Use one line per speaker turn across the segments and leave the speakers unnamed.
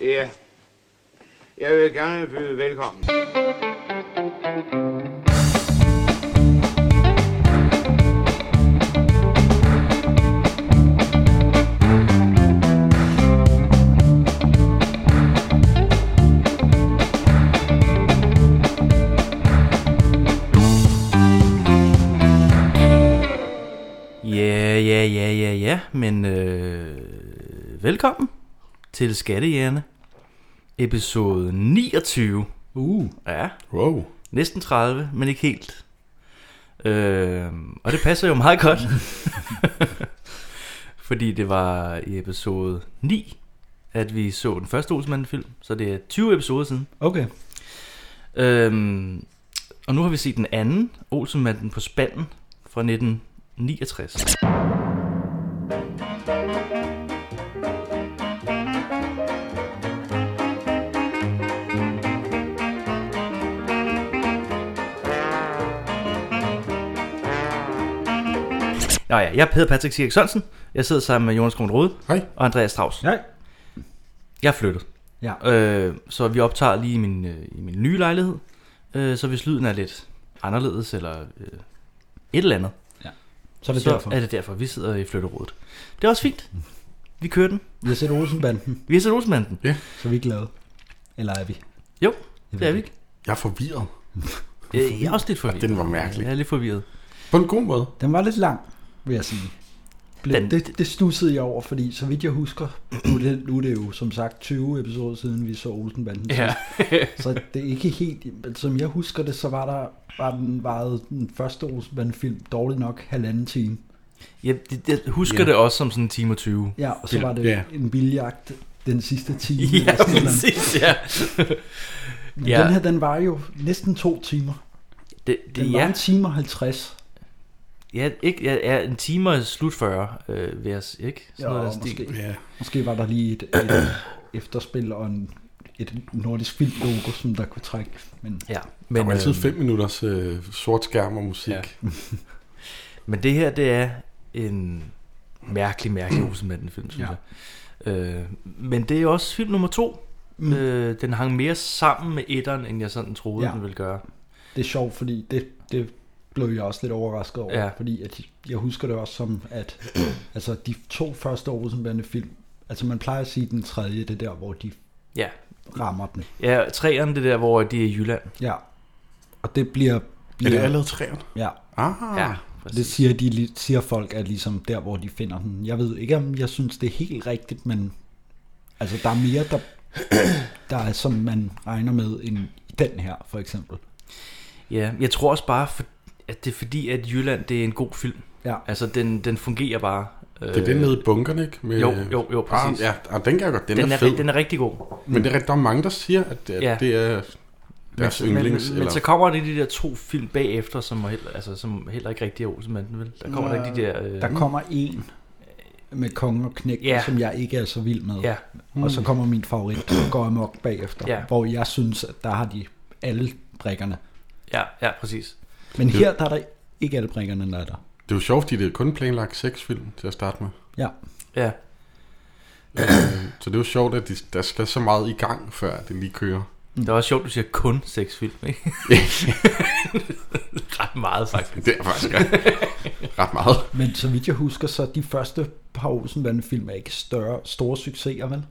Ja. Jeg vil gerne byde velkommen.
Ja, ja, ja, ja, ja, men øh, velkommen til Skattejerne, episode 29.
Uh,
Ja,
wow.
næsten 30, men ikke helt. Øh, og det passer jo meget godt, fordi det var i episode 9, at vi så den første Olsenmanden-film, så det er 20 episoder siden.
Okay.
Øhm, og nu har vi set den anden, Olsenmanden på spanden fra 1969. Nå ja, jeg hedder Patrick Sirik Sørensen. Jeg sidder sammen med Jonas Kron Rode
Hej.
og Andreas Strauss.
Ja.
Jeg er flyttet.
Ja.
Øh, så vi optager lige i min, øh, i min nye lejlighed. Øh, så hvis lyden er lidt anderledes eller øh, et eller andet,
Så er det
så
så derfor.
er det derfor, vi sidder i flytterådet. Det er også fint. Vi kører den.
Vi har set Olsenbanden,
Vi har set Olsenbanden.
så vi er glade. Eller er vi?
Jo,
Jeg
det er
ved
vi.
ikke.
Jeg er forvirret.
Øh, Jeg er også lidt forvirret.
Den var mærkelig.
Jeg er lidt forvirret.
På en god måde.
Den var lidt lang, vil jeg sige. Ble-
Den-
Det, det stussede jeg over, fordi så vidt jeg husker, nu er det, nu er det jo som sagt 20 episoder siden, vi så Olsenbanden.
Ja.
Så det er ikke helt... men Som jeg husker det, så var der var den, varede den første Olsenbanden-film dårligt nok halvanden time.
Jeg, det- jeg husker
Ja.
det også som sådan en time og 20.
Ja, og så var det
Ja.
en biljagt den sidste time.
Ja,
eller sådan et eller andet.
præcis, ja.
Men
Ja.
Den her, den var jo næsten to timer.
Det,
Den
det,
var
ja,
en time og 50.
ja, ikke, ja, ja, en time og slut 40, øh, vil jeg s- ikke?
Jo,
noget af den stil.
måske.
Ja.
Måske var der lige et, et efterspil og en, et nordisk filmlogo, som der kunne trække. Men
Ja,
Men, der var
øh,
altid fem minutters øh, sort skærm og musik.
Ja. Men det her, det er en mærkelig, mærkelig Olsenmanden film, synes
Ja.
jeg. Øh, men det er jo også film nummer to. Mm. Øh, den hang mere sammen med etteren, end jeg sådan troede, ja.
Ja.
den ville gøre.
det er sjovt, fordi det, det blev jeg også lidt overrasket over.
Ja.
Fordi at jeg husker det også som, at altså, de to første Olsenbande film, altså man plejer at sige at den tredje, det er der, hvor de
Ja,
rammer den.
ja træerne, det der, hvor de er i Jylland.
Ja. Og det bliver...
Er
bliver
det allerede træerne?
Ja.
Ah, ja.
Ja,
Det
præcis.
siger, de, li- siger folk, at ligesom der, hvor de finder den. Jeg ved ikke, om jeg synes, det er helt rigtigt, men altså, der er mere, der, der er, som man regner med, end i den her, for eksempel.
Ja, jeg tror også bare, for, at det er fordi, at Jylland, det er en god film.
Ja,
Altså, den, den fungerer bare.
det er den nede i bunkerne, ikke? Med,
Øh, jo, jo, jo, præcis.
Ah, ja, ah, den kan jeg godt. Den,
den,
er, fed.
er, den er rigtig god.
Men det er, rigtigt, der er mange, der siger, at, at
Ja.
ja. det er deres
men, men,
Altså, yndlings.
men,
eller...
så kommer det de der to film bagefter, som, er heller, altså, som heller ikke rigtig er Olsenmanden, vel? Der kommer der ikke de der... Øh,
der kommer en med konge og knæk,
Ja.
yeah. som jeg ikke er så vild med.
ja, Mm.
Og så kommer min favorit, som går amok bagefter,
Ja.
hvor jeg synes, at der har de alle brikkerne.
ja, ja, præcis.
Men her, der er der ikke alle brikkerne, der er der.
Det er jo sjovt, fordi det er kun planlagt seks film til at starte med.
Ja,
Ja,
Øh, så det er jo sjovt, at de, der skal så meget i gang, før det lige kører.
det er også sjovt, du siger kun seks film, ikke? Ret meget, faktisk.
Det er faktisk ret meget.
men så vidt jeg husker, så er de første par Olsenbande-film er ikke større, store succeser, vel?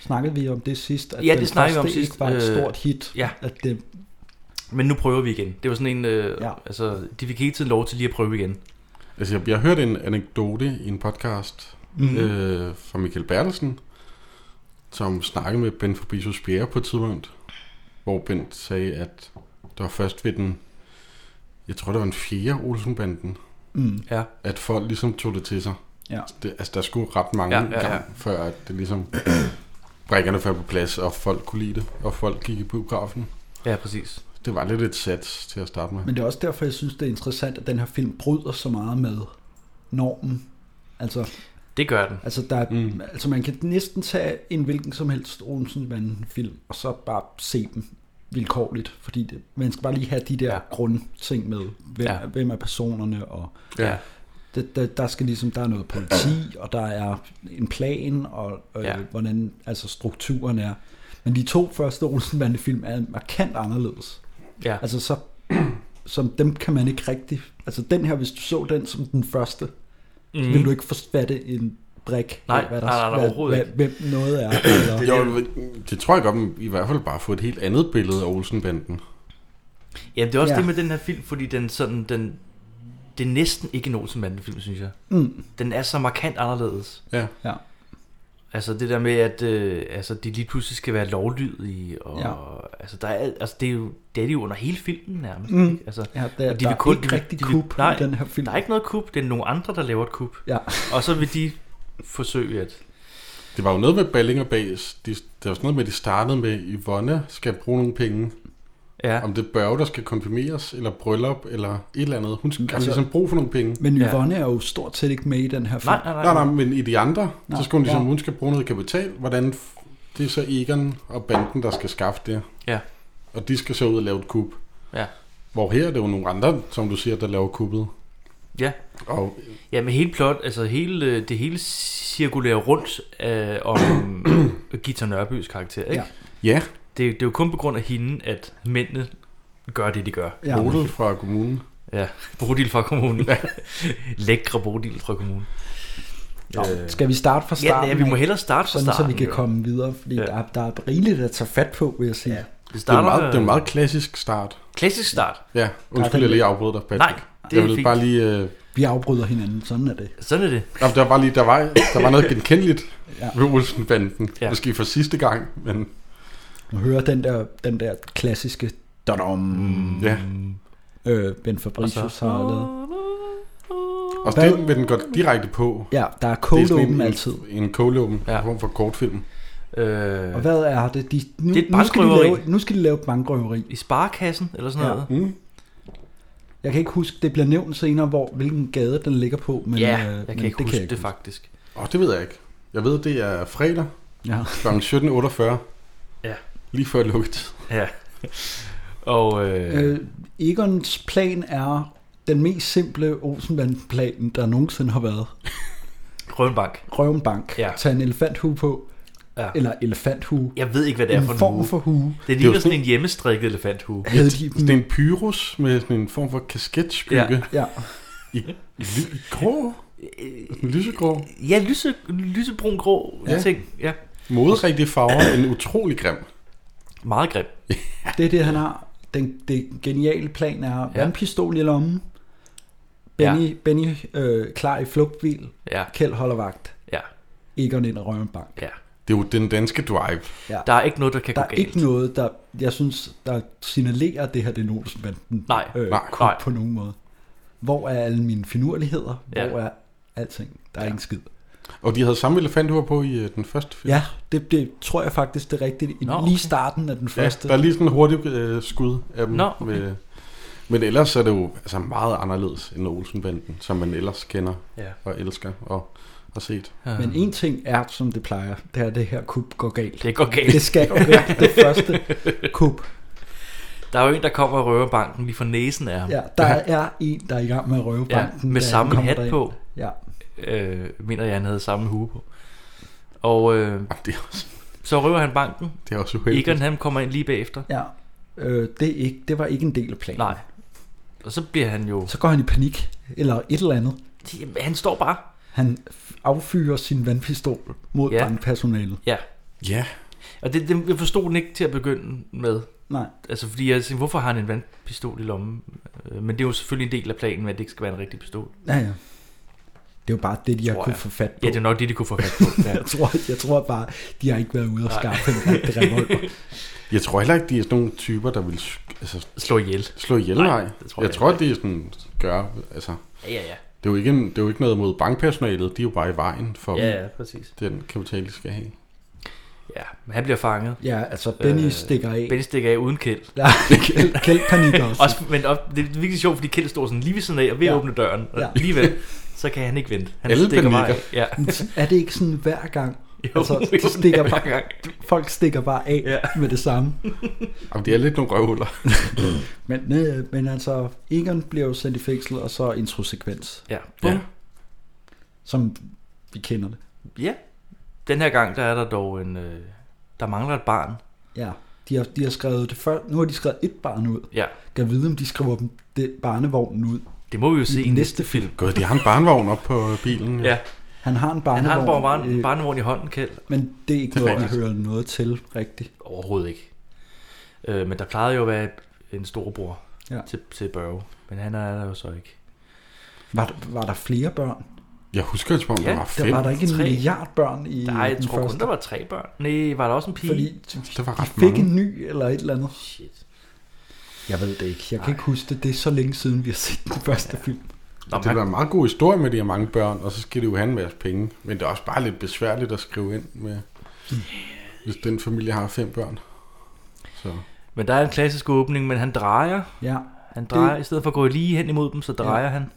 Snakkede vi om det sidst? At
Ja, det
den
snakkede vi om
første
sidst.
ikke var et
Øh,
stort hit.
ja.
At det,
Men nu prøver vi igen. Det var sådan en, øh, ja.
Ja.
altså, de fik hele tiden lov til lige at prøve igen.
Altså, jeg, jeg hørte en anekdote i en podcast mm. øh, fra Michael Bertelsen, som snakkede med Ben Fabricius Bjerre på et tidspunkt, hvor Ben sagde, at det var først ved den, jeg tror, det var en fjerde Olsenbanden,
mm,
Ja,
at folk ligesom tog det til sig.
ja.
Det, altså, der skulle ret mange
Ja, ja, ja.
gang, før at det ligesom brækkerne faldt på plads, og folk kunne lide det, og folk gik i biografen.
ja, præcis.
Det var lidt et sats til at starte med.
Men det er også derfor, jeg synes, det er interessant, at den her film bryder så meget med normen. Altså,
Det gør den.
altså, der, mm. altså man kan næsten tage en hvilken som helst Olsenbande-film, og så bare se dem vilkårligt, fordi det, man skal bare lige have de der grundting med, hvem,
Ja.
ja. hvem er personerne, og
Ja.
Det, der, der skal ligesom, der er noget politi, og der er en plan, og øh, ja.
Ja.
hvordan altså strukturen er. Men de to første Olsenbande-film er markant anderledes.
Ja.
Altså så, som dem kan man ikke rigtig... Altså den her, hvis du så den som den første, mm. vil du ikke forstvatte en brik
Mhm. Nej,
af, hvad der,
nej, nej, nej,
hvad,
overhovedet
hvad, hvem noget er. Eller,
Jo, det tror jeg godt, men i hvert fald bare få et helt andet billede af Olsenbanden.
Ja, det er også
Ja.
ja. det med den her film, fordi den sådan, den, det er næsten ikke en Olsen film, synes jeg.
mm,
Den er så markant anderledes.
Ja.
ja.
Altså det der med, at øh, altså, de lige pludselig skal være lovlydige, og
Ja.
ja. altså, der er, alt- altså, det, er jo, det er de jo under hele filmen nærmest.
Mm.
Ikke? Altså,
Ja, der,
Og
de der er kun, ikke rigtig
de vil-
kub
nej,
i den her film.
der er ikke noget kub, det er nogle andre, der laver et kub.
Ja.
Og så vil de forsøge at...
Det var jo noget med Balling og Bas. De, det var sådan noget med, at de startede med, Yvonne skal bruge nogle penge.
Ja,
Om det er børge, der skal konfirmeres, eller bryllup, eller et eller andet. Hun skal
Altså-
altså, ligesom bruge for nogle penge.
Men
Ja.
Yvonne er jo stort set ikke med i den her film.
nej, nej, nej.
Nej, nej, men i de andre,
Nå,
så skal hun ligesom,
ja.
hun skal bruge noget kapital. Hvordan f- det er så Egon og banden, der skal skaffe det.
Ja.
Og de skal så ud og lave et kub.
Ja.
Hvor her er det jo nogle andre, som du siger, der laver kuppet.
Ja.
Og
Ja, men hele plot, altså hele, øh, det hele cirkulerer rundt øh, om Gita Nørbys karakter, ikke?
Ja.
Ja.
ja,
Det, er- det er jo kun på grund af hende, at mændene gør det, de gør.
Ja,
Bodil fra kommunen.
Ja, Bodil fra kommunen. Lækre Bodil fra kommunen. Øh,
Nå, skal vi starte fra
Ja,
starten?
ja, vi må
af,
hellere starte fra
sådan,
starten.
så vi kan
jo.
komme videre, fordi ja.
Ja.
der, er, der er rigeligt at tage fat på, vil jeg sige. Ja.
Det
Det er,
starter
en meget, det er en
med-
meget klassisk start.
Klassisk start.
Ja, undskyld, jeg lige afbrød dig, Patrick.
Nej, det
jeg
er
ville
fint.
bare lige... Øh,
Vi afbryder hinanden, sådan er det.
Sådan er det.
Nå, der var lige, der var, der var noget genkendeligt
Ja.
ja. ved Olsenbanden. Ja.
Ja.
Måske for sidste gang, men
Man hører den der, den der klassiske dadom,
Mm.
ja.
øh, Ben Fabricius har lavet.
Og det vil den gå direkte på.
Ja, der er
Det er
cold
sådan
open
en,
altid.
En cold open,
Ja.
ja. form for kortfilm.
Øh,
Og hvad er det? De, nu,
Det er et
nu, skal de
bankrøveri.
lave, nu skal de lave et bankrøveri.
I sparekassen, eller sådan
Ja.
noget.
Mm.
Jeg kan ikke huske, det bliver nævnt senere, hvor, hvilken gade den ligger på. Men,
ja,
øh,
jeg
men
kan ikke
det
huske
jeg
det faktisk.
Og det ved jeg ikke. Jeg ved, det er fredag
Ja.
kl. 17.48.
Ja.
Lige før lukketid.
Ja. Og øh,
Øh, Egons plan er den mest simple Olsenband-plan, der nogensinde har været.
Rønbank.
Røv en bank, ja.
Ja.
tag en elefanthue på,
Ja.
eller elefanthue,
Jeg ved ikke, hvad det er
en
for en
form
hue.
for hue.
Det
Det er
ligner
jo
sådan en hjemmestrikket elefanthue.
Havde de
Det
dem,
er en pyrus med sådan en form for kasketskygge. Ja.
ja,
I, i, ly- i grå. Sådan lysegrå.
Øh, Ja, lyse, lysebrun grå
Ja.
ja. ting. Ja.
Moderigtige farver. En utrolig grim.
Meget grim.
det er det, han har. Den, det geniale plan er, ja.
Ja.
vandpistol i lommen, Benny, ja. Benny øh, klar i flugtbil,
Ja,
Kjeld holder vagt,
ja,
Egon ind og røver en bank.
ja.
Det er jo den danske drive.
Der er ikke noget, der kan
Der
gå
er
galt.
ikke noget, der, jeg synes, der signalerer at det her, det er en Olsenbanden
Nej,
øh,
nej,
klub
nej.
på nogen måde. Hvor er alle mine finurligheder?
Ja.
Hvor er alting? Der er ja. ingen skid.
Og de havde samme elefanthuer på i øh, den første film.
Ja, det, det tror jeg faktisk, det er rigtigt. I,
Nå,
Nå,
okay.
Lige starten af den
Ja,
første.
der er lige sådan en hurtig øh, skud af dem.
Nå, okay.
med, men ellers er det jo altså meget anderledes end Olsenbanden, som man ellers kender
Ja.
og elsker og har set.
Ja.
Men en ting er, som det plejer, det er, at det her kub går galt.
Det går
Det
galt.
skal gå galt, det første kub.
Der er jo en, der kommer og røver banken lige for næsen af ham.
Ja, der er en, der er i gang med at røve
ja
banken.
med
da han
samme
kommer
hat
derind.
på.
Ja,
Øh, mener jeg, han havde samme hue på. Og øh,
Og det er også,
så røver han banken.
det er også uheldigt.
Egon, han kommer ind lige bagefter.
ja. Øh, det, er ikke, det var ikke en del af planen.
Nej. Og så bliver han jo...
Så går han i panik, eller et eller andet.
Jamen, Han står bare.
Han f- affyrer sin vandpistol mod ja.
Ja.
brandpersonalet.
Ja.
Ja,
Og det, det, jeg forstod den ikke til at begynde med.
Nej,
Altså, fordi jeg tænkte, hvorfor har han en vandpistol i lommen? Øh, Men det er jo selvfølgelig en del af planen, at det ikke skal være en rigtig pistol.
ja, ja. Det er jo bare det, de har
Tror
kunne
jeg.
få fat på.
Ja, det er nok det, de kunne få fat på. Ja.
Jeg tror, jeg tror bare, de har ikke været ude og skaffe en rigtig revolver.
jeg tror heller ikke, de er sådan nogle typer, der vil sk- altså,
Slå ihjel.
slå ihjel.
Nej,
Nej,
det tror
jeg,
jeg
tror, det er sådan, gør, altså,
Ja, ja, ja.
det er, jo ikke en, det er jo ikke noget mod bankpersonalet, de er jo bare i vejen for
Ja, ja, præcis.
den kapital, de skal have.
Ja, men han bliver fanget.
Ja, altså Benny øh,
Øh,
stikker af.
Benny stikker af uden kæld.
Ja, Kjeld, Kjeld panikker også.
Også, men op, det er virkelig sjovt, fordi Kjeld står sådan lige ved siden af og ved
Ja.
at åbne døren. Og
Ja.
ja. alligevel, så kan han ikke vente. Han
Alle
stikker bare
panikker.
af. Ja.
Er det ikke sådan hver gang?
Jo,
Altså, de
jo,
stikker
hver
bare-
gang.
Folk stikker bare af ja.
Ja.
med det samme.
Og det er lidt nogle røvhuller.
Men, øh, men altså, Egon bliver jo sendt i fængsel, og så introsekvens.
Ja, bum.
Ja.
Ja.
som vi kender det.
Ja. Den her gang, der er der dog en... Øh, der mangler et barn.
Ja, de har, de har skrevet det før. Nu har de skrevet et barn ud.
Ja.
Kan vide, om de skriver dem det barnevognen ud
Det må vi jo se.
i den næste film.
Gud, de har en barnvogn op på bilen.
Ja.
Han har en
Han
barnevogn,
har bare barn,
øh,
barnevogn i hånden, Kjeld.
men det er ikke
Det er
noget, vi
rigtigt.
hører noget til rigtigt.
Overhovedet ikke. Øh, men der plejede jo at være en storebror
Ja.
ja. til, til Børge. Men han er der jo så ikke.
Var, der- var der flere børn?
Jeg husker et spørgsmål, ja,
Ja,
der var
Der
fem.
var der ikke en
tre.
milliard børn i
Der er, jeg
den
tror
første.
kun, der var tre børn. Nej, var der også en pige?
Fordi
Der var
de
ret
fik
mange.
en ny eller et eller andet.
Shit.
Jeg ved det ikke. Jeg kan ikke huske det. Det er så længe siden, vi har set den første film.
Nå,
Det
man,
var en meget god historie med de her mange børn, og så skal det jo have en masse penge. Men det er også bare lidt besværligt at skrive ind med, hvis den familie har fem børn. Så
men der er en klassisk åbning, men han drejer.
Ja.
Han drejer, det... i stedet for at gå lige hen imod dem, så drejer ja. han.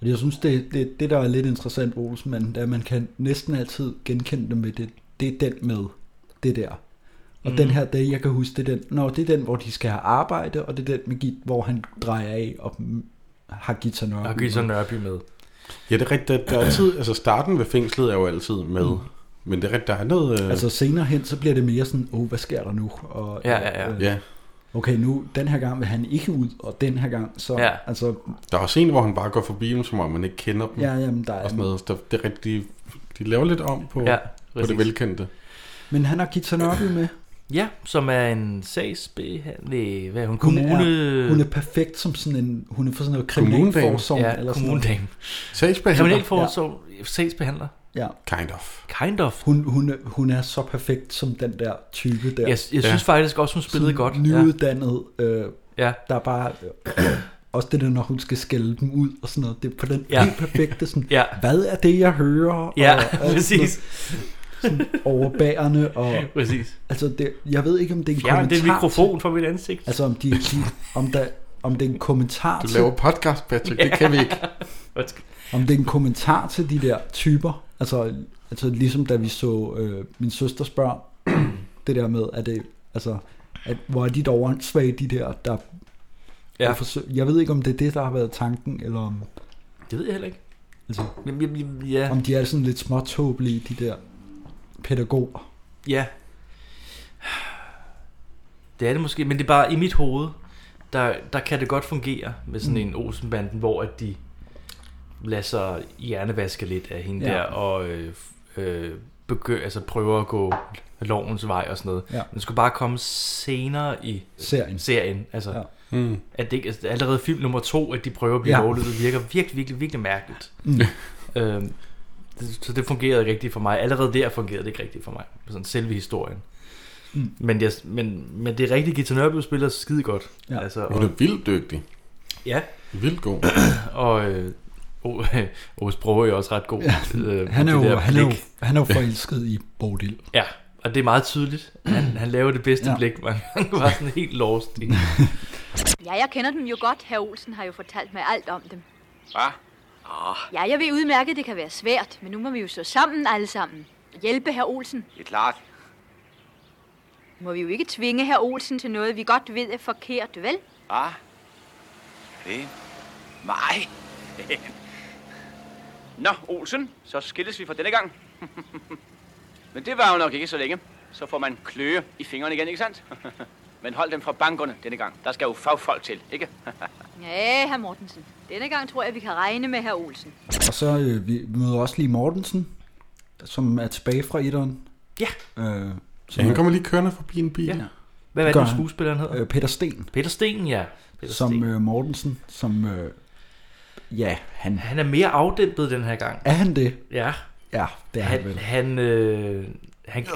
Og jeg synes, det, det, det der er lidt interessant, Olsen, det er, at man kan næsten altid genkende dem med det. Det er den med det der. Og mm.
Mhm.
den her dag, jeg kan huske, det er den, når det er den, hvor de skal have arbejde, og det er den, med git, hvor han drejer af og mm, har Gita Nørby.
Og giver så Nørby med.
ja, det er rigtigt. Der- Der er altid, altså starten ved fængslet er jo altid med. Men det er rigtigt, der er noget... Øh,
Altså senere hen, så bliver det mere sådan, åh, oh, hvad sker der nu? Og,
Ja, ja, ja.
øh,
ja.
Okay, nu, den her gang vil han ikke ud, og den her gang, så,
Ja.
altså,
Der er også en, hvor han bare går forbi dem, som om man ikke kender dem.
ja, jamen, der
Og
er
sådan noget. Der, det er rigtigt, de, de laver lidt om på,
Ja,
ja, på det
præcis.
velkendte.
Men han har Gita Nørby med.
Ja, som er en sagsbehandler. Hvad er hun?
Hun
Kommune...
er,
Øh.
hun er perfekt som sådan en, hun er for sådan noget kriminalforsorg.
ja,
eller sådan noget.
kommunedame.
Altså,
Sagsbehandler?
Kriminalforsorg, ja. sagsbehandler.
Ja.
Kind of.
Kind of.
Hun, hun, er- hun er så perfekt som den der type der.
Jeg, jeg synes faktisk også, hun spillede godt. Ja.
Nyuddannet, øh,
ja.
der er bare... Øh, også det der, når hun skal skælde dem ud og sådan noget. Det er på den ja.
Ja.
helt perfekte sådan,
Ja.
hvad er det, jeg hører?
Ja,
og, alt
præcis.
Sådan, noget overbærende, og
Præcis.
altså, det, jeg ved ikke, om det er en
Fjern
kommentar
den mikrofon fra mit ansigt.
Til, altså, om, de, de, om, der, om det er en kommentar
Du
til
laver podcast, Patrick. Det kan vi ikke.
Undskyld.
Om det er en kommentar til de der typer, altså, altså ligesom da vi så øh, min søsters børn, det der med, at det, altså, at, hvor er de dog åndssvage, de der, der
Ja.
der forsøg, jeg ved ikke, om det er det, der har været tanken, eller om,
Det ved jeg heller ikke.
altså,
Jamen, jamen, jamen, ja.
om de er sådan lidt småtåbelige, de der pædagoger.
ja. Det er det måske, men det er bare i mit hoved, der, der kan det godt fungere med sådan
Mm.
en Olsenbanden, hvor at de lader sig hjernevaske lidt af hende
Ja.
ja. der, og øh, øh, begynder, altså prøver at gå lovens vej og sådan noget.
Ja.
Men det skulle bare komme senere i
Serien.
serien. Altså,
Ja.
ja.
Mm.
at det ikke, altså, allerede film nummer to, at de prøver at blive
Ja.
ja. målet, virker virkelig, virkelig, virkelig mærkeligt.
Mm.
Øhm, det, så det fungerede ikke rigtigt for mig. Allerede der fungerede det ikke rigtigt for mig. Sådan selve historien.
Mm.
Mm. Men, jeg, men, men det er rigtigt, Gita Nørby spiller skide godt.
Ja.
Altså,
Hun
og,
er vildt dygtig.
ja,
Vildt god.
og øh, O- Ås Broge er jo også ret god. Ja. Øh,
Han er,
det
jo,
der
han, er jo,
blik.
han er jo forelsket i Bodil.
Ja, og det er meget tydeligt. Han, han laver det bedste
Ja.
ja. blik, man han var sådan helt lost. i.
Ja, jeg kender dem jo godt. Herr Olsen har jo fortalt mig alt om dem.
Hvad?
Ja, jeg ved udmærket, det kan være svært, men nu må vi jo stå sammen alle sammen. Hjælpe herr Olsen.
Det er klart.
Må vi jo ikke tvinge herr Olsen til noget, vi godt ved er forkert, vel?
Hvad? Det? Nej. Nå, Olsen, så skilles vi for denne gang. Men det var jo nok ikke så længe. Så får man kløe i fingrene igen, ikke sandt? Men hold dem fra bankerne denne gang. Der skal jo fagfolk til, ikke?
Ja, herr Mortensen. Denne gang tror jeg, vi kan regne med herr Olsen.
Og så øh, vi møder også lige Mortensen, som er tilbage fra etteren.
Ja.
Øh,
Ja,
som
han
er,
kommer lige kørende forbi en bil.
Ja.
Ja.
Hvad var
Gør
det, nu,
han.
skuespilleren hedder?
øh, Peter Sten.
Peter Sten, ja. Peter
som
Sten.
øh, Mortensen, som... Øh, ja, han...
Han er mere afdæmpet den her gang.
Er han det?
Ja,
Ja, det er han,
han,
vel.
han, øh, han,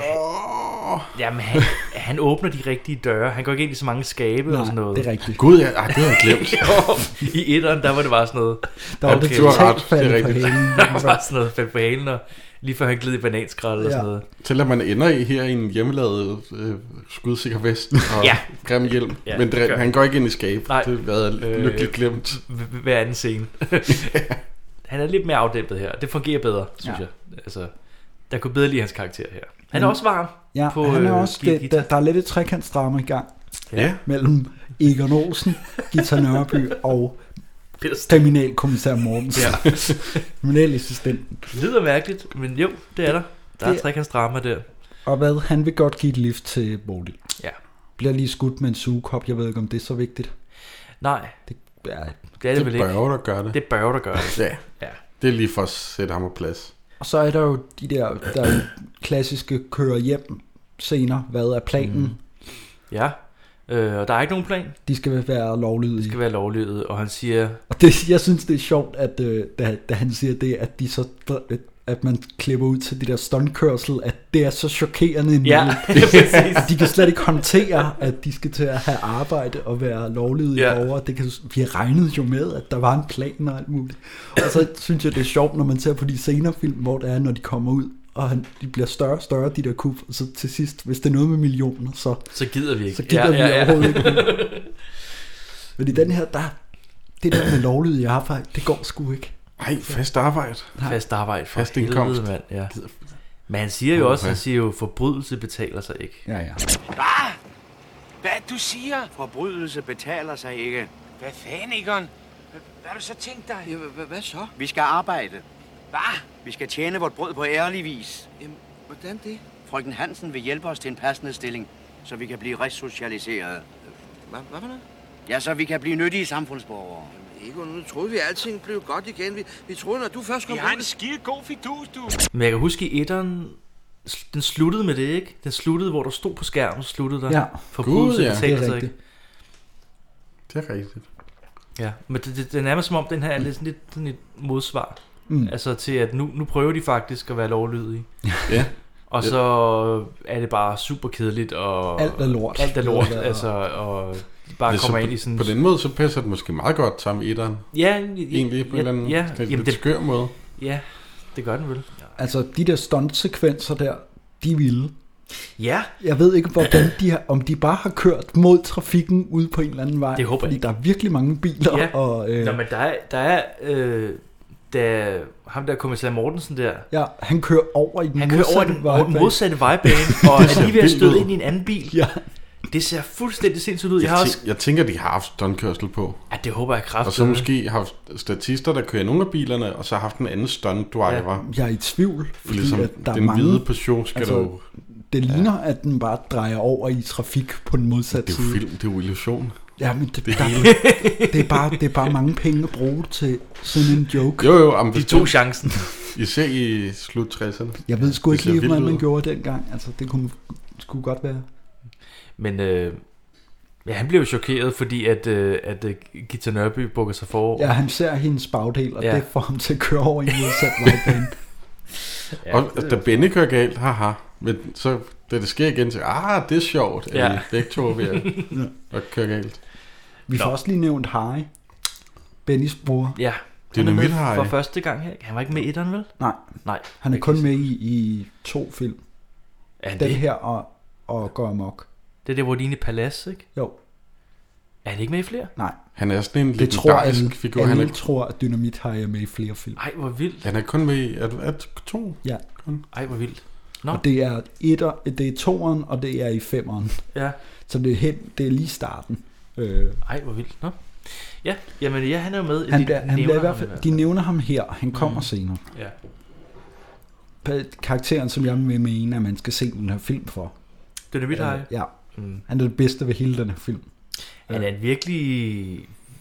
jamen, han, han åbner de rigtige døre. Han går ikke ind i så mange skabe og sådan noget.
det er rigtigt.
Gud, jeg, ej, det havde jeg glemt.
rigtigt. I etteren, der var det bare sådan noget.
Der var
Okay.
det
Du har ret,
totalt
det er
faldet på
rigtigt.
Der var
hælden.
bare sådan noget fat på halen, og lige før han gled i bananskraldet ja. og
Ja.
sådan noget.
Selvom man ender i her i en hjemmelavet øh, skudsikker vest og
Ja.
grim hjelm.
Ja,
men det,
gør.
han går ikke ind i skab.
Nej.
Det har jeg
Øh,
lykkeligt glemt.
H- h- Hver anden scene. han er lidt mere afdæmpet her. Det fungerer bedre, synes
Ja.
ja. jeg. Altså, der kunne bedre lide hans karakter her. Han er også varm.
Ja,
på,
han er
øh,
også...
Gita.
Det, der, der er lidt et trekantsdrama i gang
Ja.
mellem Egon Olsen, Gita Nørreby og
Peter
Kriminalkommissær Mortensen.
Ja.
Kriminalassistenten.
Det lyder mærkeligt, men jo, det er der. Der er
Det-
tre drama der.
Og hvad, han vil godt give et lift til Bodil.
Ja.
Bliver lige skudt med en sugekop, jeg ved ikke om det er så vigtigt.
Nej,
Det, ja.
det er det, vel
Det er
ikke.
Børge, der gør det.
Det er Børge, der gør det.
Ja,
Ja.
det er lige for at sætte ham på plads.
Og så er der jo de der, der er jo klassiske kører hjem scener. Hvad er planen? Mm.
Ja, øh, og der er ikke nogen plan.
De skal være
Det
lovlydige.
skal være lovlydet, og han siger,
Og det, jeg synes, det er sjovt, at øh, da, da han siger det, at, de så, at man klipper ud til de der stuntkørsel, at det er så chokerende en
ja,
nyhed.
præcis.
De kan slet ikke håndtere, at de skal til at have arbejde og være lovlydige
Ja.
yeah. over. Det kan, vi regnede jo med, at der var en plan og alt muligt. Og så synes jeg, det er sjovt, når man ser på de senere film, hvor det er, når de kommer ud, og han, de bliver større og større, de der kub. Og så til sidst, hvis det er noget med millioner, så,
Så gider vi ikke.
så gider ja, vi ja, ja. overhovedet ikke. Men i den her, der, det der med lovlydige arbejde, det går sgu ikke.
Ej, fast arbejde.
Fast arbejde for
Fast
Fast
indkomst.
helvede, mand. Ja. Men han siger jo også,
Uha.
han siger jo, forbrydelse betaler sig ikke.
Ja, ja.
Hvad? Hvad du siger? Forbrydelse betaler sig ikke. Hvad fanden, Egon? Hvad har du så tænkt dig?
Ja, hva- hva- hvad så?
Vi skal arbejde.
Hvad?
Vi skal tjene vort brød på ærlig vis.
Jamen, hvordan det?
Frøken Hansen vil hjælpe os til en passende stilling, så vi kan blive resocialiseret.
Hva, hvad for noget?
Ja, så vi kan blive nyttige samfundsborgere.
Egon, nu troede vi, at alting blev godt igen. Vi, vi troede, når du først kom ud...
skide god fidus, du.
Men jeg kan huske i etteren, sl- den sluttede med det, ikke? Den sluttede, hvor der stod på skærmen, sluttede der.
Ja.
Forbrydelse
Gud, ja.
Det
betaler
er
sig
rigtigt.
ikke.
Det er rigtigt.
Ja. Men det, det, det, er nærmest som om, den her er lidt, sådan lidt sådan et modsvar.
Mm.
Mm. Altså til, at nu, nu prøver de faktisk at være lovlydige.
Ja,
Og så er det bare super kedeligt, og
Alt er lort.
alt er lort,
Ja, ja.
altså, og de bare
Ja,
kommer
så
ind i sådan...
på den måde, så passer det måske meget godt sammen i etteren.
Ja,
Egentlig på en
ja,
eller anden
ja,
lidt,
jamen,
lidt
det,
skør måde.
ja, det gør den vel.
Altså, de der stuntsekvenser der, de er vilde.
Ja,
Jeg ved ikke, hvordan de har, om de bare har kørt mod trafikken ude på en eller anden vej.
Det håber jeg
Fordi
ikke.
der er virkelig mange biler.
Ja.
Og, øh,
Nå, men der er, der er øh, da ham der kommissær Mortensen der,
ja, han kører over i den
han kører
modsatte
over den,
vej.
over den modsatte vejbane, og er lige ved at
vildt ud.
støde ind i en anden bil.
Ja,
Det ser fuldstændig sindssygt ud.
Jeg,
Jeg har
tænker,
også...
jeg tænker, de har haft stuntkørsel på.
Ja, det håber jeg kraftigt.
Og så måske haft statister, der kører nogle af bilerne, og så haft en anden stuntdriver. Ja.
jeg er i tvivl, fordi
Ligesom
at der er
den
mange...
hvide Peugeot skal
Altså,
altså, dog...
Det ligner, ja. at den bare drejer over i trafik på den
Det
modsatte
er jo
side.
film, det er jo illusion.
Ja, men det, det, der, det, er bare, det er bare mange penge at bruge til sådan en joke.
Jo, jo, jamen,
De tog chancen.
Især i slut 60'erne.
Jeg ved sgu
Det
ikke
ser
lige,
vildt
hvordan
ud.
man gjorde dengang. Altså, det kunne, skulle godt være.
Men øh, ja, han blev jo chokeret, fordi at, øh, at øh, Gita Nørby bukker sig for.
Ja, han ser hendes bagdel, og ja.
Ja.
det får ham til at køre over i en modsat vejbane.
Ja, og da Benny kører galt, haha. Men så, da det sker igen, så ah, det er sjovt, at ja.
Ja.
I begge to er ved at, at køre galt.
Vi får
Nå.
også lige nævnt Harry, Bennys bror.
ja.
Det er
Han med
nemlig Harry.
for første gang her. ikke? Han var ikke med i etteren, vel?
Nej,
Nej.
han er
Jeg
kun
kan-
med i, i to film.
Er han
Den
det?
her og, og Går Amok.
Det er der, hvor de er inde i palads, ikke?
Jo,
Er han ikke med i flere?
nej.
Han er sådan en
Det tror
legendarisk
alle,
figur. Han
alle
er,
tror, at Dynamit Harry er med i flere film.
Ej, hvor vildt.
han er kun med i at, at to.
Ja,
Ej, hvor vildt. Nå.
og det er, etter, det er toeren, og det er i femeren.
Ja.
Så det er, hen, det er lige starten. Øh,
Ej, hvor vildt. Nå. Ja, jamen ja, han er jo med.
han,
De
bliver, han
nævner
bliver i
ham
hvert fald, de nævner ham her, han kommer mm. senere.
Ja.
Pa- Karakteren, som jeg vil mene, at man skal se den her film for. Øh,
Den er vidt hej.
Ja,
Mm.
han er det bedste ved hele den her film.
Han er en virkelig,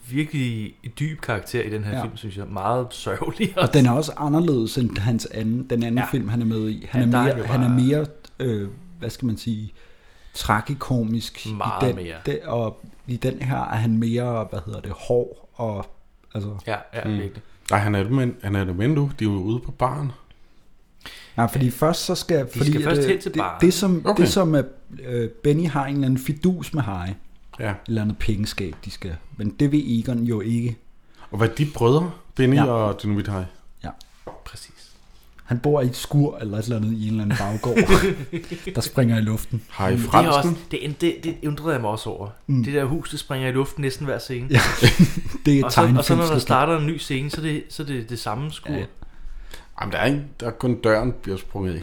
virkelig dyb karakter i den her
Ja.
ja. film, synes jeg. Meget sørgelig.
Og den er også anderledes end hans anden, den anden ja.
Ja.
film, han er med i. Han
Ja,
er
der er
mere,
han jo
han er
bare-
mere øh, hvad skal man sige, tragikomisk.
Meget
i den,
mere.
Den, og i den her er han mere, hvad hedder det, hård og... Altså,
Ja, ja, mm. virkelig.
Nej, han er det med, han er det med nu. De er jo ude på baren.
nej, fordi først så skal... fordi
skal
at,
først
øh,
hen til
det,
baren.
det, som, okay.
Okay.
det som er, øh, Benny har en eller anden fidus med Harry. Et
Ja.
eller andet pengeskab, de skal... Men det vil Egon jo ikke.
Og hvad er de brødre, Benny
Ja.
ja. og Dynamit High?
Præcis.
Han bor i et skur eller et eller andet i en eller anden baggård, der springer i luften.
Harry
Det, er også,
Fransen.
det, det, det undrede jeg mig også over. Mm. Det der hus, det springer i luften næsten hver scene.
Ja, det er
og, så, og så når der
tegnefilmsregler.
starter en ny scene, så er det så er det, det samme skur.
Ja.
Ja.
Jamen, der er, ikke, der er kun døren, bliver sprunget i.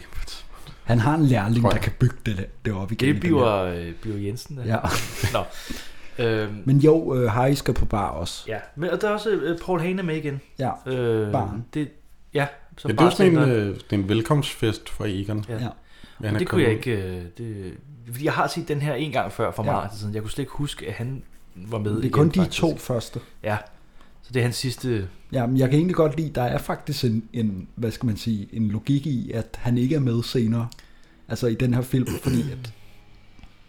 Han har en lærling,
Tror
der
jeg.
kan bygge det, der- det op igen. i
Det
den
bliver, øh, bliver Jensen. Der.
her. Ja,
Nå. Øhm,
Men jo, øh, Harry skal på bar også.
ja. Men, og der er også øh, Paul Hane er med igen.
Ja.
Øh,
Barn.
Det, ja,
Ja,
som
det er jo sådan en,
bartender.
øh, det er en velkomstfest for Egon.
Ja.
Ja.
Ja, han er
det kunne jeg
kommet
ikke... Øh, det, fordi jeg har set den her en gang før for
Ja.
ja. meget tid siden. Jeg kunne slet ikke huske, at han var med
Det er
igen,
kun de
faktisk.
to første.
Ja, så det er hans sidste...
Ja, men jeg kan egentlig godt lide, der er faktisk en, en, hvad skal man sige, en logik i, at han ikke er med senere. Altså i den her film, fordi at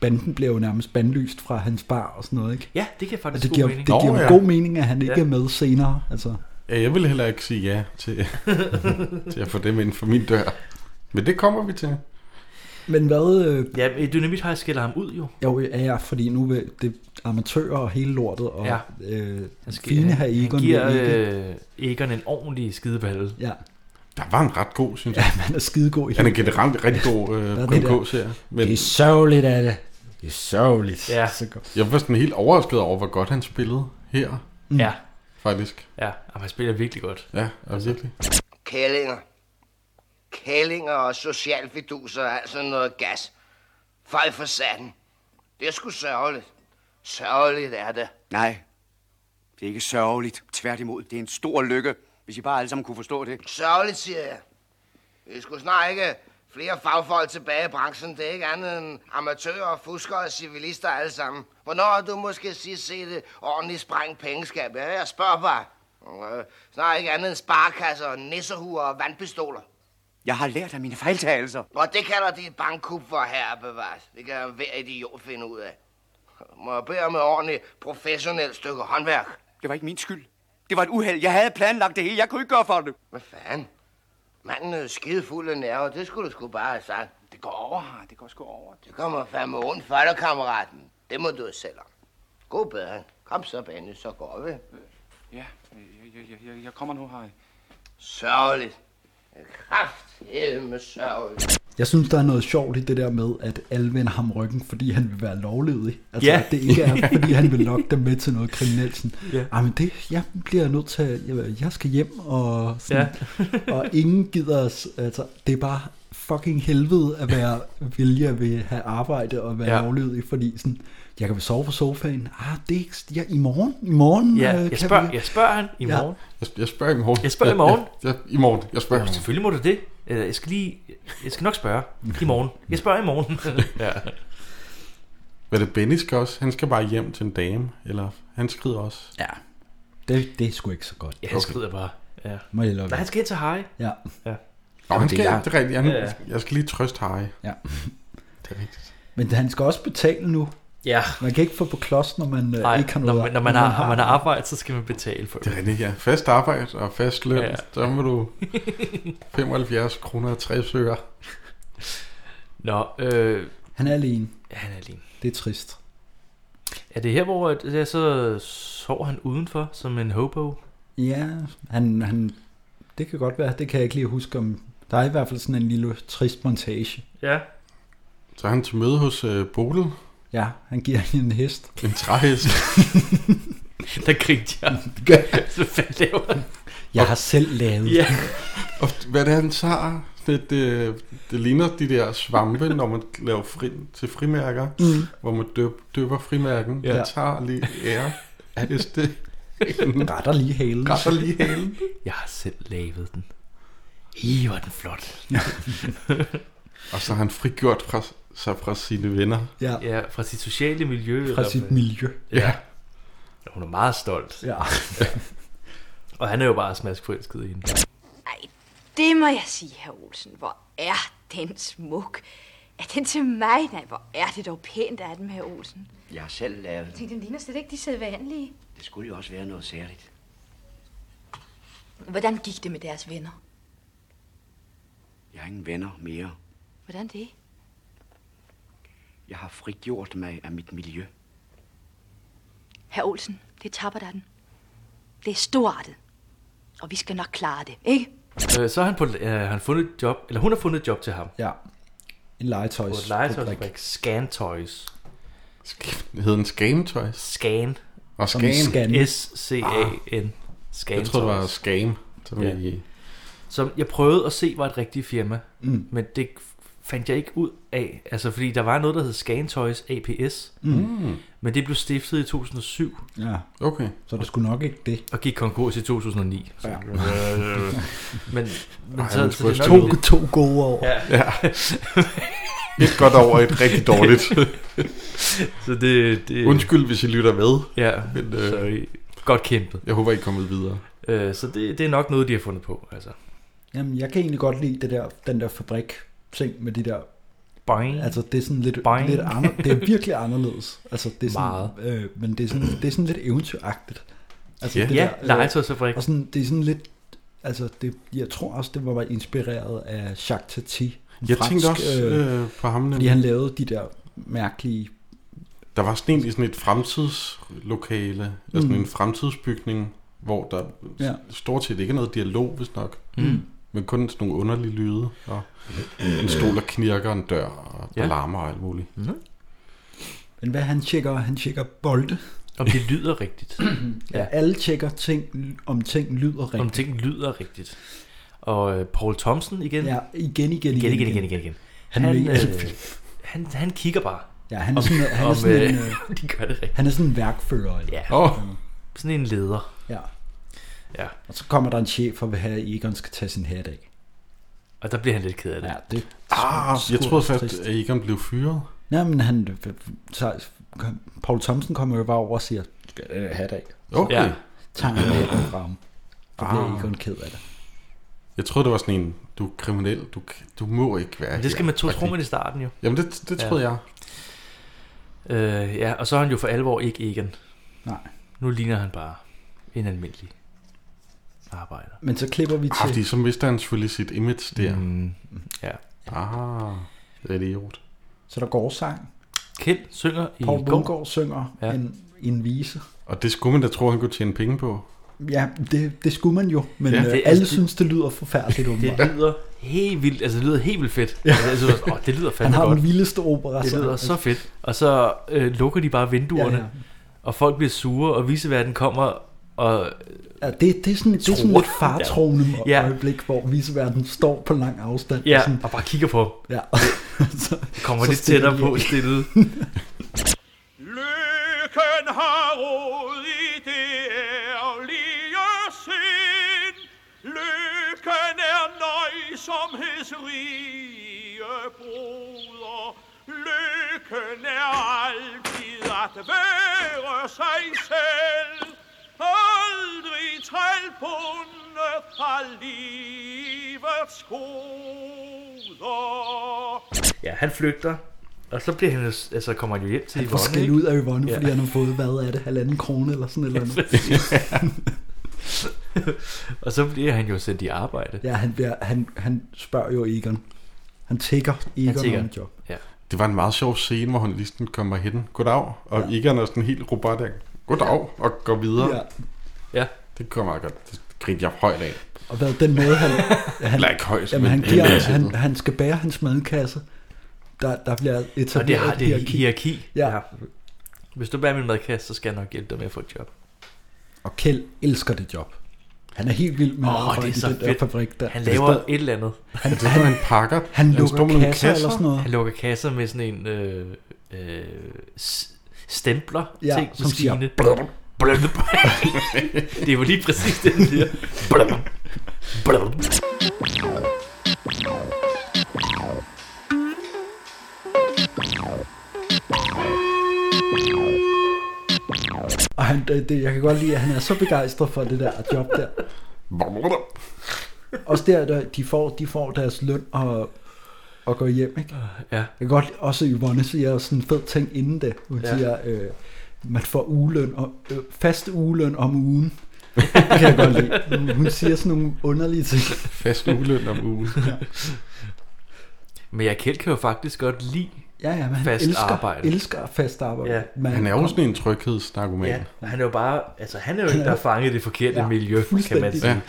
banden bliver jo nærmest bandlyst fra hans bar og sådan noget, ikke?
Ja, det kan
Og
faktisk
det
god
giver,
mening.
det
Nå,
giver
ja.
god mening, at han ikke
Ja.
er med senere. Altså,
ud. Ja, jeg ville heller ikke sige ja til, til at få dem inden for min dør. Men det kommer vi til.
men hvad, øh,
Ja, men Dynamit har skælder ham ud jo.
Jo, ja, ja, fordi nu vil det amatører og hele lortet, og ja.
Ja.
øh,
Han skal,
fine her
han,
Egon.
han giver
vil ikke.
øh, Egon en ordentlig skideballe.
Ja,
Der var en ret god, synes jeg.
han er skidegod i
Han er
hele-
generelt rigtig god
Der er
øh,
det der.
KMK-serie. Men
Det er sørgeligt af det. Det er sørgeligt.
Ja,
jeg var sådan helt overrasket over, hvor godt han spillede her,
Mm.
ja,
faktisk.
ja. Jamen, han spiller virkelig godt.
Ja, altså virkelig.
Kællinger. Kællinger og socialfiduser og alt sådan noget gas. Fej for satan. Det er sgu sørgeligt. Sørgeligt er det.
Nej, det er ikke sørgeligt. Tværtimod, det er en stor lykke, hvis I bare alle sammen kunne forstå det.
Sørgeligt, siger jeg. Vi skulle snart ikke flere fagfolk tilbage i branchen. Det er ikke andet end amatører, fuskere og civilister alle sammen. Hvornår har du måske sidst set et ordentligt sprængt pengeskab? Ja, jeg spørger bare. Øh, Snart ikke andet end sparekasser, og nissehuer og vandpistoler.
Jeg har lært af mine fejltagelser.
Og det kalder de et bankkup for her bevares. Det kan hver idiot finde ud af. Må jeg bede om et ordentligt professionelt stykke håndværk?
Det var ikke min skyld. Det var et uheld. Jeg havde planlagt det hele. Jeg kunne ikke gøre for det.
Hvad fanden? Manden er skide fuld af nerver. Det skulle du sgu bare have sagt.
Det går over her. Det går sgu over.
Det kommer fandme ondt for dig, kammeraten. Det må du selv om. God bedring. Kom så, Benny, så går vi.
Ja, jeg, jeg, jeg, jeg kommer nu, Harry.
Sørgeligt. Kraft med sørgeligt.
Jeg synes, der er noget sjovt i det der med, at alle vender ham ryggen, fordi han vil være lovlydig. Altså,
Ja.
at det ikke er, fordi han vil lokke dem med til noget kriminelt. Sådan,
Ja.
"Ej, men det, jeg bliver nødt til, at- jeg, jeg skal hjem, og, sådan,
Ja.
og ingen gider os. Altså, det er bare fucking helvede at være vilje ved at have arbejde og være ja.
Ja.
lovlydig, fordi sådan, jeg kan vel sove på sofaen. Ah, det er ikke, ja, i morgen, i morgen.
Ja,
øh,
jeg
kan
spørger,
vi-
jeg spørger han i
Ja.
morgen.
Jeg, jeg spørger i morgen.
Jeg spørger i morgen.
Ja, ja, I morgen. Jeg spørger i
Ja.
morgen.
Selvfølgelig må du det. Eller, Jeg skal lige... Jeg skal nok spørge i morgen. Jeg spørger i morgen. ja.
Hvad er det, Benny skal også? Han skal bare hjem til en dame, eller han skrider også.
Ja, det, det er sgu ikke så godt.
ja, han skrider bare. Ja.
Må jeg love
Nej, han skal ind til Harry.
Ja.
Nå, han skal,
det
det
er-
er rigtigt. Han,
Ja, ja.
Jeg skal lige trøste Harry.
Ja.
Det er rigtigt.
Men han skal også betale nu.
Ja.
Man kan ikke få på klods, når man Nej,
Nej,
ikke har
når,
noget
man, når man, har, når man har arbejde, så skal man betale for
Det
det.
er rigtigt, ja. Fast arbejde og fast løn,
Ja.
ja. der må du 75 kroner og 60 øre.
Nå, øh,
Han er alene.
ja, han er alene.
Det er trist.
Er det her, hvor at- der så sover han udenfor som en hobo?
Ja, han, han, det kan godt være. Det kan jeg ikke lige huske om. Der er i hvert fald sådan en lille trist montage.
Ja.
Så er han til møde hos øh, Bodil,
Ja, han giver hende en hest.
en træhest.
Der grinte jeg. Så fandt det
Jeg har selv lavet.
Ja.
og hvad det er, han tager? Det, det, det ligner de der svampe, når man laver fri, til frimærker, mm. hvor man døb, døber frimærken. Ja.
Ja.
Jeg tager lige ære af heste.
Retter lige halen.
Retter lige halen.
Jeg har selv lavet den. I var den flot.
Og så har han frigjort fra, sig fra sine venner.
Ja,
Ja, fra sit sociale miljø.
fra
eller-
sit miljø.
Ja. Hun er meget stolt.
Ja.
Og han er jo bare smaskforelsket i hende.
Ej, det må jeg sige, herr Olsen. Hvor er den smuk. Er den til mig? Nej, hvor er det dog pænt af den, herr Olsen.
Jeg har selv lavet det.
Tænk, den ligner slet ikke de sædvanlige.
Det skulle jo også være noget særligt.
Hvordan gik det med deres venner?
Jeg har ingen venner mere.
Hvordan det?
Jeg har frigjort mig af mit miljø.
Herr Olsen, det tapper der den. Det er storartet. Og vi skal nok klare det, ikke?
Øh, så har han, på, øh, han fundet et job, eller hun har fundet et job til ham.
ja. En
På
legetøjs.
et legetøjsfabrik. Scan Toys.
Sk- Det hedder en scam toys.
Scan.
Og
Som
scam.
scan.
S-C-A-N. Scan
Jeg tror, det var
Toys.
scam. Som
Ja.
ja. I,
Som jeg prøvede at se var et rigtigt firma. Mm. Men det fandt jeg ikke ud af, altså fordi der var noget, der hed Scantoys APS,
Mm.
men det blev stiftet i 2007.
Ja.
Okay.
Så det skulle nok ikke det.
Og gik konkurs i 2009. Så.
Ja.
men, men
Ej,
så,
man
så
skulle
det er
have
nok
To,
lidt-
to gode år.
Ja.
Ja. Et godt over, et rigtig dårligt.
Så det, det
Undskyld, hvis I lytter med.
Ja,
Men,
men,
øh,
øh, så godt kæmpet.
Jeg håber, I er kommet videre.
Øh, så det, det er nok noget, de har fundet på. Altså.
Jamen, jeg kan egentlig godt lide det der, den der fabrik ting med de der...
Boing.
Altså, det er sådan lidt,
Boing.
lidt ander, det er virkelig anderledes. Altså, det er sådan,
Meget.
Øh, men det er, sådan, det er sådan lidt eventyragtigt. Altså,
Ja.
ja,
øh,
legetøjsfabrik.
Og sådan, det er sådan lidt... Altså, det, jeg tror også, det var inspireret af Jacques Tati. en
Jeg
fransk,
tænkte også øh, på ham.
fordi
nemlig.
han lavede de der mærkelige...
Der var sådan egentlig sådan et fremtidslokale, mm. eller sådan en fremtidsbygning, hvor der
Ja.
ja. stort set ikke er noget dialog, hvis nok.
Mm.
Men kun sådan nogle underlige lyde, og en stol, der knirker, en dør, og der
Ja.
ja. larmer og alt muligt.
Men hvad han tjekker? Han tjekker bolde.
Om det lyder rigtigt.
Ja.
Ja.
Alle tjekker ting, om ting lyder rigtigt.
Om ting lyder rigtigt. Og øh, Paul Thompson igen.
Ja, igen, igen, igen.
igen, igen, igen, igen, igen.
Han
Han, han,
mener-
øh, han, han kigger bare,
Ja, han er sådan, han er
om
sådan, en,
øh,
øh,
de gør det rigtigt.
han er sådan en værkfører. Eller?
Ja,
Åh, oh,
sådan en leder.
ja.
Ja,
Og så kommer der en chef og vil have, at Egon skal tage sin hat af.
og der bliver han lidt ked af det.
Ja, det
ah,
sgu-
jeg
sgu
troede
også
faktisk,
trist.
at Egon blev fyret.
Nej, men han... Så, Paul Thomsen kommer jo bare over og siger, skal den her hat af?
Okay.
Ja.
Ja.
Tager han hatten fra ham. Så bliver
Ah.
Egon ked af det.
Jeg troede, det var sådan en, du er kriminel, du, du må ikke være
Men det skal
her.
man to tro
Agtig.
med i starten jo.
Jamen, det, det troede jeg.
Øh, ja, og så er han jo for alvor ikke Egan.
Nej.
Nu ligner han bare en almindelig arbejder.
Men så klipper vi
Ah, fordi
til...
så mister han selvfølgelig sit image der. Mm.
Mm, ja.
Ah, det er idiot.
Så der går sang.
Kjeld synger i
Paul
går.
Bundgaard synger
Ja.
en, en vise.
Og det skulle man da tro, han kunne tjene penge på.
Ja, det, det skulle man jo, men ja,
Ja,
det,
det-
øh, alle
det-
synes, det lyder forfærdeligt
Det
åbenbart.
lyder helt vildt, altså det lyder helt vildt fedt. Ja. Altså, jeg synes også, åh, det lyder
Han
fandme
har
godt.
den vildeste opera.
Det
så-
lyder så fedt. Og så øh, lukker de bare vinduerne, ja, ja. og folk bliver sure, og viseverden kommer, og
Ja, det, det er sådan, det er sådan
Tror-
et fartroende ja.
Ja.
øjeblik, hvor viseverden står på lang afstand.
ja,
Og sådan,
altså, og bare kigger på dem.
ja. så,
Kommer
så
lidt
stiller
tættere
de
på
af.
stillet.
Lykken har rod i det ærlige sind. Lykken er nøjsomhedsrige bruder. Lykken er altid at være sig selv. Aldrig trælbundet fra livets goder.
Ja, han flygter, og så bliver han, jo- altså kommer han jo hjem til
Han får
Yvonne,
skæld
ikke?
ud af Yvonne, ja.
Ja.
fordi han har fået, hvad er det, halvanden krone eller sådan et eller andet.
og så bliver han jo sendt i arbejde.
Ja, han, bliver, han, han spørger jo Egon. Han tækker Egon
tigger.
om et job.
Det var en meget sjov scene, hvor han lige sådan kommer hen. Goddag. Og ja. Egon er sådan helt robot der. Goddag. Og går videre.
Ja.
Ja.
Ja,
Det kommer meget godt. Det grinte jeg højt af.
Og hvad den måde, han... han
Eller ikke højt,
jamen, han,
men
giver,
giver,
han, han skal bære hans madkasse. Der, der bliver
og det har
etableret
det
et
hierarki.
hierarki.
hierarki.
Ja.
Hvis du bærer min madkasse, så skal jeg nok hjælpe dig med at få et job.
Og Kjeld elsker det job. Han er helt vild med at
Åh, det er
arbejde i
så
den der
fedt.
fabrik der.
Han laver et eller andet.
han, det, han, han pakker.
Han lukker
står med nogle
kasser, eller sådan noget.
Han lukker kasser med sådan en øh, øh, s- stempler
Ja,
ja, ting,
som siger,
maskine. Blum, blum. det var lige præcis det, den siger. Blum, blum.
Og han, det, det, jeg kan godt lide, at han er så begejstret for det der job der. Også der, der de, får, de får deres løn og, og går hjem, ikke?
Ja,
Jeg kan godt lide, også Yvonne siger sådan en fed ting inden det. Hun ja.
Ja.
siger, øh, man får ugeløn og, øh, fast ugeløn om ugen. Det kan jeg godt lide. Hun, hun siger sådan nogle underlige ting.
Fast ugeløn om ugen.
men jeg Kjeld kan jo faktisk godt lide.
Ja, ja, men han
Fast
elsker,
arbejde.
elsker fast arbejde.
Ja.
Man,
Han er jo sådan en tryghedsnarkoman.
Ja,
Ja.
han er jo bare, altså han er jo ikke der er fanget i det forkerte
Ja,
ja, miljø, kan man
fuldstændig.
sige.
Ja.
Ja.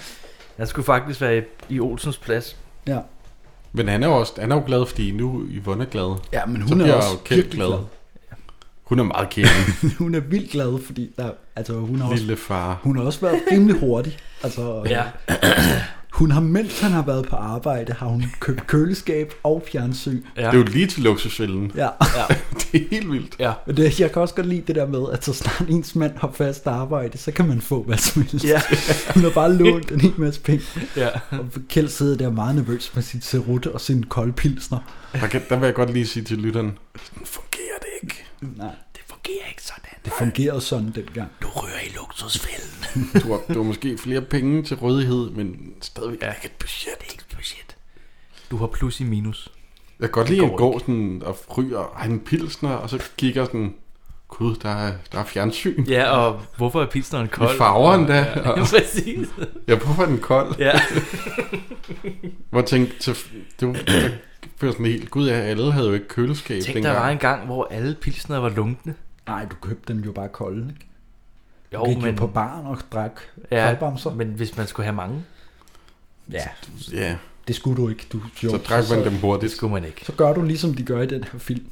Han skulle faktisk være i, i Olsens plads.
Ja.
Men han er jo også han er jo glad, fordi nu Yvonne er glad.
ja, men
Så
hun er
bliver
også
jo Kjeld
virkelig
glad.
glad.
Hun er meget kæmpe.
Hun er vildt glad, fordi der, altså, hun, har også,
Lille far.
hun har også været rimelig hurtig. Altså,
Ja.
Hun har, mens han har været på arbejde, har hun købt køleskab og fjernsyn.
Ja. Det er jo lige til luksusfælden.
Ja.
ja. det er helt vildt.
Ja.
Men det, jeg kan også godt lide det der med, at så snart ens mand har fast arbejde, så kan man få hvad som helst.
Ja.
Hun har bare lånt en hel masse penge.
Ja.
Og Kjeld sidder der meget nervøs med sit serut og sin koldpilsner.
Der, kan, der vil jeg godt lige sige til lytteren, sådan fungerer det ikke.
Nej,
det fungerer ikke sådan.
Det fungerede sådan dengang.
Du rører i luksusfælden.
Du har, du har måske flere penge til rådighed, men stadigvæk ja. ikke et budget.
Det er ikke et budget. Du har plus i minus.
Jeg kan godt
Det
lide, at
går
han går sådan og ryger og en pilsner, og så kigger sådan, gud, der er, der er fjernsyn.
Ja, og hvorfor er pilsneren kold?
I farver endda.
Ja, ja, præcis.
Ja, hvorfor er den kold?
Ja.
Hvor jeg tænkte, så, det var, jeg føler sådan helt, gud, ja, alle havde jo ikke køleskab
Tænk, der var en gang, hvor alle pilsner var lunkne.
Nej, du købte dem jo bare kolde. Ikke?
Jo,
Du gik
men,
jo på baren og drak
ja,
koldbamser.
men hvis man skulle have mange,
Ja,
Ja,
det skulle du ikke. Du, jo,
så drak man dem
det
hurtigt.
skulle man ikke.
Så gør du ligesom de gør i den her film.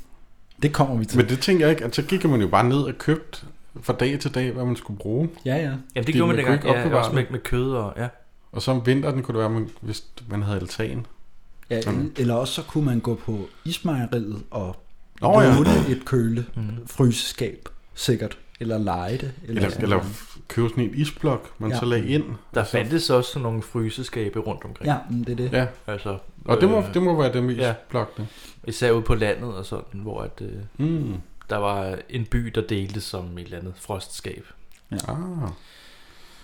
Det kommer vi til.
Men det tænker jeg ikke, at så gik man jo bare ned og købte fra dag til dag, hvad man skulle bruge.
Ja, ja.
Jamen,
Det-
det gjorde man
man kunne
dengang.
ikke
Ja,
opbevare
også med, med kød og... Ja.
Og så om vinteren kunne det være, man, hvis man havde altan.
ja
Sådan.
eller også så kunne man gå på ismejeriet og
Nå, ja.
låne et køle fryseskab, sikkert. Eller lege det. Eller,
Eller, eller f- købe sådan en isblok, man
Ja.
ja. så lagde ind.
Der
Så-
fandtes også sådan nogle fryseskabe rundt omkring.
Ja, men det er det.
Ja,
Altså,
og det må,
øh,
det må være dem
ja.
isblokkene.
Især ude på landet og sådan, hvor at, øh,
Mm.
der var en by, der delte som et eller andet frostskab.
Ah.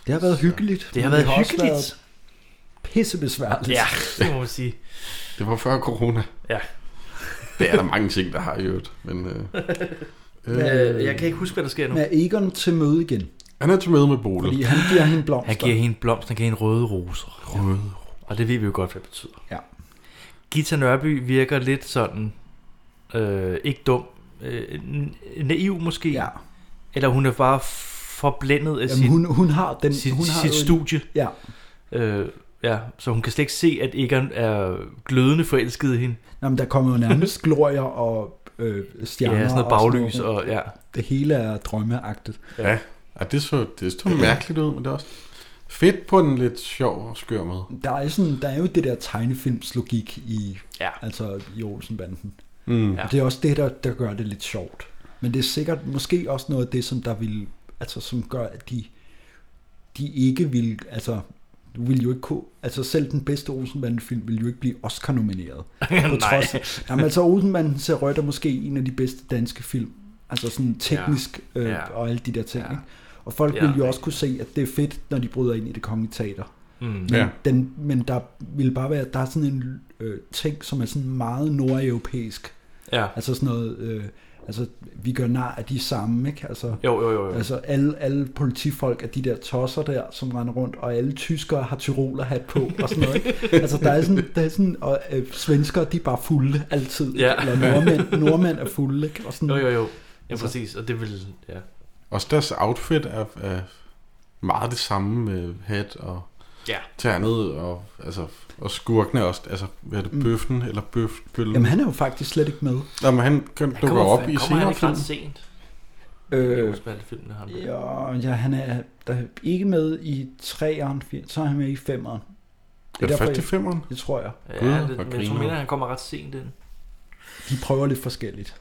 Det har været hyggeligt.
Det har
men
været
også
hyggeligt.
været pissebesværligt.
Ja, det må man sige.
Det var før corona.
Ja.
Det er der mange ting, der har i øvrigt. Men, øh,
Øh, jeg kan ikke huske, hvad der sker nu.
Men er Egon til møde igen?
han er til møde med Bole.
Fordi han giver hende blomster.
Han giver hende blomster, han giver hende røde roser. Røde Og det ved vi jo godt, hvad det betyder.
Ja.
Gita Nørby virker lidt sådan, øh, ikke dum, øh, n- naiv måske,
Ja.
eller hun er bare forblændet af
Jamen,
sit,
hun, hun har den...
sit,
hun har
sit
jo en-
studie.
Ja,
Øh, ja, så hun kan slet ikke se, at Egon er glødende forelsket i hende.
Jamen, der kommer jo nærmest glorier og øh,
Ja,
stjerner.
sådan noget baglys,
noget.
og ja.
Det hele er drømmeagtigt.
Ja. ja, det så, det så mærkeligt ud, men det er også fedt på en lidt sjov og skør måde.
Der er, sådan, der er jo det der tegnefilmslogik i,
Ja.
altså i Olsenbanden.
Mm.
Ja.
Ja.
Og det er også det, der, der gør det lidt sjovt. Men det er sikkert måske også noget af det, som der vil, altså som gør, at de, de ikke vil, altså du vil jo ikke kunne, altså selv den bedste Olsenbanden-film vil jo ikke blive Oscar-nomineret. på trods. Jamen altså Olsenbanden ser rødt er måske en af de bedste danske film. Altså sådan teknisk ja. Øh,
Ja.
og alle de der ting.
Ja.
Ja. Ikke? Og folk
Ja.
vil jo også kunne se, at det er fedt, når de bryder ind i det kongelige teater.
Mm.
Ja.
Den, men der vil bare være, der er sådan en øh, ting, som er sådan meget nordeuropæisk.
Ja.
Altså sådan noget, øh, altså vi gør nar af de samme, ikke? Altså,
Jo, jo, jo. jo.
altså alle, alle politifolk er de der tosser der, som render rundt, og alle tyskere har tyrolerhat på og sådan noget. Ikke? Altså der er sådan, der er sådan og øh, svenskere de er bare fulde altid, ikke?
Ja.
eller nordmænd, nordmænd er fulde, ikke? Og sådan,
Jo, jo, jo. Ja,
Altså-
præcis. Og det vil... Ja.
Også deres outfit er, er meget det samme med hat og
Ja.
ternet og, altså, og skurkene også. Altså, hvad er det, bøffen eller bøfbøllen?
Mm. Jamen han er jo faktisk slet ikke med.
Jamen, han kan- dukker op i
kommer han
senere
ikke
film.
ret sent? Øh,
Øh,
alle filmene, han med.
ja, ja, han er der er ikke med i 3'eren, fir- så er han med i 5'eren.
Det er det
derfor,
først i femeren.
Det tror jeg.
Gud,
Ja, det,
hvor
men jeg
griner.
tror, mener, han kommer ret sent ind.
De prøver lidt forskelligt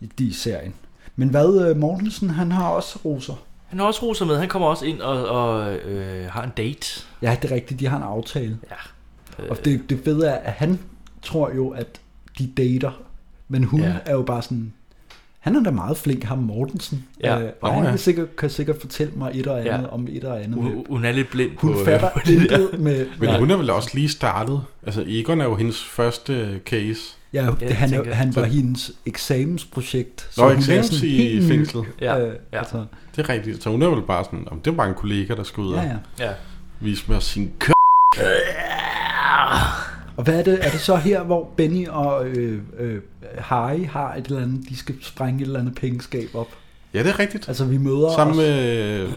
i de i serien. Men hvad, øh, Mortensen, han har også roser.
Han har også roser med. Han kommer også ind og, og øh, har en date.
Ja, det er rigtigt, de har en aftale.
Ja.
Og det, det fede er, at han tror jo, at de dater, men hun
Ja.
ja. er jo bare sådan, han er da meget flink, ham Mortensen.
Ja.
Øh, og
Nå,
han
ja.
kan sikkert, kan sikkert fortælle mig et og andet
Ja.
ja. om et og andet. Hun,
Hun, hun er lidt blind
hun
på... øh,
fatter
på det der.
intet med...
Men
Nej.
hun er vel også lige startet. Altså, Egon er jo hendes første case.
Ja, det,
det
han,
tænker
er,
jeg.
han var hendes eksamensprojekt. så
Nå,
hun er
eksamens
sådan
i
helt ny,
fængslet.
Ja,
Øh,
ja.
Altså,
Det er rigtigt. Så hun er vel bare sådan, om det er bare en kollega, der skal ud og
ja, ja.
Ja.
vise mig sin kø.
Og hvad er det? Er det så her, hvor Benny og øh, øh, Harry har et eller andet, de skal sprænge et eller andet pengeskab op?
Ja, det er rigtigt.
Altså, vi møder
Sammen
os,
med øh,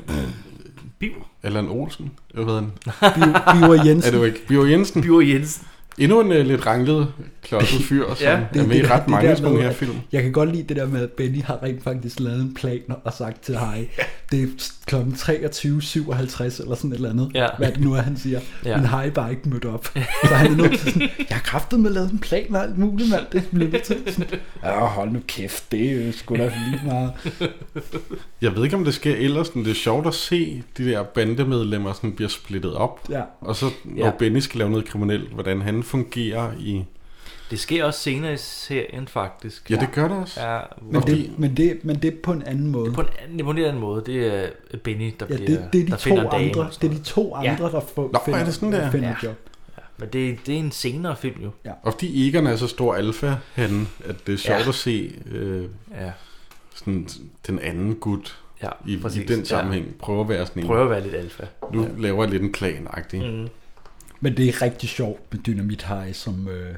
Biv.
Allan Olsen. Jeg ved han.
Biver Jensen.
Er det jo ikke? Bjørn Jensen.
Biver Jensen.
Endnu en uh, lidt ranglet, klodset fyr, ja, som det, er med i
der-
ret mange
der
af den
med,
her
at-
film.
Jeg kan godt lide det der med, at Benny har rent faktisk lavet en plan og sagt til Harry, det er kl. 23.57 eller sådan et eller andet,
Ja.
hvad det nu er, han siger.
Ja.
Men Harry bare ikke mødt op. Så han er nødt til sådan, jeg har kraftet med lavet en plan og alt muligt, mand. Det blev det til sådan, "Åh, hold nu kæft, det er jo sgu da lige meget.
Jeg ved ikke, om det sker ellers, men det er sjovt at se de der bandemedlemmer sådan bliver splittet op.
Ja.
Og så, når
Ja.
ja. Benny skal lave noget kriminelt, hvordan han fungerer i...
Det sker også senere i serien, faktisk.
Ja, det gør det også.
Ja,
Men
hvor
det, men, det, men det er på en anden måde.
på en anden, på en lidt anden måde, det er Benny, der
Ja,
bliver,
det, det er de
der
to
finder damen
andre,
og sådan
det er de to
Ja.
andre, der får,
hvor
finder,
er det sådan der?
finder job.
noget. Men det, det er en senere film jo.
Og fordi Egon er så stor alfa, han, at det er sjovt
Ja.
ja. at se øh,
Ja,
sådan, den anden gut
ja
i, i
præcis.
den sammenhæng. Ja. Prøve at være sådan
Ja,
en.
prøver at være lidt alfa.
Nu ja. laver jeg lidt en plan mm.
Mm.
Men det er rigtig sjovt med Dynamit High, som øh,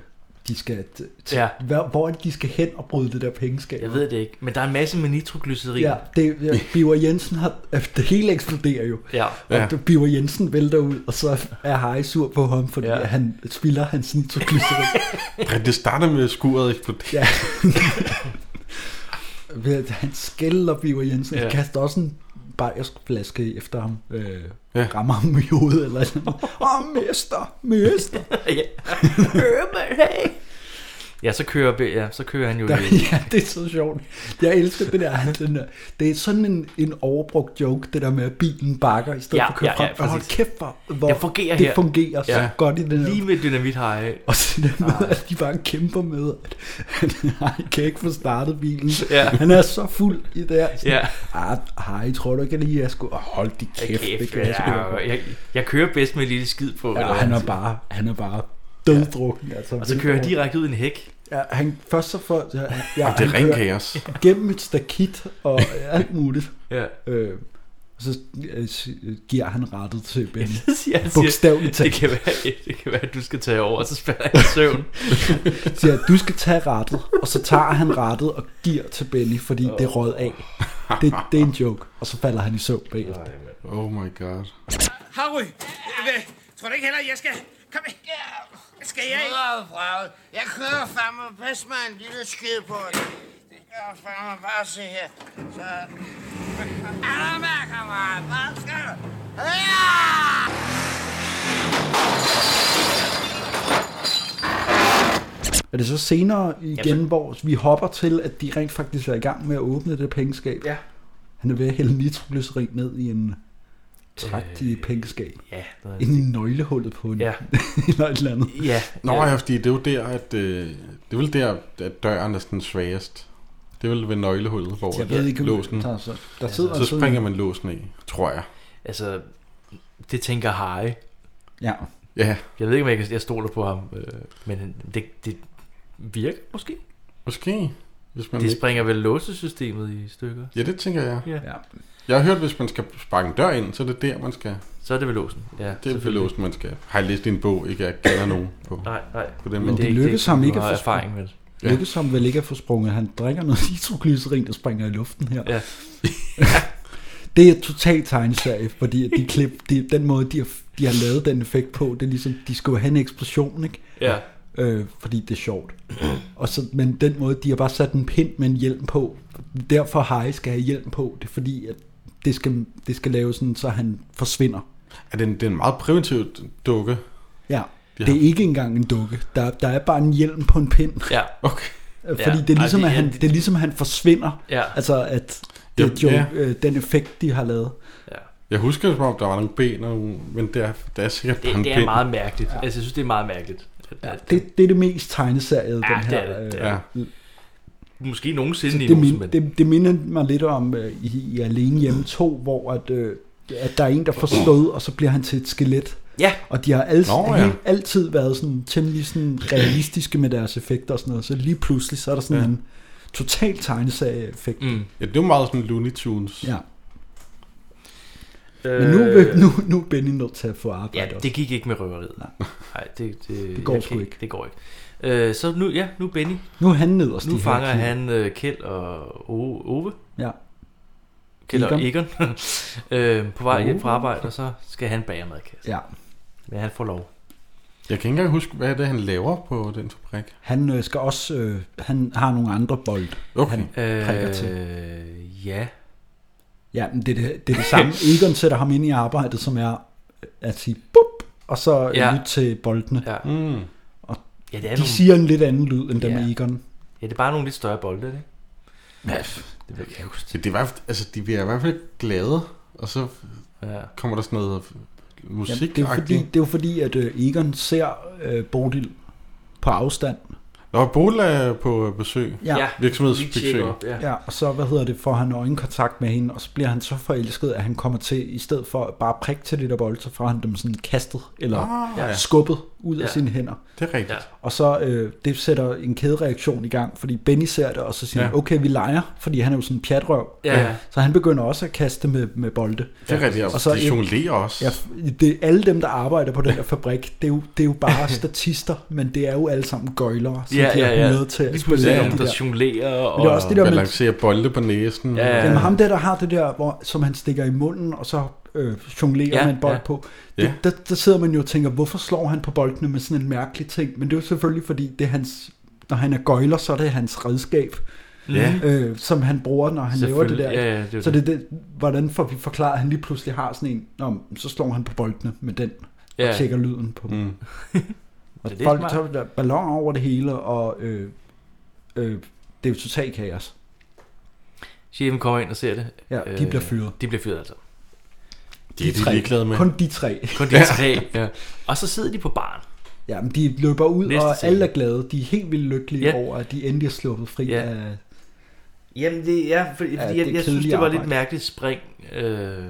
de skal... T- t-
Ja.
ja. hvor, hvor er det, de skal hen og bryde det der pengeskab?
Jeg ved det ikke, men der er en masse med nitroglycerin.
Ja, det, ja, Biver Jensen har... altså, Det hele eksploderer jo.
ja.
Ja.
Ja. Og Biver Jensen vælter ud, og så er Harry sur på ham, fordi
Ja.
ja. han spilder hans nitroglycerin.
Det starter med at skuret eksploderer. Ja.
ja. Ved at han skælder Biver Jensen,
Ja.
ja. kaster også en bajerskflaske efter ham. Øh,
Ja.
ja. Rammer ham i hovedet eller sådan Åh, oh, mester, mester.
ja. ja, så kører, Be- ja, så kører han jo
Der,
i-
ja, det er så sjovt. Jeg elsker det der. han Den, der- det er sådan en, en overbrugt joke, det der med, at bilen bakker, i stedet
Ja,
for at køre
ja,
frem.
ja,
og hold
præcis.
kæft, hvor, hvor
Det fungerer
det
her.
fungerer så
Ja.
godt i den her.
lige Ah. med dynamit hej.
Og så det med, at de bare kæmper med, at han kan ikke få startet bilen.
Ja.
Han er så fuld i det her. Sådan,
Ja.
Ah, hej, tror du ikke, at jeg skulle... Oh, hold de kæft,
Kæft,
det kan jeg sgu
ja,
godt.
jeg, jeg kører bedst med en lille skid på.
Ja,
eller
han
hvad
er bare, han er bare døddrukken. Altså,
Og så kører han direkte ud i en hæk.
Ja, han, først så får... Ja, ja,
Det er
han
ren
kører
kaos.
Gennem et stakit og alt muligt.
Ja.
Øh, og så øh, s- øh, giver han rettet til Benny.
Så siger han, siger,
Bogstaveligt
det
talt.
kan, være, det kan være, at du skal tage over, og så spiller jeg i søvn.
Siger, du skal tage rettet. Og så tager han rettet og giver til Benny, fordi oh. det rød af. Det, det er en joke. Og så falder han i søvn bagefter.
Oh my god.
Harry, hvad? Tror du ikke heller, jeg skal... Kom her. Skal jeg ikke?
Braget. Jeg kører fandme. Pas mig en lille skid på det. Det gør fandme bare se her. Så... Er du med, kammerat? Hvad skal du? Ja!
Er det så senere igen, ja, hvor vi hopper til, at de rent faktisk er i gang med at åbne det pengeskab?
Ja.
Han er ved at hælde nitroglycerin ned i en trakt i et pengeskab.
Ja, noget-
Ind i nøglehullet på en,
Ja.
ja. eller et eller andet.
ja,
Nå ja, fordi det er jo der, at, øh, det er vel der, at døren er sådan svagest. Det er vel ved nøglehullet, hvor
Jeg ved ikke, om
låsen.
Der, så, der sidder
Så
sådan-
springer man låsen i, tror jeg.
altså, det tænker Harry.
Ja.
Ja,
Jeg ved ikke, om jeg, kan, jeg stoler på ham, øh, men han- det, det virker måske.
måske. Hvis man
Det
ikke...
springer vel låsesystemet i stykker.
Ja, det tænker jeg.
ja.
Jeg har hørt, hvis man skal sparke en dør ind, så er det der, man skal.
Så er det vel låsen. Ja,
Det er ved
selvfølgelig.
låsen, man skal. Har jeg læst i en bog, ikke jeg kender nogen på.
Nej, nej.
På den
Men
måde.
det, er
det
ikke-
lykkes ham
du
ikke at
har
få-
erfaring med det.
Ja.
Lykkes ham vel ikke at få sprunget. Han drikker noget nitroglycerin, der springer i luften her.
Ja.
Det er totalt tegneserie, fordi at de klip, de, den måde, de har, de har lavet den effekt på, det er ligesom, de skulle have en eksplosion, ikke?
Ja.
Øh, fordi det er sjovt. Og så, men den måde, de har bare sat en pind med en hjelm på. Derfor Harry skal have hjelm på. Det er fordi, at det skal, det skal laves sådan, så han forsvinder.
Er det, en, det er en meget primitiv dukke.
Ja.
Ja.
Det er ikke engang en dukke. Der, der er bare en hjelm på en pind.
Ja.
Okay.
Fordi
Ja,
det, er ligesom,
altså,
at han,
ja,
det er ligesom, at han forsvinder.
Ja.
Altså, at det er
Jamen,
jo
ja.
øh, den effekt, de har lavet.
ja.
Jeg husker, som om der var nogle ben, og, nogle- men der, der er sikkert
Det,
bare en
det er
pind.
meget mærkeligt. Ja. Altså, jeg synes, det er meget mærkeligt. At, ja, det,
Det, det er det mest tegneseriede,
ja,
den
det
her.
er det.
øh,
det, er
Ja.
det. Måske nogensinde i
det,
en
min,
Olsenband.
det, det minder mig lidt om øh, i, i Alene Hjemme 2, hvor at, øh, at der er en, der får slået, og så bliver han til et skelet.
Ja.
Og de har altid,
Nå,
Nå,
ja.
ja. altid været sådan, temmelig sådan realistiske med deres effekter og sådan noget. Så lige pludselig, så er der sådan ja. en total tegneserie-effekt. Mm.
Mm.
Ja, det er jo meget sådan Looney Tunes.
Ja. Men nu, øh, nu, nu er Benny nødt til at få
Ja,
arbejde
det gik ikke med røveriet.
Nej.
Nej, det, det,
Det går
jeg
sgu
kan
ikke.
Det går ikke. Øh, så nu, ja, nu er Benny.
også. Nu er han nederst. i
Nu
hierarkiet.
fanger han øh, Kjeld og O- Ove.
Ja.
Kjeld og
Egon.
Egon. øh, på vej hjem fra arbejde, og så skal han bage madkassen.
Ja.
Men han får lov.
Jeg kan ikke engang huske, hvad det er, han laver på den fabrik.
Han øh, skal også, øh, han har nogle andre bold,
Okay.
han prikker til.
Øh, ja.
Ja, men det er det, det, er det samme. Egon sætter ham ind i arbejdet, som er at sige bup, og så
Ja.
ja. lytte til boldene.
Ja.
Mm.
Og
Ja, det
de
er
nogle...
nogle-
siger en lidt anden lyd, end dem
Ja.
ja. Egon.
Ja, det er bare nogle lidt større bolde, er det ikke?
Ja,
Det ved jeg ikke huske.
Det, det var, altså, de bliver i hvert fald ikke glade, og så
Ja.
kommer der sådan noget musik
Jamen, det, er jo fordi, det er jo fordi, at øh, Egon ser øh, Bodil på afstand.
Nå, Bola er på besøg.
Ja.
ja.
Virksomhedsbesøg.
lige tjekke op, Ja.
Ja, og så, hvad hedder det, får han øjenkontakt med hende, og så bliver han så forelsket, at han kommer til, i stedet for bare at prikke til det der bold, så får han dem sådan kastet, eller
Ah,
ah,
ja.
ja. skubbet ud ja.
Ja.
af sine hænder.
Det er rigtigt.
Og så øh, det sætter en kædereaktion i gang, fordi Benny ser det, og så siger
Ja.
ja. han, okay, vi leger, fordi han er jo sådan en pjatrøv.
Ja, ja.
Så han begynder også at kaste med, med bolde.
Det er rigtigt. Og
Og
så,
så
de
en-
jonglerer også.
Ja, det, alle dem, der arbejder på den her fabrik, det er, jo, det er jo bare statister, men det er jo alle sammen gøjlere, som
Ja,
de
ja,
har
ja.
hyret til at
Lige pludselig
spille
er der,
om de
der
der.
jonglerer og...
Men det er også det der
Der
med,
lancerer bolde på næsen.
Ja, ja.
Jamen ham der, der har det der, hvor, som han stikker i munden, og så øh, jonglerer
Ja,
ja, man bold
ja.
ja. på. Det,
Ja.
ja. der, der sidder man jo og tænker, hvorfor slår han på boldene med sådan en mærkelig ting? Men det er jo selvfølgelig, fordi det er hans, når han er gøjler, så er det hans redskab,
Ja.
øh, som han bruger, når han laver det der.
Selvfølgelig. Ja, ja, det er jo
så det er det, hvordan får vi forklaret, at han lige pludselig har sådan en, Nå, men så slår han på boldene med den, ja.
Ja.
og tjekker lyden på dem.
Mm.
Og
Det er
folk
smart.
tager der ballon over det hele, og øh, øh, det er jo totalt kaos.
Chefen kommer ind og ser det.
Ja, de bliver fyret.
De bliver fyret, altså.
Det er de ligeglade med.
Kun de tre.
Kun de tre. Ja. Og så sidder de på baren.
Ja, men de løber ud,
Næste
Næste og
scene.
alle er glade. De er helt vildt lykkelige
Ja.
ja. over, at de endelig er sluppet fri
Ja.
ja. af...
Jamen, det, ja, fordi, ja,
Ja,
fordi
det
jeg,
er
jeg synes,
kedeligt
det var lidt
arbejde.
mærkeligt spring øh,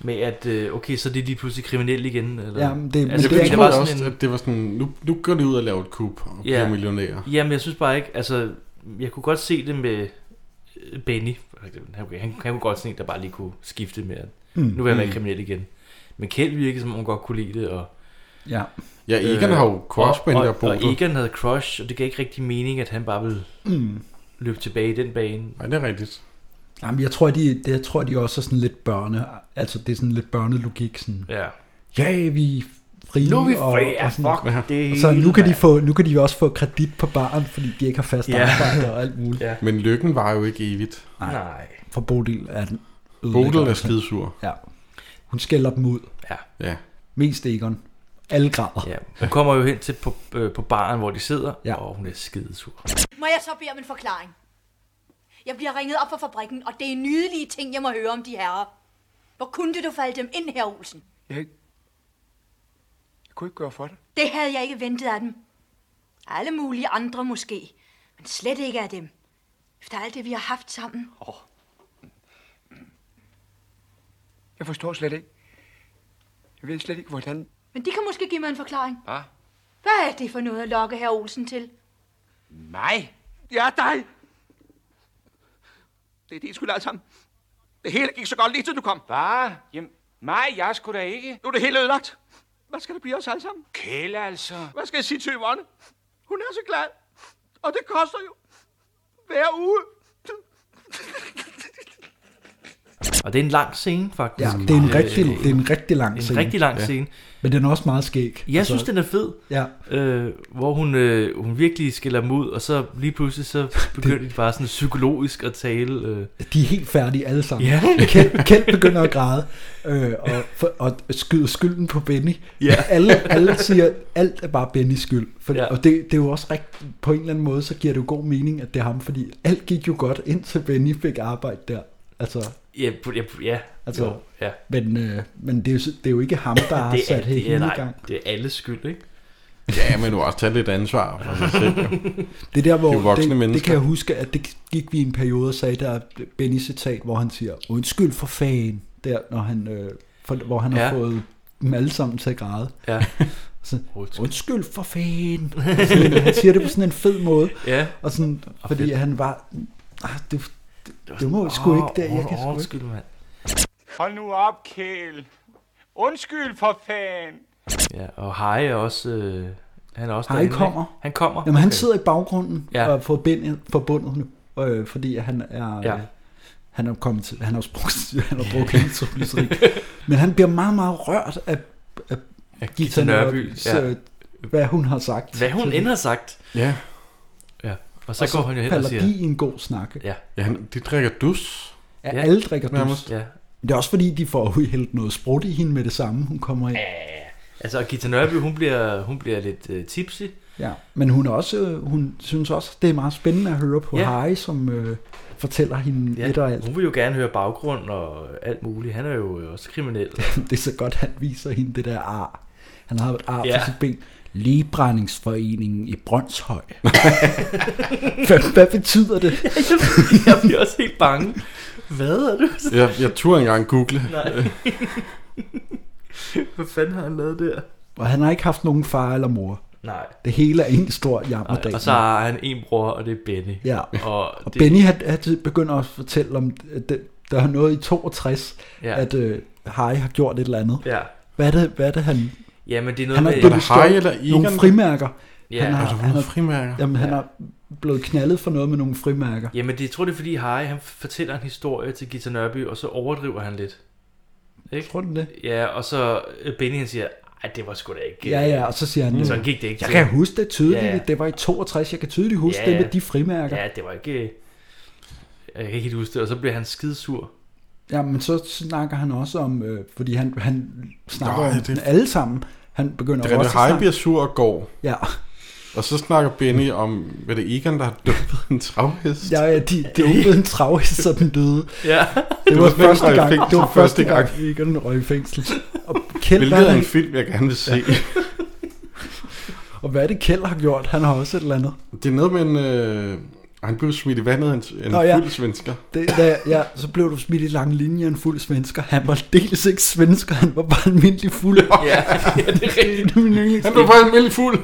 med, at øh, okay, så er de lige pludselig kriminelle igen. Eller?
Jamen, det- men
Altså,
det
jeg
er-
der
troede
var sådan
også, at det var sådan, nu, nu går de ud og laver et kub og bliver millionærer.
Jamen, jeg synes bare ikke, altså, jeg kunne godt se det med øh, Benny. for eksempel. Han, han, han kunne godt se, der bare lige kunne skifte med, at mm. nu vil jeg være
Mm.
kriminel igen. Men Kjeld virkede, som om hun godt kunne lide det, og,
Ja.
Ja, Egan har jo crush på
Øh, og,
hende der
og, og
Bola.
Egan havde crush, og det gav ikke rigtig mening, at han bare ville
Mm.
løbe tilbage i den bane.
Nej, det er rigtigt.
Jamen, jeg tror, de, det- jeg tror, de også er sådan lidt børne... Altså, det er sådan lidt børnelogik. Sådan,
Ja.
ja, vi er frie.
Nu er vi fri,
og,
ja,
og sådan,
fuck det
Og så nu
hele,
kan, de
mand.
få, nu kan de jo også få kredit på baren, fordi de ikke har fast
Ja.
arbejde og alt muligt.
Ja.
Ja.
Men lykken var jo ikke evigt.
Nej.
For Bodil er den ødelægger
Bodil er
også.
skidesur.
Ja. Hun skælder dem ud.
Ja.
Ja.
Mest Egon. Alle græder.
ja. Hun kommer jo hen til på, øh, på baren, hvor de sidder, ja.
Ja.
og hun er skidesur.
Må jeg så bede om en forklaring? Jeg bliver ringet op fra fabrikken, og det er nydelige ting, jeg må høre om de herrer. Hvor kunne du falde dem ind her, Olsen?
Jeg, ikke- jeg kunne ikke gøre for det.
Det havde jeg ikke ventet af dem. Alle mulige andre måske, men slet ikke af dem. Efter alt det, vi har haft sammen.
Jeg forstår slet ikke. Jeg ved slet ikke, hvordan...
Men de kan måske give mig en forklaring.
Hvad?
Hvad er det for noget at lokke herr Olsen til?
Mig? Ja, dig! Det er din skyld alt sammen. Det hele gik så godt lige til du kom. Hvad? Jamen, mig, jeg skulle da ikke. Nu er det hele ødelagt. Hvad skal der blive os alle sammen? Kæle altså. Hvad skal jeg sige til Yvonne? Hun er så glad. Og det koster jo hver uge.
Og det er en lang scene, faktisk. Øh,
Ja, det er en rigtig, det er en rigtig lang
en
scene. Altså-
rigtig lang scene.
Men den er også meget skæg.
Jeg synes, den er fed.
Ja.
øh, hvor hun, øh, hun virkelig skiller dem ud, og så lige pludselig så begynder de bare sådan psykologisk at tale. Øh.
De er helt færdige alle sammen.
Ja.
Kjeld, Kjeld begynder at græde øh, og, for, og skyder skylden på Benny.
Ja.
Alle, alle siger, at alt er bare Bennys skyld. For,
Ja.
ja. Og det, det er jo også rigtigt, på en eller anden måde, så giver det jo god mening, at det er ham, fordi alt gik jo godt, indtil Benny fik arbejde der. Altså,
Ja, ja, ja,
Altså,
jo, ja.
men, øh, men det, er jo, så- det er jo ikke ham, der har
Det er,
sat det
det, er,
hele i
nej,
gang.
det er alles skyld, ikke?
Ja, men du har også taget lidt ansvar for sig selv. jo.
Det er der, hvor
Det er jo voksne
det, det,
mennesker.
kan jeg huske, at det gik vi i en periode og sagde, der er Benny citat, hvor han siger, undskyld for fan, der, når han, øh, for, hvor han ja.
Ja.
har fået dem alle sammen til at græde.
Ja.
Så,
Undskyld.
undskyld for fan. Sådan, øh, han siger det på sådan en fed måde.
Ja.
Og sådan, fordi
fedt.
han var, ah, det, det, det må jeg sgu ikke, der, jeg kan
Åh,
sgu ikke.
Undskyld, mand.
Hold nu op, Kæl. Undskyld for fanden.
Ja, og Harry er også... Øh, han er også
Harry
derinde,
kommer.
Ikke? Han kommer.
Jamen, han sidder i baggrunden
Ja.
ja. og er forbindet, forbundet nu, øh, fordi han er...
Ja.
Ja. Han er jo kommet til, han har også brugt, han har brugt hele triglycerin. Men han bliver meget, meget rørt af, af Gita
Nørby,
Nørbys
ja.
ja. hvad hun har sagt.
Hvad hun
til-
end har sagt.
Ja.
Ja. Og så, går han jo hen og
falder
siger...
de i en god snak.
Ja.
ja han, de drikker dus.
Ja, alle drikker
Nærmest.
dus. Men det er også fordi, de får jo hældt noget sprut i hende med det samme, hun kommer ind.
Altså, og Gita Nørby, hun bliver, hun bliver lidt øh, tipsy.
Ja, men hun, er også, øh, hun synes også, det er meget spændende at høre på
Ja.
ja. Harry, som øh, fortæller hende ja. et og alt.
Hun vil jo gerne høre baggrund og alt muligt. Han er jo øh, også kriminel.
Det er så godt, han viser hende det der ar. Han har et ar ja.
Ja.
på sit ben. Ligebrændingsforeningen i Brøndshøj. hvad, hvad betyder det?
jeg bliver også helt bange. Hvad er det?
Jeg, jeg turde engang google.
Nej. Hvad fanden har han lavet der?
Og han har ikke haft nogen far eller mor.
Nej.
Det hele er en stor jammerdag.
Nej, og så har han en bror, og det er Benny.
Ja.
Og,
Og Benny han, han begynder at fortælle om, at det, der er noget i 62,
Ja.
ja. at øh, Harry har gjort et eller andet.
Ja.
Hvad er det, hvad er det han...
Jamen, det er noget
han har
med-
blevet
Er det
stjålet
Harry eller Egon?
Nogle frimærker.
Ja.
Han har,
Er der
han har,
frimærker?
Jamen, han
Ja.
er blevet knaldet for noget med nogle frimærker.
Jamen, det jeg tror det er, fordi Harry, han fortæller en historie til Gita Nørby, og så overdriver han lidt. Ikke?
Tror du det?
Ja, og så øh, Benny, han siger, ej, det var sgu da ikke...
Ja, ja, og så siger han...
mm.
øh,
Sådan gik det ikke.
Jeg
til."
kan huske det tydeligt.
Ja,
Ja. Det var i 62. Jeg kan tydeligt huske
Ja,
det
ja.
med de frimærker.
Ja, det var ikke... øh, Jeg kan ikke helt huske det, og så bliver han skidesur.
Ja, men så snakker han også om, øh, fordi han, han snakker
Nå,
Nå, om
ja, det-
det... alle sammen. Han begynder
Det er
også
det,
at snakke...
Harry bliver sur og går.
Ja.
Og så snakker Benny om, hvad det er Egon, der har dumpet en travhest.
Ja, ja, de, de åbnede en travhest, så den døde.
Ja.
Det var,
Det var
første
den, der røg i
gang, det var
fængsel.
første
Første
gang,
gang.
Egon røg i fængsel. Og Kjeld, hvad,
Hvilket er
han,
en film, jeg gerne vil se.
og hvad er det, Kjeld har gjort? Han har også et eller andet.
Det er noget med en... Øh, han blev smidt i vandet af en, en
Nå, ja.
fuld svensker.
Det, da, ja, så blev du smidt i lang linje af en fuld svensker. Han var dels ikke svensker, han var bare almindelig fuld.
Ja, ja det er rigtigt.
min yndlings-
Han blev bare almindelig fuld.